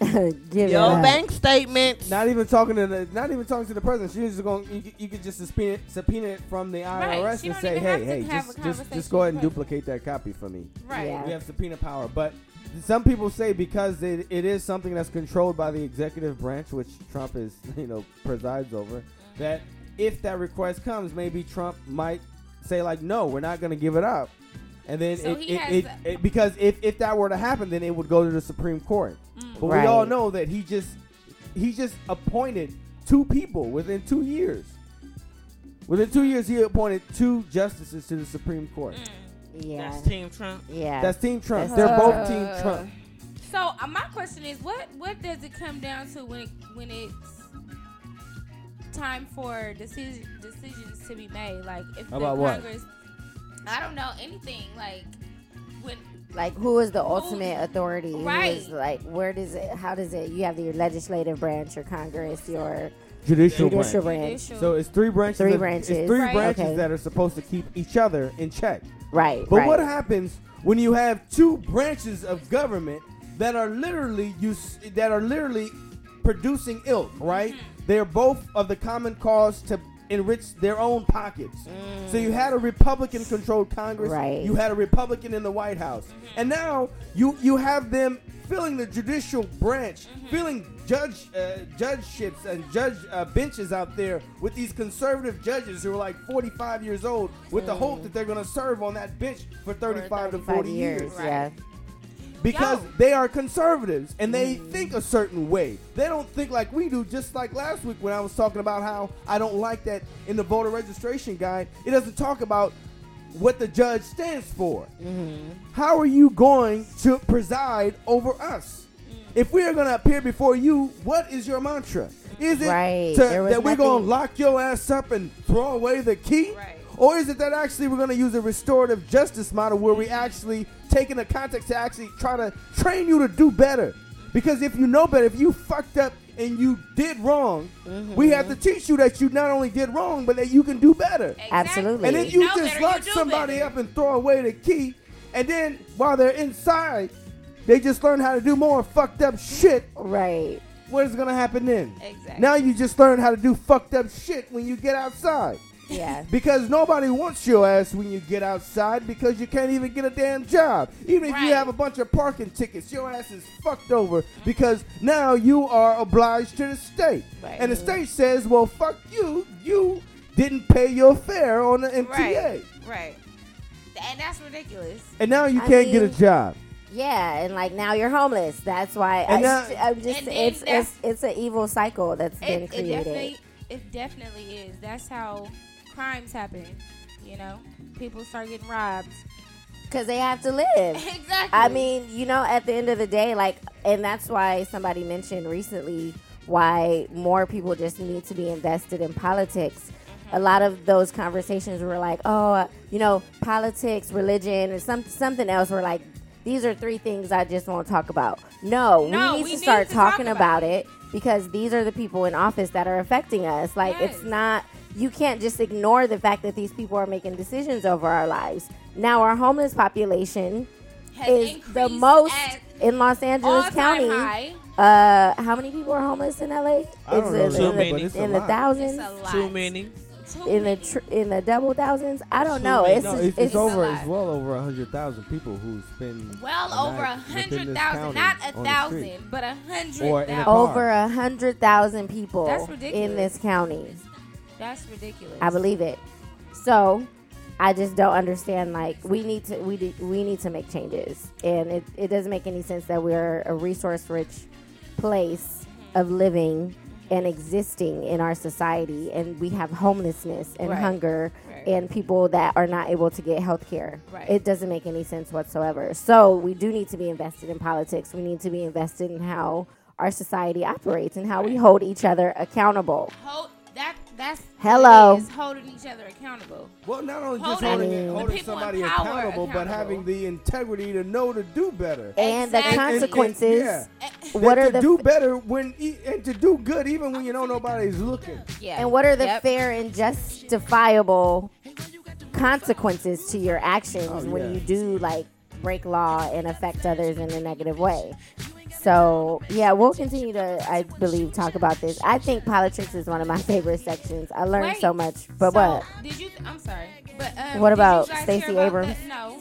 [SPEAKER 2] Give it
[SPEAKER 4] your
[SPEAKER 2] up.
[SPEAKER 4] bank statements.
[SPEAKER 3] Not even talking to the, not even talking to the president. She was just going. You, you could just subpoena, it- subpoena it from the IRS
[SPEAKER 1] Right. She
[SPEAKER 3] and
[SPEAKER 1] don't
[SPEAKER 3] say,
[SPEAKER 1] even
[SPEAKER 3] hey,
[SPEAKER 1] have to
[SPEAKER 3] hey,
[SPEAKER 1] have
[SPEAKER 3] just
[SPEAKER 1] a
[SPEAKER 3] just just
[SPEAKER 1] conversation
[SPEAKER 3] go ahead and
[SPEAKER 1] with her.
[SPEAKER 3] duplicate that copy for me.
[SPEAKER 1] Right.
[SPEAKER 2] Yeah.
[SPEAKER 3] We have subpoena power, but some people say because it, it is something that's controlled by the executive branch, which Trump is, you know, presides over, that if that request comes, maybe Trump might say like, no, we're not going to give it up, and then
[SPEAKER 1] So
[SPEAKER 3] it,
[SPEAKER 1] he
[SPEAKER 3] it,
[SPEAKER 1] has
[SPEAKER 3] it,
[SPEAKER 1] the-
[SPEAKER 3] it- because if if that were to happen, then it would go to the Supreme Court.
[SPEAKER 1] Mm.
[SPEAKER 3] But we
[SPEAKER 2] Right.
[SPEAKER 3] all know that he just he just appointed two people within two years. Within two years, he appointed two justices to the Supreme Court.
[SPEAKER 1] Mm.
[SPEAKER 2] Yeah.
[SPEAKER 4] That's Team Trump.
[SPEAKER 2] Yeah.
[SPEAKER 3] That's Team Trump.
[SPEAKER 2] That's
[SPEAKER 3] They're
[SPEAKER 2] Team Trump.
[SPEAKER 3] both Team Trump.
[SPEAKER 1] So uh, my question is, what what does it come down to when it, when it's time for decision decisions to be made? Like if
[SPEAKER 3] About
[SPEAKER 1] the
[SPEAKER 3] what?
[SPEAKER 1] Congress, I don't know anything. Like when
[SPEAKER 2] like who is the ultimate authority Who is,
[SPEAKER 1] Right.
[SPEAKER 2] like where does it how does it you have your legislative branch your congress your
[SPEAKER 3] Judicial,
[SPEAKER 2] judicial branch
[SPEAKER 1] judicial,
[SPEAKER 3] So it's three branches.
[SPEAKER 2] Three
[SPEAKER 3] of- It's
[SPEAKER 2] branches.
[SPEAKER 3] three
[SPEAKER 1] Right.
[SPEAKER 3] branches
[SPEAKER 2] Okay.
[SPEAKER 3] that are supposed to keep each other in check.
[SPEAKER 2] right
[SPEAKER 3] But
[SPEAKER 2] right
[SPEAKER 3] what happens when you have two branches of government that are literally you s- that are literally producing ilk, right?
[SPEAKER 2] Mm-hmm.
[SPEAKER 3] They're both of the common cause to enrich their own pockets. So you had a Republican controlled Congress,
[SPEAKER 2] Mm. Right.
[SPEAKER 3] you had a Republican in the White House. And now you you have them filling the judicial branch, filling judge uh, judgeships and judge uh, benches out there with these conservative judges who are like 45 years old with the hope that they're going to serve on that bench Mm. for 35 to 40 years,
[SPEAKER 2] yeah
[SPEAKER 3] because
[SPEAKER 1] Yo.
[SPEAKER 3] they are conservatives and they think a certain way. They don't think like we do. Just like last week when I was talking about how I don't like that in the voter registration guide, it doesn't talk about what the judge stands for.
[SPEAKER 2] Mm-hmm.
[SPEAKER 3] How are you going to preside over us?
[SPEAKER 2] Mm.
[SPEAKER 3] If we are going to appear before you, what is your mantra? Is it
[SPEAKER 2] Right.
[SPEAKER 3] to-
[SPEAKER 2] There was
[SPEAKER 3] that we're going
[SPEAKER 2] nothing-
[SPEAKER 3] to lock your ass up and throw away the key?
[SPEAKER 1] Right.
[SPEAKER 3] Or is it that actually we're going to use a restorative justice model where we actually take in the context to actually try to train you to do better? Because if you know better, if you fucked up and you did wrong,
[SPEAKER 1] Mm-hmm.
[SPEAKER 3] we have to teach you that you not only did wrong, but that you can do better.
[SPEAKER 2] Absolutely.
[SPEAKER 3] And
[SPEAKER 2] If
[SPEAKER 3] if you
[SPEAKER 1] know
[SPEAKER 3] just
[SPEAKER 1] better,
[SPEAKER 3] lock
[SPEAKER 1] do
[SPEAKER 3] somebody
[SPEAKER 1] better.
[SPEAKER 3] up and throw away the key, and then while they're inside, they just learn how to do more fucked up shit,
[SPEAKER 2] Right.
[SPEAKER 3] what is gonna happen then?
[SPEAKER 1] Exactly.
[SPEAKER 3] Now you just learn how to do fucked up shit when you get outside.
[SPEAKER 2] Yeah.
[SPEAKER 3] Because nobody wants your ass when you get outside because you can't even get a damn job. Even if you
[SPEAKER 1] Right.
[SPEAKER 3] have a bunch of parking tickets, your ass is fucked over because now you are obliged to the state.
[SPEAKER 1] Right.
[SPEAKER 3] And the state says, well, fuck you. You didn't pay your fare on the MTA.
[SPEAKER 1] Right. Right. And that's ridiculous.
[SPEAKER 3] And now you
[SPEAKER 2] I
[SPEAKER 3] can't get a
[SPEAKER 2] mean-
[SPEAKER 3] job.
[SPEAKER 2] Yeah, and like now you're homeless. That's why I,
[SPEAKER 3] And now-
[SPEAKER 2] am just
[SPEAKER 1] And then
[SPEAKER 2] it's,
[SPEAKER 1] that's-
[SPEAKER 2] it's it's an evil cycle that's
[SPEAKER 1] It,
[SPEAKER 2] been
[SPEAKER 1] it
[SPEAKER 2] created.
[SPEAKER 1] definitely, it definitely is. That's how crimes happen. You know, people start getting robbed.
[SPEAKER 2] Because they have to live.
[SPEAKER 1] Exactly.
[SPEAKER 2] I mean, you know, at the end of the day, like, and that's why somebody mentioned recently why more people just need to be invested in politics. A lot of those conversations were like, oh, uh, you know, politics, religion, or some, something else. Were like, these are three things I just won't talk about. No,
[SPEAKER 1] No,
[SPEAKER 2] we need
[SPEAKER 1] we
[SPEAKER 2] to
[SPEAKER 1] need
[SPEAKER 2] start
[SPEAKER 1] to talk
[SPEAKER 2] talking
[SPEAKER 1] about
[SPEAKER 2] about it because these are the people in office that are affecting us. Like, it's
[SPEAKER 1] Yes.
[SPEAKER 2] not you can't just ignore the fact that these people are making decisions over our lives. Now our homeless population
[SPEAKER 1] Has
[SPEAKER 2] is
[SPEAKER 1] increased
[SPEAKER 2] the most
[SPEAKER 1] at
[SPEAKER 2] in Los Angeles
[SPEAKER 1] all-time
[SPEAKER 2] County.
[SPEAKER 1] high.
[SPEAKER 2] Uh, how many people are homeless in LA?
[SPEAKER 3] I don't
[SPEAKER 2] It's
[SPEAKER 3] know
[SPEAKER 2] in,
[SPEAKER 3] that,
[SPEAKER 2] the-
[SPEAKER 3] but it's a
[SPEAKER 2] in the
[SPEAKER 3] lot.
[SPEAKER 1] It's
[SPEAKER 2] thousands,
[SPEAKER 1] a lot.
[SPEAKER 4] Too many.
[SPEAKER 1] Too
[SPEAKER 2] in the
[SPEAKER 1] many.
[SPEAKER 2] tr- in the double thousands. I don't
[SPEAKER 4] Too
[SPEAKER 2] know.
[SPEAKER 4] many.
[SPEAKER 2] It's,
[SPEAKER 4] No,
[SPEAKER 2] just-
[SPEAKER 3] it's, it's
[SPEAKER 2] it's-
[SPEAKER 1] a
[SPEAKER 3] over.
[SPEAKER 1] lot.
[SPEAKER 3] It's well over a hundred thousand people who spend
[SPEAKER 1] well
[SPEAKER 3] a
[SPEAKER 1] over a
[SPEAKER 3] night within
[SPEAKER 1] hundred
[SPEAKER 3] this
[SPEAKER 1] thousand,
[SPEAKER 3] county
[SPEAKER 1] not a
[SPEAKER 3] on the street.
[SPEAKER 1] thousand, but a
[SPEAKER 3] Or
[SPEAKER 1] hundred
[SPEAKER 3] in a
[SPEAKER 1] thousand.
[SPEAKER 3] car.
[SPEAKER 2] over a hundred thousand people
[SPEAKER 1] That's
[SPEAKER 2] in
[SPEAKER 1] ridiculous.
[SPEAKER 2] this county.
[SPEAKER 1] That's ridiculous.
[SPEAKER 2] Oh. I believe it. So I just don't understand. Like we need to we do, we need to make changes, and it, it doesn't make any sense that we're a resource rich place of living and existing in our society, and we have homelessness and
[SPEAKER 1] Right.
[SPEAKER 2] hunger
[SPEAKER 1] Right.
[SPEAKER 2] and people that are not able to get health care.
[SPEAKER 1] Right.
[SPEAKER 2] It doesn't make any sense whatsoever. So we do need to be invested in politics. We need to be invested in how our society operates and how we hold each other accountable.
[SPEAKER 1] Hold, that that's what
[SPEAKER 2] Hello.
[SPEAKER 1] it is, holding each other accountable.
[SPEAKER 3] Well, not only just
[SPEAKER 1] Holding
[SPEAKER 3] holding,
[SPEAKER 2] the
[SPEAKER 3] it, holding
[SPEAKER 1] people in
[SPEAKER 3] somebody
[SPEAKER 1] power
[SPEAKER 3] accountable, but
[SPEAKER 1] accountable.
[SPEAKER 3] having the integrity to know to do better.
[SPEAKER 2] And
[SPEAKER 1] Exactly. And-
[SPEAKER 2] the
[SPEAKER 1] and-
[SPEAKER 2] consequences.
[SPEAKER 3] yeah.
[SPEAKER 2] What
[SPEAKER 3] And
[SPEAKER 2] are
[SPEAKER 3] to
[SPEAKER 2] the
[SPEAKER 3] do better when e- and to do good even when you know nobody's looking.
[SPEAKER 1] Yeah.
[SPEAKER 2] And what are the
[SPEAKER 1] Yep.
[SPEAKER 2] fair and justifiable consequences to your actions when
[SPEAKER 3] Oh, yeah.
[SPEAKER 2] you do like break law and affect others in a negative way? So yeah, we'll continue to, I believe, talk about this. I think politics is one of my favorite sections. I learned
[SPEAKER 1] Wait,
[SPEAKER 2] so much. But
[SPEAKER 1] so,
[SPEAKER 2] what?
[SPEAKER 1] Did you? I'm sorry. But um,
[SPEAKER 2] What
[SPEAKER 1] did you
[SPEAKER 2] about
[SPEAKER 1] guys
[SPEAKER 2] Stacey
[SPEAKER 1] hear about
[SPEAKER 2] Abrams?
[SPEAKER 1] The, no.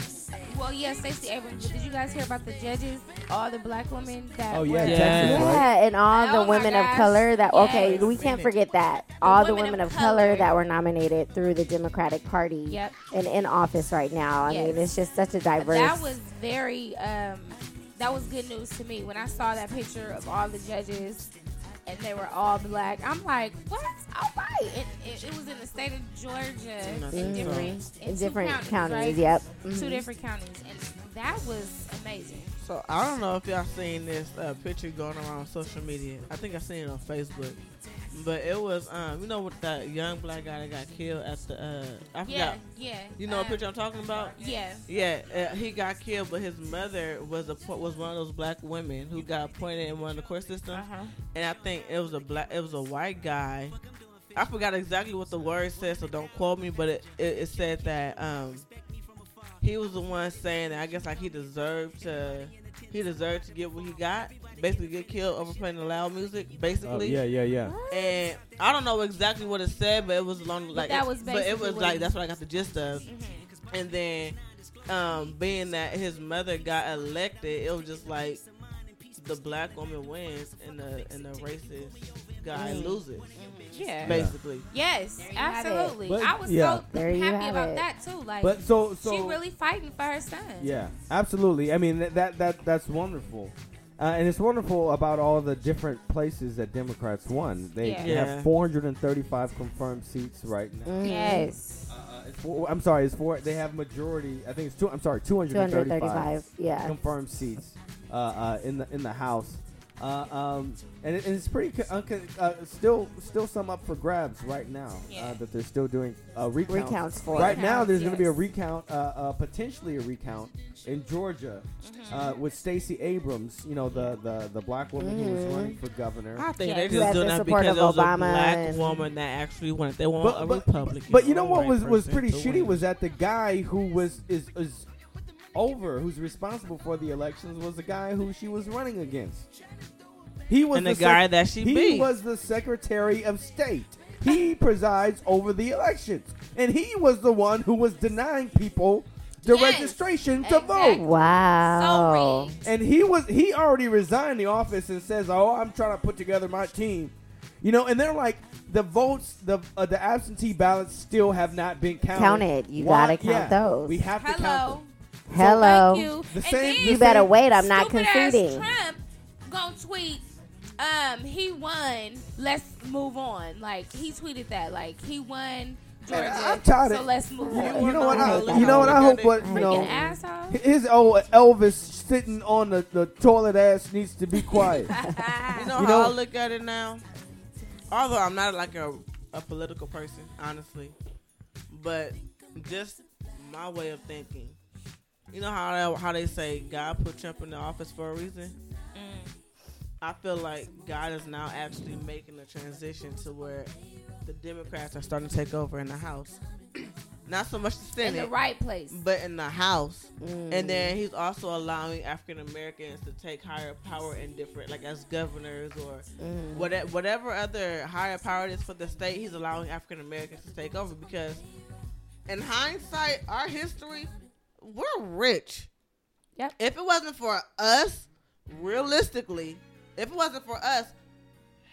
[SPEAKER 1] Well, yeah, Stacey Abrams. But did you guys hear about the judges? All the black women that.
[SPEAKER 3] Oh
[SPEAKER 1] were-
[SPEAKER 3] yeah,
[SPEAKER 4] Yeah.
[SPEAKER 3] Texas, right?
[SPEAKER 2] Yeah, and all
[SPEAKER 1] Oh
[SPEAKER 2] the
[SPEAKER 1] my
[SPEAKER 2] women of
[SPEAKER 1] gosh.
[SPEAKER 2] color that
[SPEAKER 1] Yes.
[SPEAKER 2] okay, we can't forget that. All the women of color
[SPEAKER 1] color.
[SPEAKER 2] that were nominated through the Democratic Party
[SPEAKER 1] Yep.
[SPEAKER 2] and in office right now. I
[SPEAKER 1] Yes.
[SPEAKER 2] mean, it's just such a diverse
[SPEAKER 1] That was very. Um, that was good news to me when I saw that picture of all the judges, and they were all black. I'm like, what? All right. It, it, it was in the state of Georgia, in different, in
[SPEAKER 2] in
[SPEAKER 1] two
[SPEAKER 2] different counties,
[SPEAKER 1] right?
[SPEAKER 2] yep. Mm-hmm.
[SPEAKER 1] Two different counties, and that was amazing.
[SPEAKER 4] So I don't know if y'all seen this uh, picture going around on social media. I think I seen it on Facebook, but it was um, you know what that young black guy that got killed at the uh, I forgot.
[SPEAKER 1] Yeah, yeah.
[SPEAKER 4] You know
[SPEAKER 1] uh,
[SPEAKER 4] what picture I'm talking about?
[SPEAKER 1] Yeah.
[SPEAKER 4] Yeah, uh, he got killed, but his mother was a was one of those black women who got appointed in one of the court systems,
[SPEAKER 1] Uh-huh.
[SPEAKER 4] and I think it was a black, it was a white guy. I forgot exactly what the word said, so don't quote me, but it, it, it said that um, he was the one saying that I guess like he deserved to he deserved to get what he got, basically get killed over playing the loud music,
[SPEAKER 3] Oh,
[SPEAKER 4] basically.
[SPEAKER 3] yeah, yeah, yeah.
[SPEAKER 4] And I don't know exactly what it said, but it was along like
[SPEAKER 1] that was
[SPEAKER 4] but it
[SPEAKER 1] basically
[SPEAKER 4] was
[SPEAKER 1] what
[SPEAKER 4] like
[SPEAKER 1] he-
[SPEAKER 4] that's what I got the gist of. And then, um, being that his mother got elected, it was just like the black woman wins and the and the racist guy loses,
[SPEAKER 1] Yeah.
[SPEAKER 4] basically.
[SPEAKER 1] Yes,
[SPEAKER 2] have it.
[SPEAKER 1] absolutely.
[SPEAKER 3] But-
[SPEAKER 1] I was
[SPEAKER 3] yeah.
[SPEAKER 1] so
[SPEAKER 2] There you
[SPEAKER 1] happy
[SPEAKER 2] have
[SPEAKER 1] about
[SPEAKER 2] it.
[SPEAKER 1] that too. Like,
[SPEAKER 3] But so so
[SPEAKER 1] she really fighting for her son.
[SPEAKER 3] Yeah, absolutely. I mean, that that, that that's wonderful, uh, and it's wonderful about all the different places that Democrats won. They
[SPEAKER 1] Yeah.
[SPEAKER 4] Yeah.
[SPEAKER 2] Mm-hmm.
[SPEAKER 3] have 435 confirmed seats right now.
[SPEAKER 1] Yes.
[SPEAKER 3] Uh, it's four, I'm sorry, it's four. They have majority. I think it's two. I'm sorry, 235,
[SPEAKER 2] 235, yeah.
[SPEAKER 3] confirmed seats uh, uh, in the in the House, uh, um, and, it, and it's pretty co- uncon uh, still still some up for grabs right now uh,
[SPEAKER 1] Yeah.
[SPEAKER 3] that they're still doing uh, recounts.
[SPEAKER 2] Recounts for.
[SPEAKER 3] right now.
[SPEAKER 1] Recounts,
[SPEAKER 3] There's going to be a
[SPEAKER 1] yes.
[SPEAKER 3] recount, uh, uh, potentially a recount in Georgia
[SPEAKER 1] Mm-hmm.
[SPEAKER 3] uh, with Stacey Abrams. You know the the, the black woman who was
[SPEAKER 2] Mm-hmm.
[SPEAKER 3] running for governor.
[SPEAKER 4] I think
[SPEAKER 1] Yeah.
[SPEAKER 4] they
[SPEAKER 1] You
[SPEAKER 4] just
[SPEAKER 2] had
[SPEAKER 4] doing
[SPEAKER 2] the
[SPEAKER 4] that
[SPEAKER 2] support
[SPEAKER 4] because
[SPEAKER 2] of
[SPEAKER 4] it was a
[SPEAKER 2] Obama
[SPEAKER 4] black
[SPEAKER 2] and-
[SPEAKER 4] woman that actually won it. They want
[SPEAKER 3] But-
[SPEAKER 4] a
[SPEAKER 3] but-
[SPEAKER 4] Republican.
[SPEAKER 3] But you know
[SPEAKER 4] or a
[SPEAKER 3] what
[SPEAKER 4] white
[SPEAKER 3] was was
[SPEAKER 4] person
[SPEAKER 3] pretty
[SPEAKER 4] to
[SPEAKER 3] shitty
[SPEAKER 4] win.
[SPEAKER 3] was that the guy who was is is over, who's responsible for the elections, was the guy who she was running against. He was
[SPEAKER 4] And the guy that she
[SPEAKER 3] he
[SPEAKER 4] beat.
[SPEAKER 3] was the Secretary of State. He presides over the elections, and he was the one who was denying people the
[SPEAKER 1] Yes,
[SPEAKER 3] registration to
[SPEAKER 1] exactly.
[SPEAKER 3] vote.
[SPEAKER 2] Wow.
[SPEAKER 1] So rigged.
[SPEAKER 3] And he was he already resigned the office and says, "Oh, I'm trying to put together my team." You know, and they're like the votes, the uh, the absentee ballots still have not been counted.
[SPEAKER 2] Counted. You gotta count those.
[SPEAKER 3] We have to
[SPEAKER 1] Hello.
[SPEAKER 3] count them.
[SPEAKER 2] Hello.
[SPEAKER 1] Thank you.
[SPEAKER 3] The
[SPEAKER 1] And
[SPEAKER 3] same-
[SPEAKER 1] then
[SPEAKER 3] the
[SPEAKER 2] You better
[SPEAKER 3] same-
[SPEAKER 2] wait. I'm not
[SPEAKER 1] stupid-ass
[SPEAKER 2] conceding.
[SPEAKER 1] Trump gonna tweet. Um, he won. Let's move on. Like he tweeted that. Like he won Georgia.
[SPEAKER 3] Man, I'm tired
[SPEAKER 1] so
[SPEAKER 3] of-
[SPEAKER 1] let's move
[SPEAKER 3] You
[SPEAKER 1] on.
[SPEAKER 3] know, you know what?
[SPEAKER 4] Hello.
[SPEAKER 3] I, you know what? I hope what you
[SPEAKER 1] Freaking
[SPEAKER 3] know.
[SPEAKER 1] asshole.
[SPEAKER 3] His old Elvis sitting on the, the toilet ass needs to be quiet.
[SPEAKER 1] Ah,
[SPEAKER 4] You know
[SPEAKER 3] You
[SPEAKER 4] how I
[SPEAKER 3] know-
[SPEAKER 4] look at it now? Although I'm not like a, a political person, honestly. But just my way of thinking. You know how how they say God put Trump in the office for a reason? I feel like God is now actually making the transition to where the Democrats are starting to take over in the House. not so much the
[SPEAKER 1] in the
[SPEAKER 4] Senate,
[SPEAKER 1] right place.
[SPEAKER 4] but in the House. And then he's also allowing African Americans to take higher power in different, like as governors or whatever, whatever other higher power it is for the state. He's allowing African Americans to take over because, in hindsight, our history, we're rich.
[SPEAKER 1] Yep.
[SPEAKER 4] If it wasn't for us, realistically, if it wasn't for us,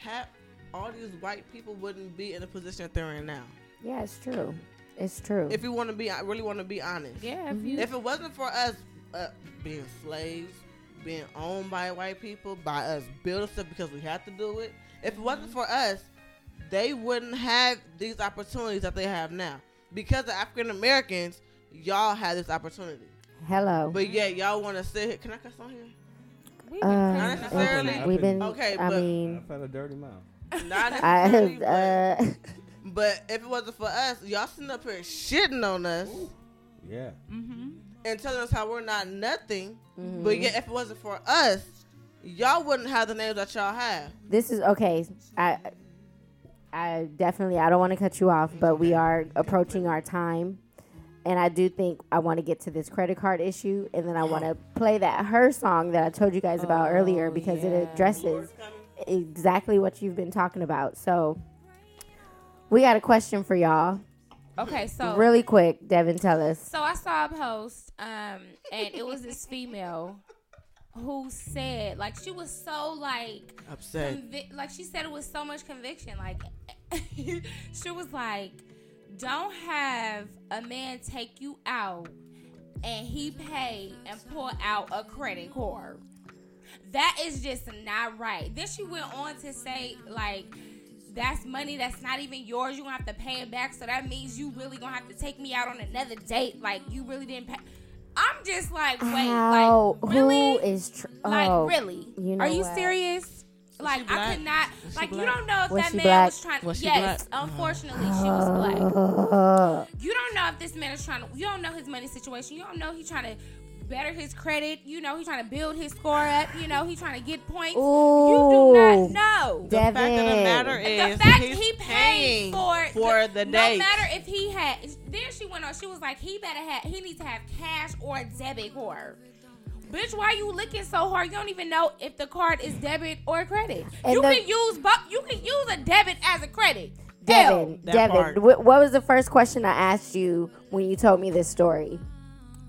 [SPEAKER 4] ha- all these white people wouldn't be in the position that they're in now.
[SPEAKER 2] Yeah, it's true. It's true.
[SPEAKER 4] If you want to be, I really want to be honest.
[SPEAKER 1] Yeah. If you,
[SPEAKER 4] If it wasn't for us uh, being slaves, being owned by white people, by us building stuff because we had to do it, if it wasn't for us, they wouldn't have these opportunities that they have now. Because of African Americans, y'all had this opportunity.
[SPEAKER 2] Hello.
[SPEAKER 4] But yeah, y'all want to sit here. Can I cuss on here?
[SPEAKER 1] we
[SPEAKER 2] uh,
[SPEAKER 1] can-
[SPEAKER 4] Not necessarily.
[SPEAKER 2] We've been.
[SPEAKER 4] Okay,
[SPEAKER 2] I
[SPEAKER 4] but-
[SPEAKER 2] mean,
[SPEAKER 3] had a dirty mouth.
[SPEAKER 4] Not
[SPEAKER 2] I
[SPEAKER 4] necessarily, but-
[SPEAKER 2] uh,
[SPEAKER 4] but if it wasn't for us, y'all sitting up here shitting on us.
[SPEAKER 3] Yeah.
[SPEAKER 4] and telling us how we're not nothing.
[SPEAKER 2] Mm-hmm.
[SPEAKER 4] But yet, if it wasn't for us, y'all wouldn't have the names that y'all have.
[SPEAKER 2] this is okay. I, I definitely. I don't want to cut you off, but we are approaching our time, and I do think I want to get to this credit card issue, and then I want to play that her song that I told you guys about earlier because it addresses exactly what you've been talking about. So, we got a question for y'all,
[SPEAKER 1] okay. So
[SPEAKER 2] really quick. Devin, tell us.
[SPEAKER 1] So I saw a post, um, and it was this female who said, like, she was so like,
[SPEAKER 4] Upset.
[SPEAKER 1] convi- like she said it with so much conviction. Like, she was like, "Don't have a man take you out, and he pay and pull out a credit card." That is just not right. Then she went on to say, like, that's money that's not even yours. You gonna have to pay it back. So that means you really gonna have to take me out on another date. Like you really didn't pay. I'm just like, wait,
[SPEAKER 2] Ow,
[SPEAKER 1] like
[SPEAKER 2] who
[SPEAKER 1] really?
[SPEAKER 2] is tr-
[SPEAKER 1] like
[SPEAKER 2] oh,
[SPEAKER 1] really?
[SPEAKER 2] you know
[SPEAKER 1] Are you
[SPEAKER 2] what?
[SPEAKER 1] serious? Like I
[SPEAKER 4] black?
[SPEAKER 1] could not.
[SPEAKER 4] Was she
[SPEAKER 1] like you
[SPEAKER 4] black?
[SPEAKER 1] don't know if
[SPEAKER 2] Was
[SPEAKER 1] that
[SPEAKER 2] she
[SPEAKER 1] man
[SPEAKER 2] black?
[SPEAKER 1] was trying. to
[SPEAKER 4] Was she Uh-huh.
[SPEAKER 1] yes, unfortunately, she was black.
[SPEAKER 2] Uh,
[SPEAKER 1] You don't know if this man is trying to. You don't know his money situation. You don't know he's trying to better his credit. You know he's trying to build his score up. You know he's trying to get points. You
[SPEAKER 2] Ooh.
[SPEAKER 1] do not know.
[SPEAKER 4] The fact of the
[SPEAKER 2] Devin.
[SPEAKER 4] matter is,
[SPEAKER 1] the fact
[SPEAKER 4] he's
[SPEAKER 1] he
[SPEAKER 4] paying
[SPEAKER 1] paid for
[SPEAKER 4] for the
[SPEAKER 1] no
[SPEAKER 4] date.
[SPEAKER 1] matter if he had. Then she went on. She was like, he better have. He needs to have cash or a debit card. Bitch, why you looking so hard? You don't even know if the card is debit or credit.
[SPEAKER 2] And
[SPEAKER 1] you
[SPEAKER 2] the-
[SPEAKER 1] can use both. You can use a debit as a credit.
[SPEAKER 2] Devin,
[SPEAKER 4] that
[SPEAKER 2] Devin,
[SPEAKER 4] part.
[SPEAKER 2] wh- what was the first question I asked you when you told me this story?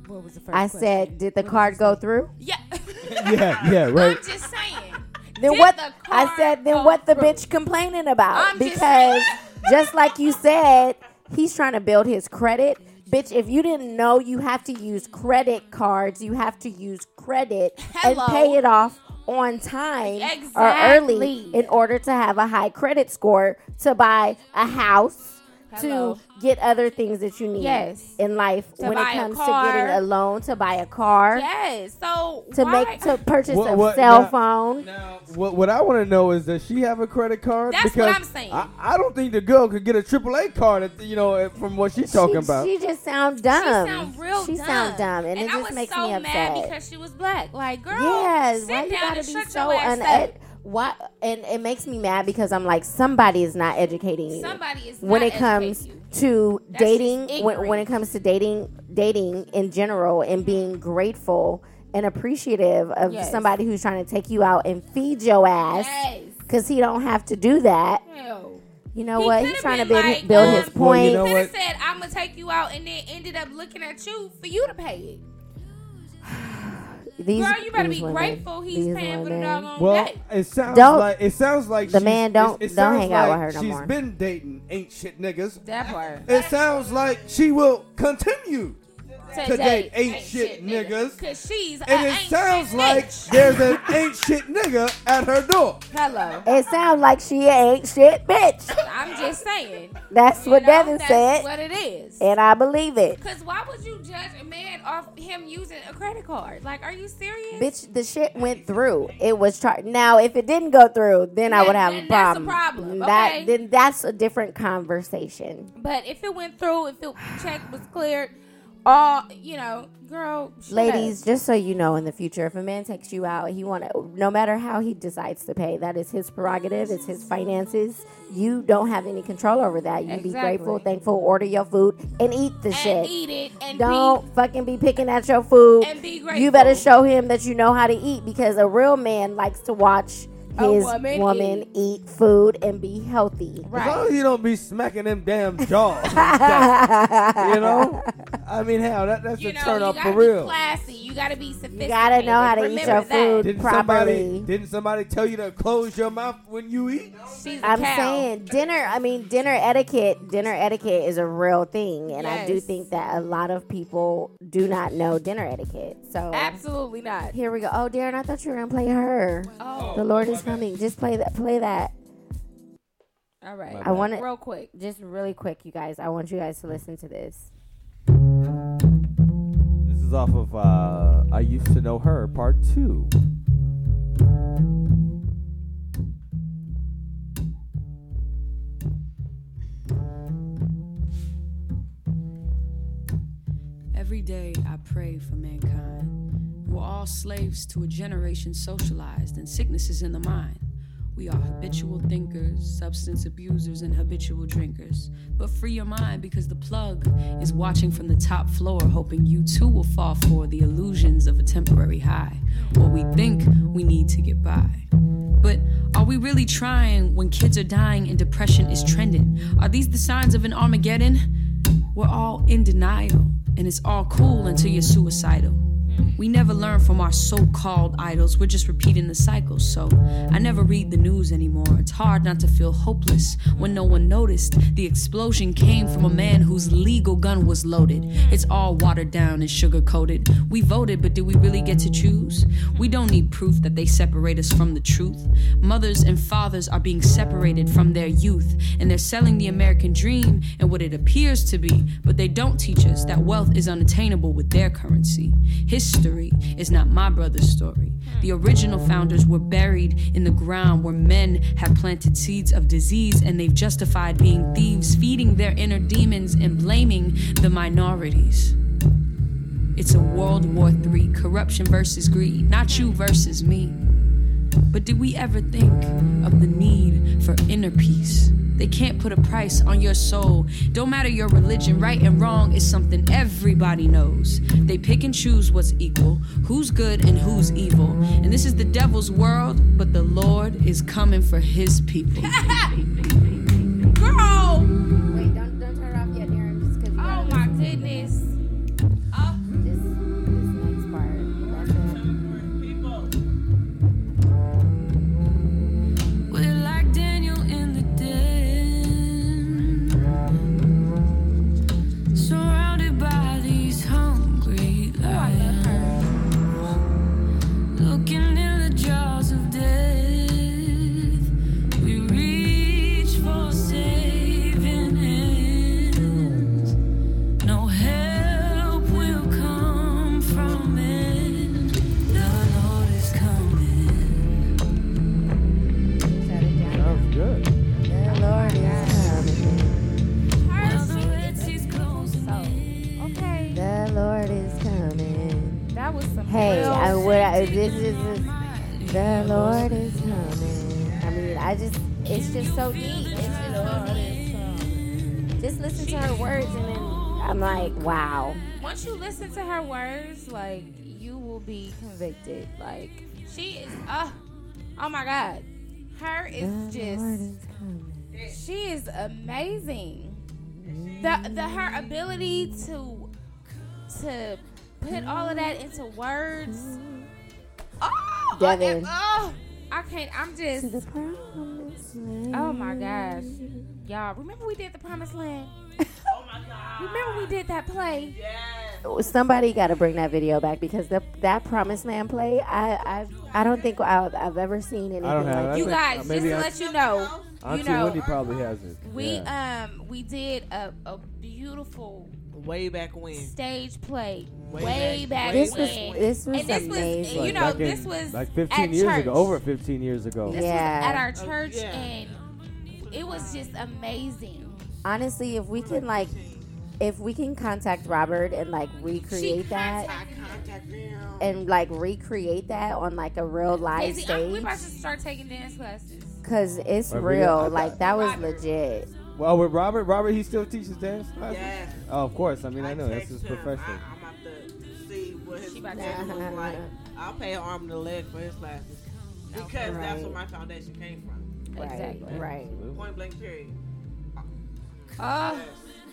[SPEAKER 1] What was the first?
[SPEAKER 2] I said, "Did the card go through?"
[SPEAKER 1] yeah.
[SPEAKER 3] Yeah, yeah, right.
[SPEAKER 1] I'm just saying.
[SPEAKER 2] Then
[SPEAKER 1] Did
[SPEAKER 2] what?
[SPEAKER 1] the
[SPEAKER 2] I
[SPEAKER 1] card
[SPEAKER 2] said, "Then
[SPEAKER 1] go
[SPEAKER 2] what the
[SPEAKER 1] through?"
[SPEAKER 2] bitch complaining about?"
[SPEAKER 1] I'm just
[SPEAKER 2] because
[SPEAKER 1] saying.
[SPEAKER 2] just like you said, he's trying to build his credit. Bitch, if you didn't know you have to use credit cards, you have to use credit
[SPEAKER 1] Hello.
[SPEAKER 2] and pay it off on time or early
[SPEAKER 1] Exactly.
[SPEAKER 2] in order to have a high credit score to buy a house,
[SPEAKER 1] Hello.
[SPEAKER 2] to get other things that you need
[SPEAKER 1] Yes.
[SPEAKER 2] in life
[SPEAKER 1] To
[SPEAKER 2] when it
[SPEAKER 1] buy a
[SPEAKER 2] comes to
[SPEAKER 1] car.
[SPEAKER 2] getting a loan to buy a car
[SPEAKER 1] Yes. So
[SPEAKER 2] to
[SPEAKER 1] why-
[SPEAKER 2] make to purchase
[SPEAKER 3] What-
[SPEAKER 2] a
[SPEAKER 3] what-
[SPEAKER 2] cell
[SPEAKER 3] now-
[SPEAKER 2] phone.
[SPEAKER 3] Now, what, what I want to know is does she have a credit card?
[SPEAKER 1] That's what
[SPEAKER 3] because
[SPEAKER 1] I'm saying.
[SPEAKER 3] I, I don't think the girl could get a AAA card. At, you know, from what she's talking
[SPEAKER 2] she,
[SPEAKER 3] about.
[SPEAKER 2] she just sound dumb.
[SPEAKER 1] She sound real
[SPEAKER 2] She
[SPEAKER 1] dumb.
[SPEAKER 2] sound dumb, and, it
[SPEAKER 1] I
[SPEAKER 2] just
[SPEAKER 1] was
[SPEAKER 2] makes
[SPEAKER 1] so
[SPEAKER 2] me
[SPEAKER 1] mad
[SPEAKER 2] upset.
[SPEAKER 1] because she was black. Like, girl,
[SPEAKER 2] Yes,
[SPEAKER 1] sit
[SPEAKER 2] why
[SPEAKER 1] down
[SPEAKER 2] you gotta
[SPEAKER 1] and
[SPEAKER 2] be
[SPEAKER 1] shut
[SPEAKER 2] so
[SPEAKER 1] your ass
[SPEAKER 2] uned?
[SPEAKER 1] up.
[SPEAKER 2] Why? And it makes me mad because I'm like, somebody is not educating you.
[SPEAKER 1] Somebody is
[SPEAKER 2] when
[SPEAKER 1] not
[SPEAKER 2] it comes
[SPEAKER 1] educating
[SPEAKER 2] to
[SPEAKER 1] That's
[SPEAKER 2] dating.
[SPEAKER 1] just
[SPEAKER 2] When, when
[SPEAKER 1] ignorant.
[SPEAKER 2] it comes to dating, dating in general, and being grateful and appreciative of
[SPEAKER 1] Yes.
[SPEAKER 2] somebody who's trying to take you out and feed your ass
[SPEAKER 1] Yes.
[SPEAKER 2] because he don't have to do that.
[SPEAKER 1] Hell.
[SPEAKER 2] You know
[SPEAKER 1] He
[SPEAKER 2] what?
[SPEAKER 1] coulda
[SPEAKER 2] He's trying to
[SPEAKER 1] been
[SPEAKER 2] build,
[SPEAKER 1] like,
[SPEAKER 2] build
[SPEAKER 1] um,
[SPEAKER 2] his point.
[SPEAKER 3] Well, you know
[SPEAKER 1] Could
[SPEAKER 3] what?
[SPEAKER 1] have said, I'm gonna take you out, and then ended up looking at you for you to pay it.
[SPEAKER 2] these,
[SPEAKER 1] Girl, you better
[SPEAKER 2] these
[SPEAKER 1] be
[SPEAKER 2] women,
[SPEAKER 1] grateful he's
[SPEAKER 2] these
[SPEAKER 1] paying for the
[SPEAKER 2] women.
[SPEAKER 1] doggone
[SPEAKER 3] Well,
[SPEAKER 1] date.
[SPEAKER 3] it sounds
[SPEAKER 2] Don't-
[SPEAKER 3] like it sounds like
[SPEAKER 2] the
[SPEAKER 3] she's-
[SPEAKER 2] man don't-
[SPEAKER 3] it, it
[SPEAKER 2] don't
[SPEAKER 3] sounds
[SPEAKER 2] hang out with
[SPEAKER 3] like
[SPEAKER 2] her no
[SPEAKER 3] she's
[SPEAKER 2] more.
[SPEAKER 3] been dating ain't shit niggas.
[SPEAKER 1] That part.
[SPEAKER 3] It sounds like she will continue,
[SPEAKER 1] To
[SPEAKER 3] date
[SPEAKER 1] date
[SPEAKER 3] ain't shit niggas.
[SPEAKER 1] Cause she's a
[SPEAKER 3] and it
[SPEAKER 1] ain't
[SPEAKER 3] sounds
[SPEAKER 1] shit
[SPEAKER 3] like
[SPEAKER 1] bitch.
[SPEAKER 3] there's an ain't shit nigga at her door.
[SPEAKER 1] Hello.
[SPEAKER 2] It sounds like she ain't shit, bitch.
[SPEAKER 1] I'm just saying.
[SPEAKER 2] That's
[SPEAKER 1] You
[SPEAKER 2] what
[SPEAKER 1] know,
[SPEAKER 2] Devin
[SPEAKER 1] that's
[SPEAKER 2] said,
[SPEAKER 1] What it is.
[SPEAKER 2] and I believe it.
[SPEAKER 1] Cause why would you judge a man off him using a credit card? Like, are you serious?
[SPEAKER 2] Bitch, the shit went through. It was charged. Now, if it didn't go through, then I
[SPEAKER 1] Then-
[SPEAKER 2] would have
[SPEAKER 1] then
[SPEAKER 2] a
[SPEAKER 1] that's a
[SPEAKER 2] problem.
[SPEAKER 1] problem, okay?
[SPEAKER 2] That then that's a different conversation.
[SPEAKER 1] But if it went through, if the check was cleared, all you know, girl, shut up.
[SPEAKER 2] Ladies, just so you know, in the future, if a man takes you out, he want to. No matter how he decides to pay, that is his prerogative. It's his finances. You don't have any control over that. You be
[SPEAKER 1] Exactly.
[SPEAKER 2] grateful, thankful, order your food, and eat the
[SPEAKER 1] and
[SPEAKER 2] shit.
[SPEAKER 1] eat it and
[SPEAKER 2] don't
[SPEAKER 1] be
[SPEAKER 2] fucking be picking at your food.
[SPEAKER 1] And be
[SPEAKER 2] You better
[SPEAKER 1] grateful.
[SPEAKER 2] show him that you know how to eat because a real man likes to watch
[SPEAKER 1] A
[SPEAKER 2] his woman,
[SPEAKER 1] woman
[SPEAKER 2] eat. food and be healthy.
[SPEAKER 3] As long
[SPEAKER 1] right.
[SPEAKER 3] as you don't be smacking them damn jaws, you know. I mean, hell, that, that's
[SPEAKER 1] You
[SPEAKER 3] a
[SPEAKER 1] know,
[SPEAKER 3] turn
[SPEAKER 1] you
[SPEAKER 3] up
[SPEAKER 1] gotta
[SPEAKER 3] for
[SPEAKER 1] be
[SPEAKER 3] real.
[SPEAKER 1] classy. You gotta be sophisticated.
[SPEAKER 2] You gotta know how to eat
[SPEAKER 1] Remember
[SPEAKER 2] your
[SPEAKER 1] that.
[SPEAKER 2] food.
[SPEAKER 3] Didn't
[SPEAKER 2] properly.
[SPEAKER 3] somebody didn't somebody tell you to close your mouth when you eat?
[SPEAKER 1] She's a
[SPEAKER 2] I'm
[SPEAKER 1] cow.
[SPEAKER 2] saying dinner. I mean, dinner etiquette. Dinner etiquette is a real thing, and I do
[SPEAKER 1] Yes.
[SPEAKER 2] think that a lot of people do not know dinner etiquette. So
[SPEAKER 1] absolutely not.
[SPEAKER 2] here we go. Oh, Darren, I thought you were gonna play her.
[SPEAKER 1] Oh,
[SPEAKER 2] the Lord is coming. Just play that. Play that.
[SPEAKER 1] all right.
[SPEAKER 2] I want to
[SPEAKER 1] Real quick.
[SPEAKER 2] just really quick, you guys. I want you guys to listen to this.
[SPEAKER 3] This is off of uh, I used to know her, part two.
[SPEAKER 10] Every day I pray for mankind. We're all slaves to a generation socialized and sicknesses in the mind. We are habitual thinkers, substance abusers, and habitual drinkers. But free your mind because the plug is watching from the top floor, hoping you too will fall for the illusions of a temporary high, or we think we need to get by. But are we really trying when kids are dying and depression is trending? Are these the signs of an Armageddon? We're all in denial, and it's all cool until you're suicidal. We never learn from our so called idols, we're just repeating the cycle. So I never read the news anymore. It's hard not to feel hopeless when no one noticed. The explosion came from a man whose legal gun was loaded. It's all watered down and sugar coated. We voted, but do we really get to choose? We don't need proof that they separate us from the truth. Mothers and fathers are being separated from their youth, and they're selling the American dream and what it appears to be, but they don't teach us that wealth is unattainable with their currency. History is not my brother's story. The original founders were buried in the ground where men have planted seeds of disease and they've justified being thieves, feeding their inner demons and blaming the minorities. It's a World War III corruption versus greed, not you versus me. But did we ever think of the need for inner peace? They can't put a price on your soul. Don't matter your religion, right and wrong is something everybody knows. They pick and choose what's equal, who's good and who's evil. And this is the devil's world, but the Lord is coming for his people.
[SPEAKER 1] Girl.
[SPEAKER 2] Wait, don't don't turn it off yet, Darren. Just because.
[SPEAKER 1] Oh my goodness. Oh,
[SPEAKER 2] This, this next part. That's it.
[SPEAKER 4] People.
[SPEAKER 10] We're like Daniel in the den, surrounded by these hungry lions, looking in the jaws of death. We reach for safety.
[SPEAKER 2] The Lord is coming. I mean, I just, it's just so deep. It's just so deep. Just listen to her words, and then I'm like, wow.
[SPEAKER 1] Once you listen to her words, like you will be convicted. Like she is, uh, oh my God, her is just, she is amazing. The the her ability to to put all of that into words. Oh,
[SPEAKER 2] Devin.
[SPEAKER 1] oh, I can't. I'm just. Oh my gosh, y'all! Remember we did the Promised Land.
[SPEAKER 4] Oh my god.
[SPEAKER 1] Remember we did that play.
[SPEAKER 4] Yes.
[SPEAKER 2] Uh, Somebody got to bring that video back because the, that Promised Land play, I I, I don't think I've, I've ever seen anything
[SPEAKER 3] don't have
[SPEAKER 2] like
[SPEAKER 3] it.
[SPEAKER 1] You
[SPEAKER 3] I
[SPEAKER 1] guys,
[SPEAKER 3] think- uh,
[SPEAKER 1] just
[SPEAKER 3] maybe
[SPEAKER 1] to
[SPEAKER 3] I-
[SPEAKER 1] let you know, you
[SPEAKER 3] Auntie
[SPEAKER 1] know,
[SPEAKER 3] Wendy probably has it.
[SPEAKER 1] we
[SPEAKER 3] yeah.
[SPEAKER 1] um we did a, a beautiful
[SPEAKER 4] Way back when.
[SPEAKER 1] stage play way,
[SPEAKER 4] Way
[SPEAKER 1] back
[SPEAKER 4] back-
[SPEAKER 2] This was
[SPEAKER 1] when.
[SPEAKER 2] this was
[SPEAKER 1] and this
[SPEAKER 2] amazing.
[SPEAKER 1] was, you know,
[SPEAKER 3] Like back in-
[SPEAKER 1] this was
[SPEAKER 3] like
[SPEAKER 1] at
[SPEAKER 3] 15 years
[SPEAKER 1] church.
[SPEAKER 3] ago, over 15 years ago.
[SPEAKER 1] This was
[SPEAKER 2] Oh, Yeah.
[SPEAKER 1] at our church,
[SPEAKER 4] yeah.
[SPEAKER 1] and it was just amazing.
[SPEAKER 2] Honestly, if we can like, if we can contact Robert and like recreate that.
[SPEAKER 4] I contact them.
[SPEAKER 2] and like recreate that on like a real live
[SPEAKER 1] Izzy, I'm- we
[SPEAKER 2] stage
[SPEAKER 1] about to start taking dance classes.
[SPEAKER 2] because it's
[SPEAKER 3] Or video- I
[SPEAKER 2] real.
[SPEAKER 3] thought-
[SPEAKER 2] Like that was
[SPEAKER 1] Robert.
[SPEAKER 2] legit.
[SPEAKER 3] Well, with Robert, Robert, he still teaches dance classes.
[SPEAKER 4] Yes.
[SPEAKER 3] Oh, of course. I mean, I know that's his
[SPEAKER 4] text him.
[SPEAKER 3] profession.
[SPEAKER 4] I, I'm about to see what his
[SPEAKER 1] She about to-
[SPEAKER 4] schedule was like. I'll pay an arm and a leg for his classes because that's where my foundation came from.
[SPEAKER 1] Exactly.
[SPEAKER 2] Right, right.
[SPEAKER 4] Point blank. Period.
[SPEAKER 1] Oh,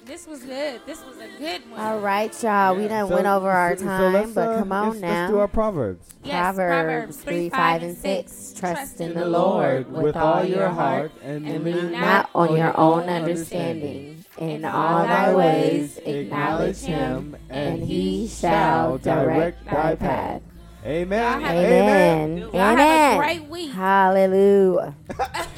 [SPEAKER 1] this was good. This was a good one.
[SPEAKER 2] All right, y'all. We done
[SPEAKER 3] So-
[SPEAKER 2] went over our
[SPEAKER 3] so- so
[SPEAKER 2] time,
[SPEAKER 3] let's,
[SPEAKER 2] but
[SPEAKER 3] uh,
[SPEAKER 2] come on
[SPEAKER 3] let's,
[SPEAKER 2] now.
[SPEAKER 3] Let's do our proverbs.
[SPEAKER 1] Yes,
[SPEAKER 2] Proverbs 3, 5, and 6. Trust in the Lord with all your heart
[SPEAKER 3] and
[SPEAKER 1] and
[SPEAKER 3] lean
[SPEAKER 1] lean
[SPEAKER 2] Not on your own understanding. In all thy ways acknowledge him, and he shall direct thy path.
[SPEAKER 3] Amen.
[SPEAKER 1] Y'all have-
[SPEAKER 3] Amen.
[SPEAKER 2] Amen.
[SPEAKER 1] Y'all have a
[SPEAKER 2] Amen.
[SPEAKER 1] great week.
[SPEAKER 2] Hallelujah.